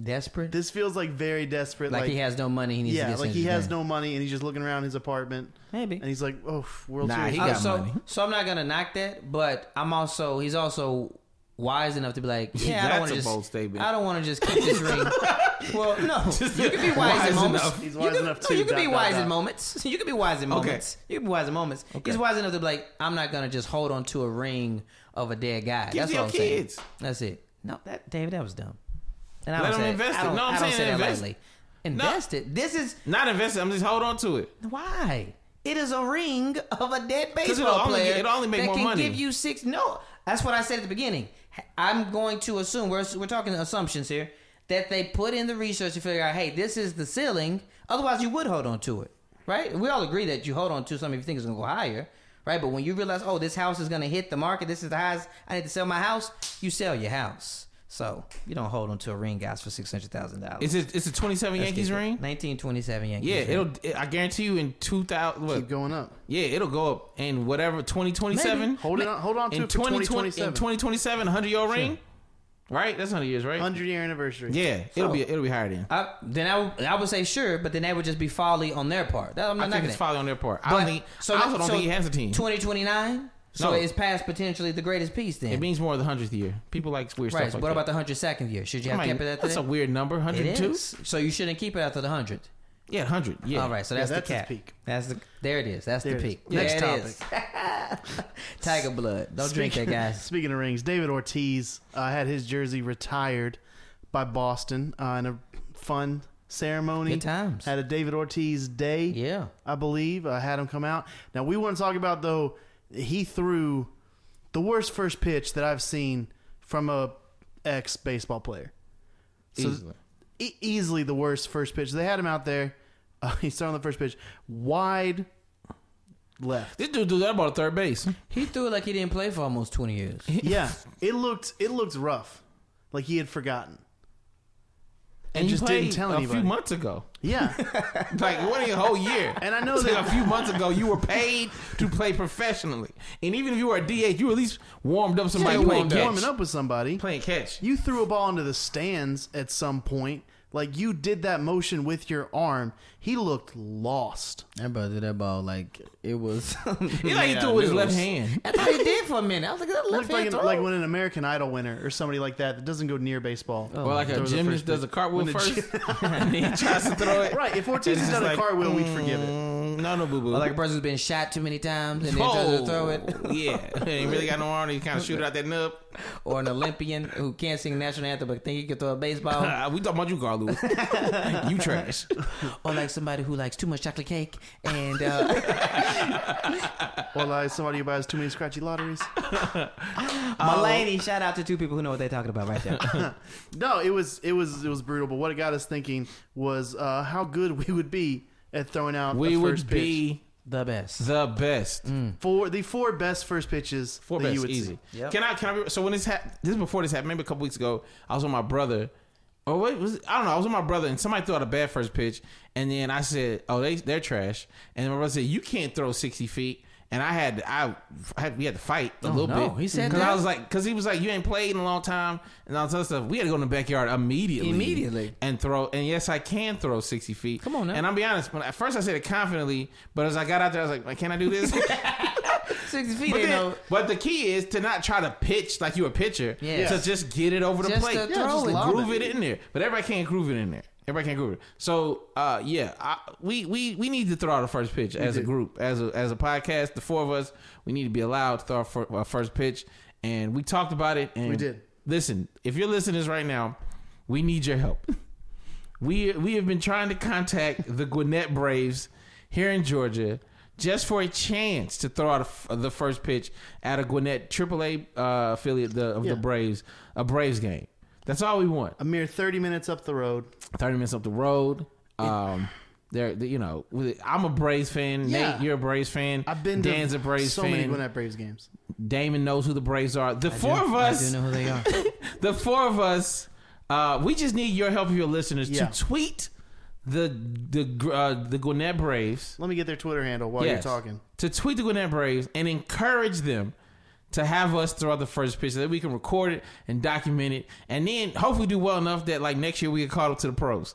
[SPEAKER 3] Desperate,
[SPEAKER 1] This feels like very desperate.
[SPEAKER 3] like,
[SPEAKER 1] Like,
[SPEAKER 3] he has no money. He needs to
[SPEAKER 1] yeah,
[SPEAKER 3] get
[SPEAKER 1] like he
[SPEAKER 3] sent
[SPEAKER 1] has
[SPEAKER 3] to jail.
[SPEAKER 1] no money, and he's just looking around his apartment,
[SPEAKER 3] Maybe.
[SPEAKER 1] and he's like, "Oh, World
[SPEAKER 4] Nah,
[SPEAKER 1] Series."
[SPEAKER 4] he
[SPEAKER 3] Uh,
[SPEAKER 4] got
[SPEAKER 3] so,
[SPEAKER 4] money.
[SPEAKER 3] so I'm not gonna knock that, but I'm also he's also wise enough to be like, yeah, I
[SPEAKER 4] That's
[SPEAKER 3] don't want
[SPEAKER 4] a
[SPEAKER 3] to just,
[SPEAKER 4] bold statement.
[SPEAKER 3] I don't want to just keep this ring. Well, no,
[SPEAKER 4] Just
[SPEAKER 3] you can be wise,
[SPEAKER 4] wise
[SPEAKER 3] in moments.
[SPEAKER 4] enough.
[SPEAKER 1] He's
[SPEAKER 3] You
[SPEAKER 1] wise
[SPEAKER 3] can-
[SPEAKER 1] enough
[SPEAKER 3] no,
[SPEAKER 1] to,
[SPEAKER 3] You can be
[SPEAKER 1] dot, dot,
[SPEAKER 3] wise
[SPEAKER 1] dot.
[SPEAKER 3] in moments. You can be wise in moments. You can be wise in moments. He's wise enough to be like, I'm not gonna just hold on to a ring of a dead guy.
[SPEAKER 4] Give
[SPEAKER 3] That's
[SPEAKER 4] to
[SPEAKER 3] what
[SPEAKER 4] your
[SPEAKER 3] I'm
[SPEAKER 4] kids.
[SPEAKER 3] saying. That's it. No, that David, that was dumb. And I
[SPEAKER 4] Let
[SPEAKER 3] don't
[SPEAKER 4] them
[SPEAKER 3] say
[SPEAKER 4] invest
[SPEAKER 3] I
[SPEAKER 4] it.
[SPEAKER 3] don't,
[SPEAKER 4] No, I'm
[SPEAKER 3] I don't
[SPEAKER 4] saying
[SPEAKER 3] say that
[SPEAKER 4] invest it.
[SPEAKER 3] lightly. Invest it. This is
[SPEAKER 4] Not invested. I'm just hold on to it.
[SPEAKER 3] why? It is a ring of a dead
[SPEAKER 4] it'll
[SPEAKER 3] baseball
[SPEAKER 4] only-
[SPEAKER 3] player.
[SPEAKER 4] it'll only make
[SPEAKER 3] that
[SPEAKER 4] more
[SPEAKER 3] can
[SPEAKER 4] money.
[SPEAKER 3] give you six. No, that's what I said at the beginning. I'm going to assume we're we're talking assumptions here that they put in the research to figure out, hey, this is the ceiling. Otherwise, you would hold on to it, right? We all agree that you hold on to something if you think it's going to go higher, right? But when you realize, oh, this house is going to hit the market. This is the highest. I need to sell my house. You sell your house. So you don't hold on to a ring, guys, for six hundred thousand dollars.
[SPEAKER 4] Is it? It's a 27 Yankees ring.
[SPEAKER 3] Nineteen twenty-seven Yankees.
[SPEAKER 4] Yeah,
[SPEAKER 3] ring.
[SPEAKER 4] it'll. It, I guarantee you in 2000. What,
[SPEAKER 1] keep going up.
[SPEAKER 4] Yeah, it'll go up in whatever 2027.
[SPEAKER 1] Hold it on, hold on to
[SPEAKER 4] in
[SPEAKER 1] it for
[SPEAKER 4] 2020, in
[SPEAKER 1] 2027,
[SPEAKER 4] 2027, 100 year ring. Right? That's 100 years, right?
[SPEAKER 1] hundred year anniversary.
[SPEAKER 4] Yeah, it'll be it'll be higher then.
[SPEAKER 3] I, then I would- I would say sure, but then that would just be folly on their part. That, I'm
[SPEAKER 4] I
[SPEAKER 3] not
[SPEAKER 4] think
[SPEAKER 3] going
[SPEAKER 4] it's folly on their part. I don't think. I also don't think he has a team.
[SPEAKER 3] 2029. So
[SPEAKER 4] No.
[SPEAKER 3] it's past potentially the greatest piece then.
[SPEAKER 4] it means more than hundredth year. People like weird
[SPEAKER 3] right.
[SPEAKER 4] stuff. Like
[SPEAKER 3] what
[SPEAKER 4] that.
[SPEAKER 3] about the hundred second year? Should you
[SPEAKER 4] I
[SPEAKER 3] have
[SPEAKER 4] mean,
[SPEAKER 3] kept it at
[SPEAKER 4] That's a
[SPEAKER 3] that?
[SPEAKER 4] weird number.
[SPEAKER 3] It
[SPEAKER 4] 102.
[SPEAKER 3] is. So you shouldn't keep it after the hundred.
[SPEAKER 4] Yeah, 100. Yeah.
[SPEAKER 3] All right. So
[SPEAKER 1] Yeah,
[SPEAKER 3] that's,
[SPEAKER 1] that's
[SPEAKER 3] the
[SPEAKER 1] his
[SPEAKER 3] cap.
[SPEAKER 1] peak.
[SPEAKER 3] That's the there it is. That's
[SPEAKER 1] There it
[SPEAKER 3] the
[SPEAKER 1] is.
[SPEAKER 3] peak.
[SPEAKER 1] Next
[SPEAKER 3] There it is. Tiger blood. Don't drink that,
[SPEAKER 1] Speaking-
[SPEAKER 3] guys.
[SPEAKER 1] Speaking of rings, David Ortiz uh, had his jersey retired by Boston uh, in a fun ceremony.
[SPEAKER 3] Good times.
[SPEAKER 1] Had a David Ortiz day.
[SPEAKER 3] Yeah.
[SPEAKER 1] I believe. I had him come out. Now we want to talk about though he threw the worst first pitch that I've seen from a ex baseball player. So
[SPEAKER 4] Easily.
[SPEAKER 1] e- easily the worst first pitch. They had him out there. Uh, he's throwing the first pitch wide left.
[SPEAKER 4] This dude do that about a third base.
[SPEAKER 3] He threw it like he didn't play for almost twenty years. And
[SPEAKER 1] yeah, it looked it looked rough. Like he had forgotten.
[SPEAKER 4] And
[SPEAKER 1] just
[SPEAKER 4] played
[SPEAKER 1] didn't tell
[SPEAKER 4] a
[SPEAKER 1] anybody.
[SPEAKER 4] few months ago.
[SPEAKER 1] Yeah,
[SPEAKER 4] Like what in a whole year?
[SPEAKER 1] and I know
[SPEAKER 4] It's like
[SPEAKER 1] that
[SPEAKER 4] a few months ago, you were paid to play professionally, and even if you were a DH, you at least warmed up somebody
[SPEAKER 1] you were
[SPEAKER 4] playing catch.
[SPEAKER 1] warming up with somebody.
[SPEAKER 4] Playing catch.
[SPEAKER 1] You threw a ball into the stands at some point. Like you did that motion with your arm. He looked lost.
[SPEAKER 3] That brother did that ball like it was.
[SPEAKER 4] He like he threw it with his left hand.
[SPEAKER 3] That's what he did for a minute. I was like, that left
[SPEAKER 1] Looked like,
[SPEAKER 3] hand
[SPEAKER 1] an,
[SPEAKER 3] throw.
[SPEAKER 1] like when an American Idol winner or somebody like that that doesn't go near baseball.
[SPEAKER 4] Or Oh, like a
[SPEAKER 1] Throws the
[SPEAKER 4] gymnast
[SPEAKER 1] first
[SPEAKER 4] does a
[SPEAKER 1] pitch.
[SPEAKER 4] cartwheel
[SPEAKER 1] When the
[SPEAKER 4] first,
[SPEAKER 1] gym-
[SPEAKER 4] and he tries to throw it.
[SPEAKER 1] right. If Ortiz
[SPEAKER 4] It's
[SPEAKER 1] has
[SPEAKER 4] just
[SPEAKER 1] done a
[SPEAKER 4] like,
[SPEAKER 1] cartwheel, we'd forgive it.
[SPEAKER 4] Mm, No, no, boo boo.
[SPEAKER 3] Or like a person who's been shot too many times and then tries to throw it.
[SPEAKER 4] yeah, he ain't really got no arm. He kind of shoot it out that nub.
[SPEAKER 3] Or an Olympian who can't sing national anthem but think he can throw a baseball.
[SPEAKER 4] Uh, we talking about you, Carl Lewis. you trash.
[SPEAKER 3] or like somebody who likes too much chocolate cake and uh,
[SPEAKER 1] Or like somebody who buys too many scratchy lotteries.
[SPEAKER 4] Oh.
[SPEAKER 3] Mulaney. Shout out to two people who know what they're talking about right there.
[SPEAKER 1] No, it was it was it was brutal. But what it got us thinking was uh, how good we would be at throwing out
[SPEAKER 4] We
[SPEAKER 1] a
[SPEAKER 4] would
[SPEAKER 1] first pitch.
[SPEAKER 4] be
[SPEAKER 3] the best.
[SPEAKER 4] the best.
[SPEAKER 1] four the four best first pitches
[SPEAKER 4] Four
[SPEAKER 1] that
[SPEAKER 4] bets,
[SPEAKER 1] you would
[SPEAKER 4] easy.
[SPEAKER 1] see.
[SPEAKER 3] Yep.
[SPEAKER 4] Can I? Can I? Be, so when this happened, this is before this happened. Maybe a couple weeks ago, I was with my brother. Or what was? it? I don't know. I was with my brother, and somebody threw out a bad first pitch, and then I said, "Oh, they they're trash." And my brother said, "You can't throw sixty feet." And I had I, I had, we had to fight a
[SPEAKER 3] Oh,
[SPEAKER 4] little
[SPEAKER 3] no.
[SPEAKER 4] bit.
[SPEAKER 3] He said
[SPEAKER 4] Cause I
[SPEAKER 3] that?
[SPEAKER 4] was like, because he was like, you ain't played in a long time, and all this other stuff. We had to go in the backyard immediately,
[SPEAKER 3] Immediately.
[SPEAKER 4] and throw. And yes, I can throw sixty feet.
[SPEAKER 3] Come on now.
[SPEAKER 4] And I'll be honest. When at first I said it confidently, but as I got out there, I was like, "Well, can I do this?
[SPEAKER 3] Sixty feet
[SPEAKER 4] but,
[SPEAKER 3] ain't
[SPEAKER 4] then-
[SPEAKER 3] no.
[SPEAKER 4] but the key is to not try to pitch like you a pitcher.
[SPEAKER 3] Yeah.
[SPEAKER 4] To just get it over the
[SPEAKER 3] Just
[SPEAKER 4] plate.
[SPEAKER 3] to throw
[SPEAKER 4] just
[SPEAKER 3] it.
[SPEAKER 4] like
[SPEAKER 3] Lob
[SPEAKER 4] groove it. in there. But everybody can't groove it in there. Everybody can't groove it. So uh, yeah, I, we we we need to throw out a first pitch as a group, as a as a podcast. The four of us, we need to be allowed to throw our fir- our first pitch. And we talked about it. And
[SPEAKER 1] We did.
[SPEAKER 4] Listen, if you're listening to this right now, we need your help. We we have been trying to contact the Gwinnett Braves here in Georgia just for a chance to throw out a f the first pitch at a Gwinnett AAA uh, affiliate the, of
[SPEAKER 1] Yeah.
[SPEAKER 4] the Braves, a Braves game. That's all we want.
[SPEAKER 1] A mere 30 minutes up the road.
[SPEAKER 4] Thirty minutes up the road. Um, there, the- you know, with- I'm a Braves fan.
[SPEAKER 1] Yeah.
[SPEAKER 4] Nate, you're a Braves fan.
[SPEAKER 1] I've been
[SPEAKER 4] Dan's
[SPEAKER 1] to
[SPEAKER 4] a Braves
[SPEAKER 1] so
[SPEAKER 4] fan.
[SPEAKER 1] many Gwinnett Braves games.
[SPEAKER 4] Damon knows who the Braves are. The four of
[SPEAKER 3] I do
[SPEAKER 4] us
[SPEAKER 3] know who they are.
[SPEAKER 4] the four of us, uh, we just need your help, your listeners,
[SPEAKER 1] Yeah.
[SPEAKER 4] to tweet the the uh, the Gwinnett Braves.
[SPEAKER 1] Let me get their Twitter handle while
[SPEAKER 4] Yes.
[SPEAKER 1] you're talking.
[SPEAKER 4] To tweet the Gwinnett Braves and encourage them to have us throw out the first pitch so that we can record it and document it, and then hopefully do well enough that like next year we get called up to the pros.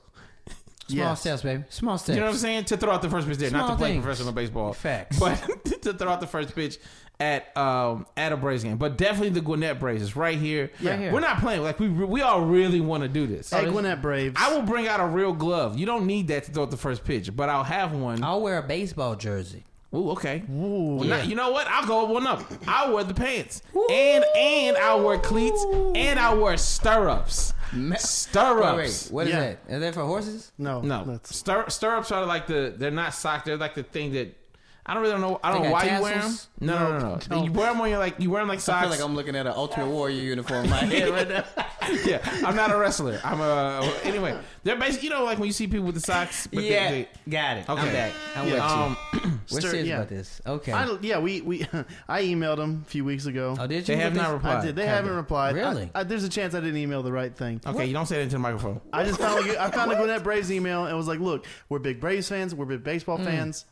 [SPEAKER 3] Small
[SPEAKER 1] Yes.
[SPEAKER 3] steps, baby. Small steps.
[SPEAKER 4] You know what I'm saying? To throw out the first pitch there, not to
[SPEAKER 3] Small
[SPEAKER 4] play
[SPEAKER 3] things.
[SPEAKER 4] professional baseball,
[SPEAKER 3] Facts.
[SPEAKER 4] but to throw out the first pitch at um at a Braves game. But definitely the Gwinnett Braves is right here.
[SPEAKER 3] Right here.
[SPEAKER 4] we're not playing like we we all really want to do this.
[SPEAKER 1] Hey, Gwinnett Braves.
[SPEAKER 4] I will bring out a real glove. You don't need that to throw at the first pitch, but I'll have one.
[SPEAKER 3] I'll wear a baseball jersey.
[SPEAKER 4] Ooh, okay. Well, now- you know what? I'll go one up. I'll wear the pants, and and I'll wear cleats, and I'll wear stirrups.
[SPEAKER 3] Ma- Wait, wait,
[SPEAKER 4] Stirrups.
[SPEAKER 3] what is
[SPEAKER 1] Yeah.
[SPEAKER 3] that? Is that for horses?
[SPEAKER 1] no,
[SPEAKER 4] No,
[SPEAKER 1] That's,
[SPEAKER 4] Stir, stirrups are like the. They're not sock. They're like the thing that. I don't really know. I don't
[SPEAKER 3] They
[SPEAKER 4] know
[SPEAKER 3] got
[SPEAKER 4] why you wear them.
[SPEAKER 3] tassels?
[SPEAKER 4] No, no, no, no. You wear them when you're like you wear them like socks.
[SPEAKER 3] I'm looking at an Ultimate Warrior uniform in my head right now.
[SPEAKER 4] yeah, I'm not a wrestler. I'm a anyway. They're basically you know like when you see people with the socks. But
[SPEAKER 3] yeah,
[SPEAKER 4] They,
[SPEAKER 3] got it.
[SPEAKER 4] they, okay.
[SPEAKER 3] I'm back. I'm with you.
[SPEAKER 4] Um,
[SPEAKER 3] We're
[SPEAKER 1] Stir-
[SPEAKER 3] serious
[SPEAKER 1] yeah.
[SPEAKER 3] about this. Okay.
[SPEAKER 1] I don't- yeah, we, we I emailed them a few weeks ago.
[SPEAKER 3] oh, did you?
[SPEAKER 4] they have
[SPEAKER 3] with
[SPEAKER 4] not
[SPEAKER 3] this?
[SPEAKER 4] replied.
[SPEAKER 1] I did. They haven't replied. I-
[SPEAKER 3] Really?
[SPEAKER 1] I, there's a chance I didn't email the right thing.
[SPEAKER 4] Okay, you don't say that into the microphone.
[SPEAKER 1] I just found like, I found a Gwinnett Braves email and was like, "Look, we're big Braves fans. We're big baseball
[SPEAKER 3] Mm.
[SPEAKER 1] fans."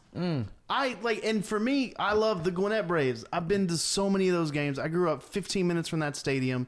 [SPEAKER 1] I like, and for me, I love the Gwinnett Braves. I've been to so many of those games. I grew up 15 minutes from that stadium.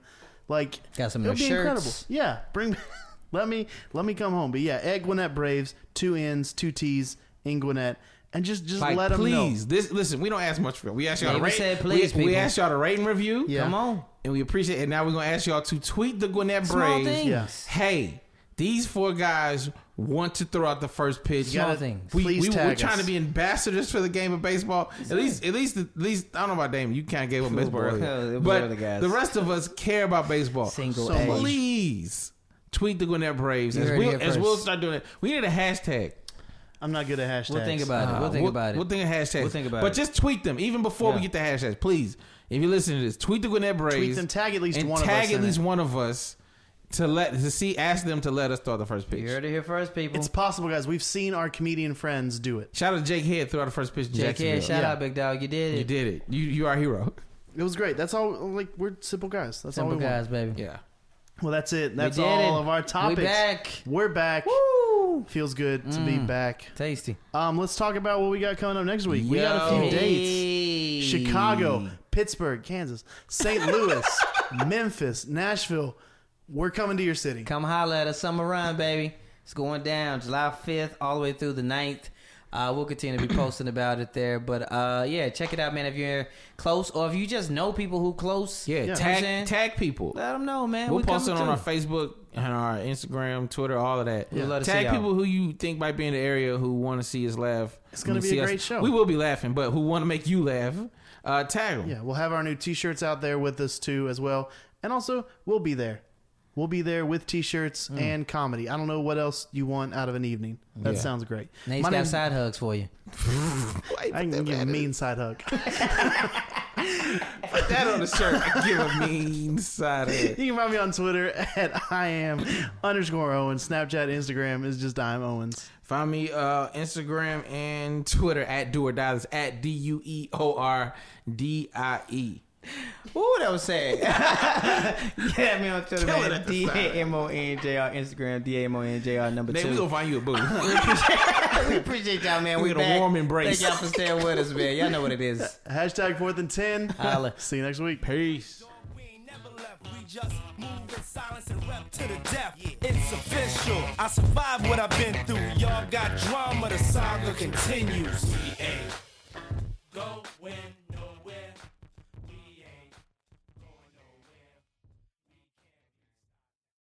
[SPEAKER 1] Like,
[SPEAKER 3] Got some of
[SPEAKER 1] it'll
[SPEAKER 3] their
[SPEAKER 1] be
[SPEAKER 3] shirts.
[SPEAKER 1] Yeah, bring. let me let me come home. But yeah, at Gwinnett Braves, two N's, two T's in Gwinnett, and just just
[SPEAKER 4] Like,
[SPEAKER 1] let them know.
[SPEAKER 4] please, this listen. We don't ask much for it. We ask y'all
[SPEAKER 3] Yeah,
[SPEAKER 4] to
[SPEAKER 3] we
[SPEAKER 4] rate.
[SPEAKER 3] said please,
[SPEAKER 4] we, we
[SPEAKER 3] people.
[SPEAKER 4] asked y'all to rate and review.
[SPEAKER 1] Yeah.
[SPEAKER 3] Come on.
[SPEAKER 4] and we appreciate. it. And now we're gonna ask y'all to tweet the Gwinnett
[SPEAKER 3] Small
[SPEAKER 4] Braves.
[SPEAKER 3] things.
[SPEAKER 1] Yeah.
[SPEAKER 4] Hey, these four guys want to throw out the first pitch.
[SPEAKER 1] You gotta-
[SPEAKER 3] Small things.
[SPEAKER 4] We,
[SPEAKER 1] Please
[SPEAKER 4] we,
[SPEAKER 1] tag
[SPEAKER 4] we're trying
[SPEAKER 1] us.
[SPEAKER 4] to be ambassadors for the game of baseball. At least, at least, at least. I don't know about Damon. You kind of gave up baseball,
[SPEAKER 3] boy.
[SPEAKER 4] earlier.
[SPEAKER 3] It was
[SPEAKER 4] but
[SPEAKER 3] early, guys.
[SPEAKER 4] the rest of us care about baseball.
[SPEAKER 3] Single
[SPEAKER 1] So
[SPEAKER 3] A.
[SPEAKER 1] much.
[SPEAKER 4] Please tweet the Gwinnett Braves.
[SPEAKER 3] You
[SPEAKER 4] As
[SPEAKER 3] heard it
[SPEAKER 4] we'll,
[SPEAKER 3] here
[SPEAKER 4] as we'll
[SPEAKER 3] first.
[SPEAKER 4] start doing it, we need a hashtag. Uh,
[SPEAKER 1] I'm not good at hashtags.
[SPEAKER 3] We'll think about it. We'll think about it.
[SPEAKER 4] We'll think of hashtags.
[SPEAKER 3] We'll think about
[SPEAKER 4] but
[SPEAKER 3] it.
[SPEAKER 4] just tweet them even before we
[SPEAKER 3] Yeah.
[SPEAKER 4] get the hashtags. Please, if you listen to this, tweet the Gwinnett Braves.
[SPEAKER 1] them, tag at least
[SPEAKER 4] and
[SPEAKER 1] one of
[SPEAKER 4] tag
[SPEAKER 1] us
[SPEAKER 4] at
[SPEAKER 1] in
[SPEAKER 4] least
[SPEAKER 1] it.
[SPEAKER 4] one of us to let to see. Ask them to let us throw the first pitch.
[SPEAKER 3] You heard it here first, people.
[SPEAKER 1] It's possible, guys. We've seen our comedian friends do it.
[SPEAKER 4] Shout out to Jake Head threw out the first pitch. in
[SPEAKER 3] Jake, yeah,
[SPEAKER 4] Jacksonville.
[SPEAKER 3] shout
[SPEAKER 1] Yeah.
[SPEAKER 3] out, big dog. You did it.
[SPEAKER 4] You did it. You you are a hero.
[SPEAKER 1] It was great. That's all. Like we're simple guys. That's all
[SPEAKER 3] Simple
[SPEAKER 1] we want.
[SPEAKER 3] guys, baby.
[SPEAKER 4] Yeah.
[SPEAKER 1] Well, that's it. That's
[SPEAKER 3] did
[SPEAKER 1] all
[SPEAKER 3] it.
[SPEAKER 1] of our topics.
[SPEAKER 3] We back.
[SPEAKER 1] We're back.
[SPEAKER 3] Woo! Mm.
[SPEAKER 1] Feels good to be back.
[SPEAKER 3] Tasty.
[SPEAKER 1] Um, let's talk about what we got coming up next week. We got a few
[SPEAKER 4] Yo.
[SPEAKER 1] dates: Chicago, Pittsburgh, Kansas, St. Louis, Memphis, Nashville. We're coming to your city.
[SPEAKER 3] Come holla at us, summer run, baby. It's going down July 5th all the way through the 9th. Uh, we'll continue to be posting about it there. But uh, yeah, check it out, man. If you're close or if you just know people who close,
[SPEAKER 4] Yeah.
[SPEAKER 3] you know what I'm saying?
[SPEAKER 4] Tag tag people.
[SPEAKER 3] let them know, man.
[SPEAKER 4] We'll
[SPEAKER 3] We
[SPEAKER 4] post it
[SPEAKER 3] coming
[SPEAKER 4] on
[SPEAKER 3] through.
[SPEAKER 4] our Facebook and our Instagram, Twitter, all of that.
[SPEAKER 3] We'd love to see
[SPEAKER 4] Tag
[SPEAKER 3] y'all.
[SPEAKER 4] people who you think might be in the area who want to see us laugh.
[SPEAKER 1] It's gonna
[SPEAKER 4] to
[SPEAKER 1] be a great show.
[SPEAKER 4] We will be laughing, but who want to make you laugh? Uh, tag them.
[SPEAKER 1] Yeah, we'll have our new T-shirts out there with us too, as well. And also, we'll be there. We'll be there with T-shirts
[SPEAKER 3] Mm.
[SPEAKER 1] and comedy. I don't know what else you want out of an evening. That
[SPEAKER 4] Yeah.
[SPEAKER 1] sounds great.
[SPEAKER 3] Nate's
[SPEAKER 1] My
[SPEAKER 3] got
[SPEAKER 1] name's-
[SPEAKER 3] side hugs for you.
[SPEAKER 1] I can give a mean side hug.
[SPEAKER 4] Put that on the shirt. I give a mean side. head.
[SPEAKER 1] You can find me on Twitter at I am underscore Owen. Snapchat, Instagram is just I'm Owens.
[SPEAKER 4] Find me uh, Instagram and Twitter at do or die. That's at D U E O R D I E.
[SPEAKER 3] Ooh, that was sad. yeah, me on Twitter,
[SPEAKER 4] Killing
[SPEAKER 3] man.
[SPEAKER 4] it.
[SPEAKER 3] D A M O N J R Instagram, D A M O N J R number
[SPEAKER 4] Man,
[SPEAKER 3] two.
[SPEAKER 4] we gonna find you a boo.
[SPEAKER 3] we appreciate y'all, man.
[SPEAKER 4] We
[SPEAKER 3] We,
[SPEAKER 4] get a
[SPEAKER 3] back.
[SPEAKER 4] warm embrace.
[SPEAKER 3] Thank y'all for staying with us, man. Y'all know what it is.
[SPEAKER 1] Hashtag fourth and ten.
[SPEAKER 3] Holla.
[SPEAKER 1] See you next week.
[SPEAKER 4] Peace.
[SPEAKER 10] We ain't never left. We just move in silence and rep to the death. It's official. I survived what I've been through. Y'all got drama. The saga continues. We ain't going.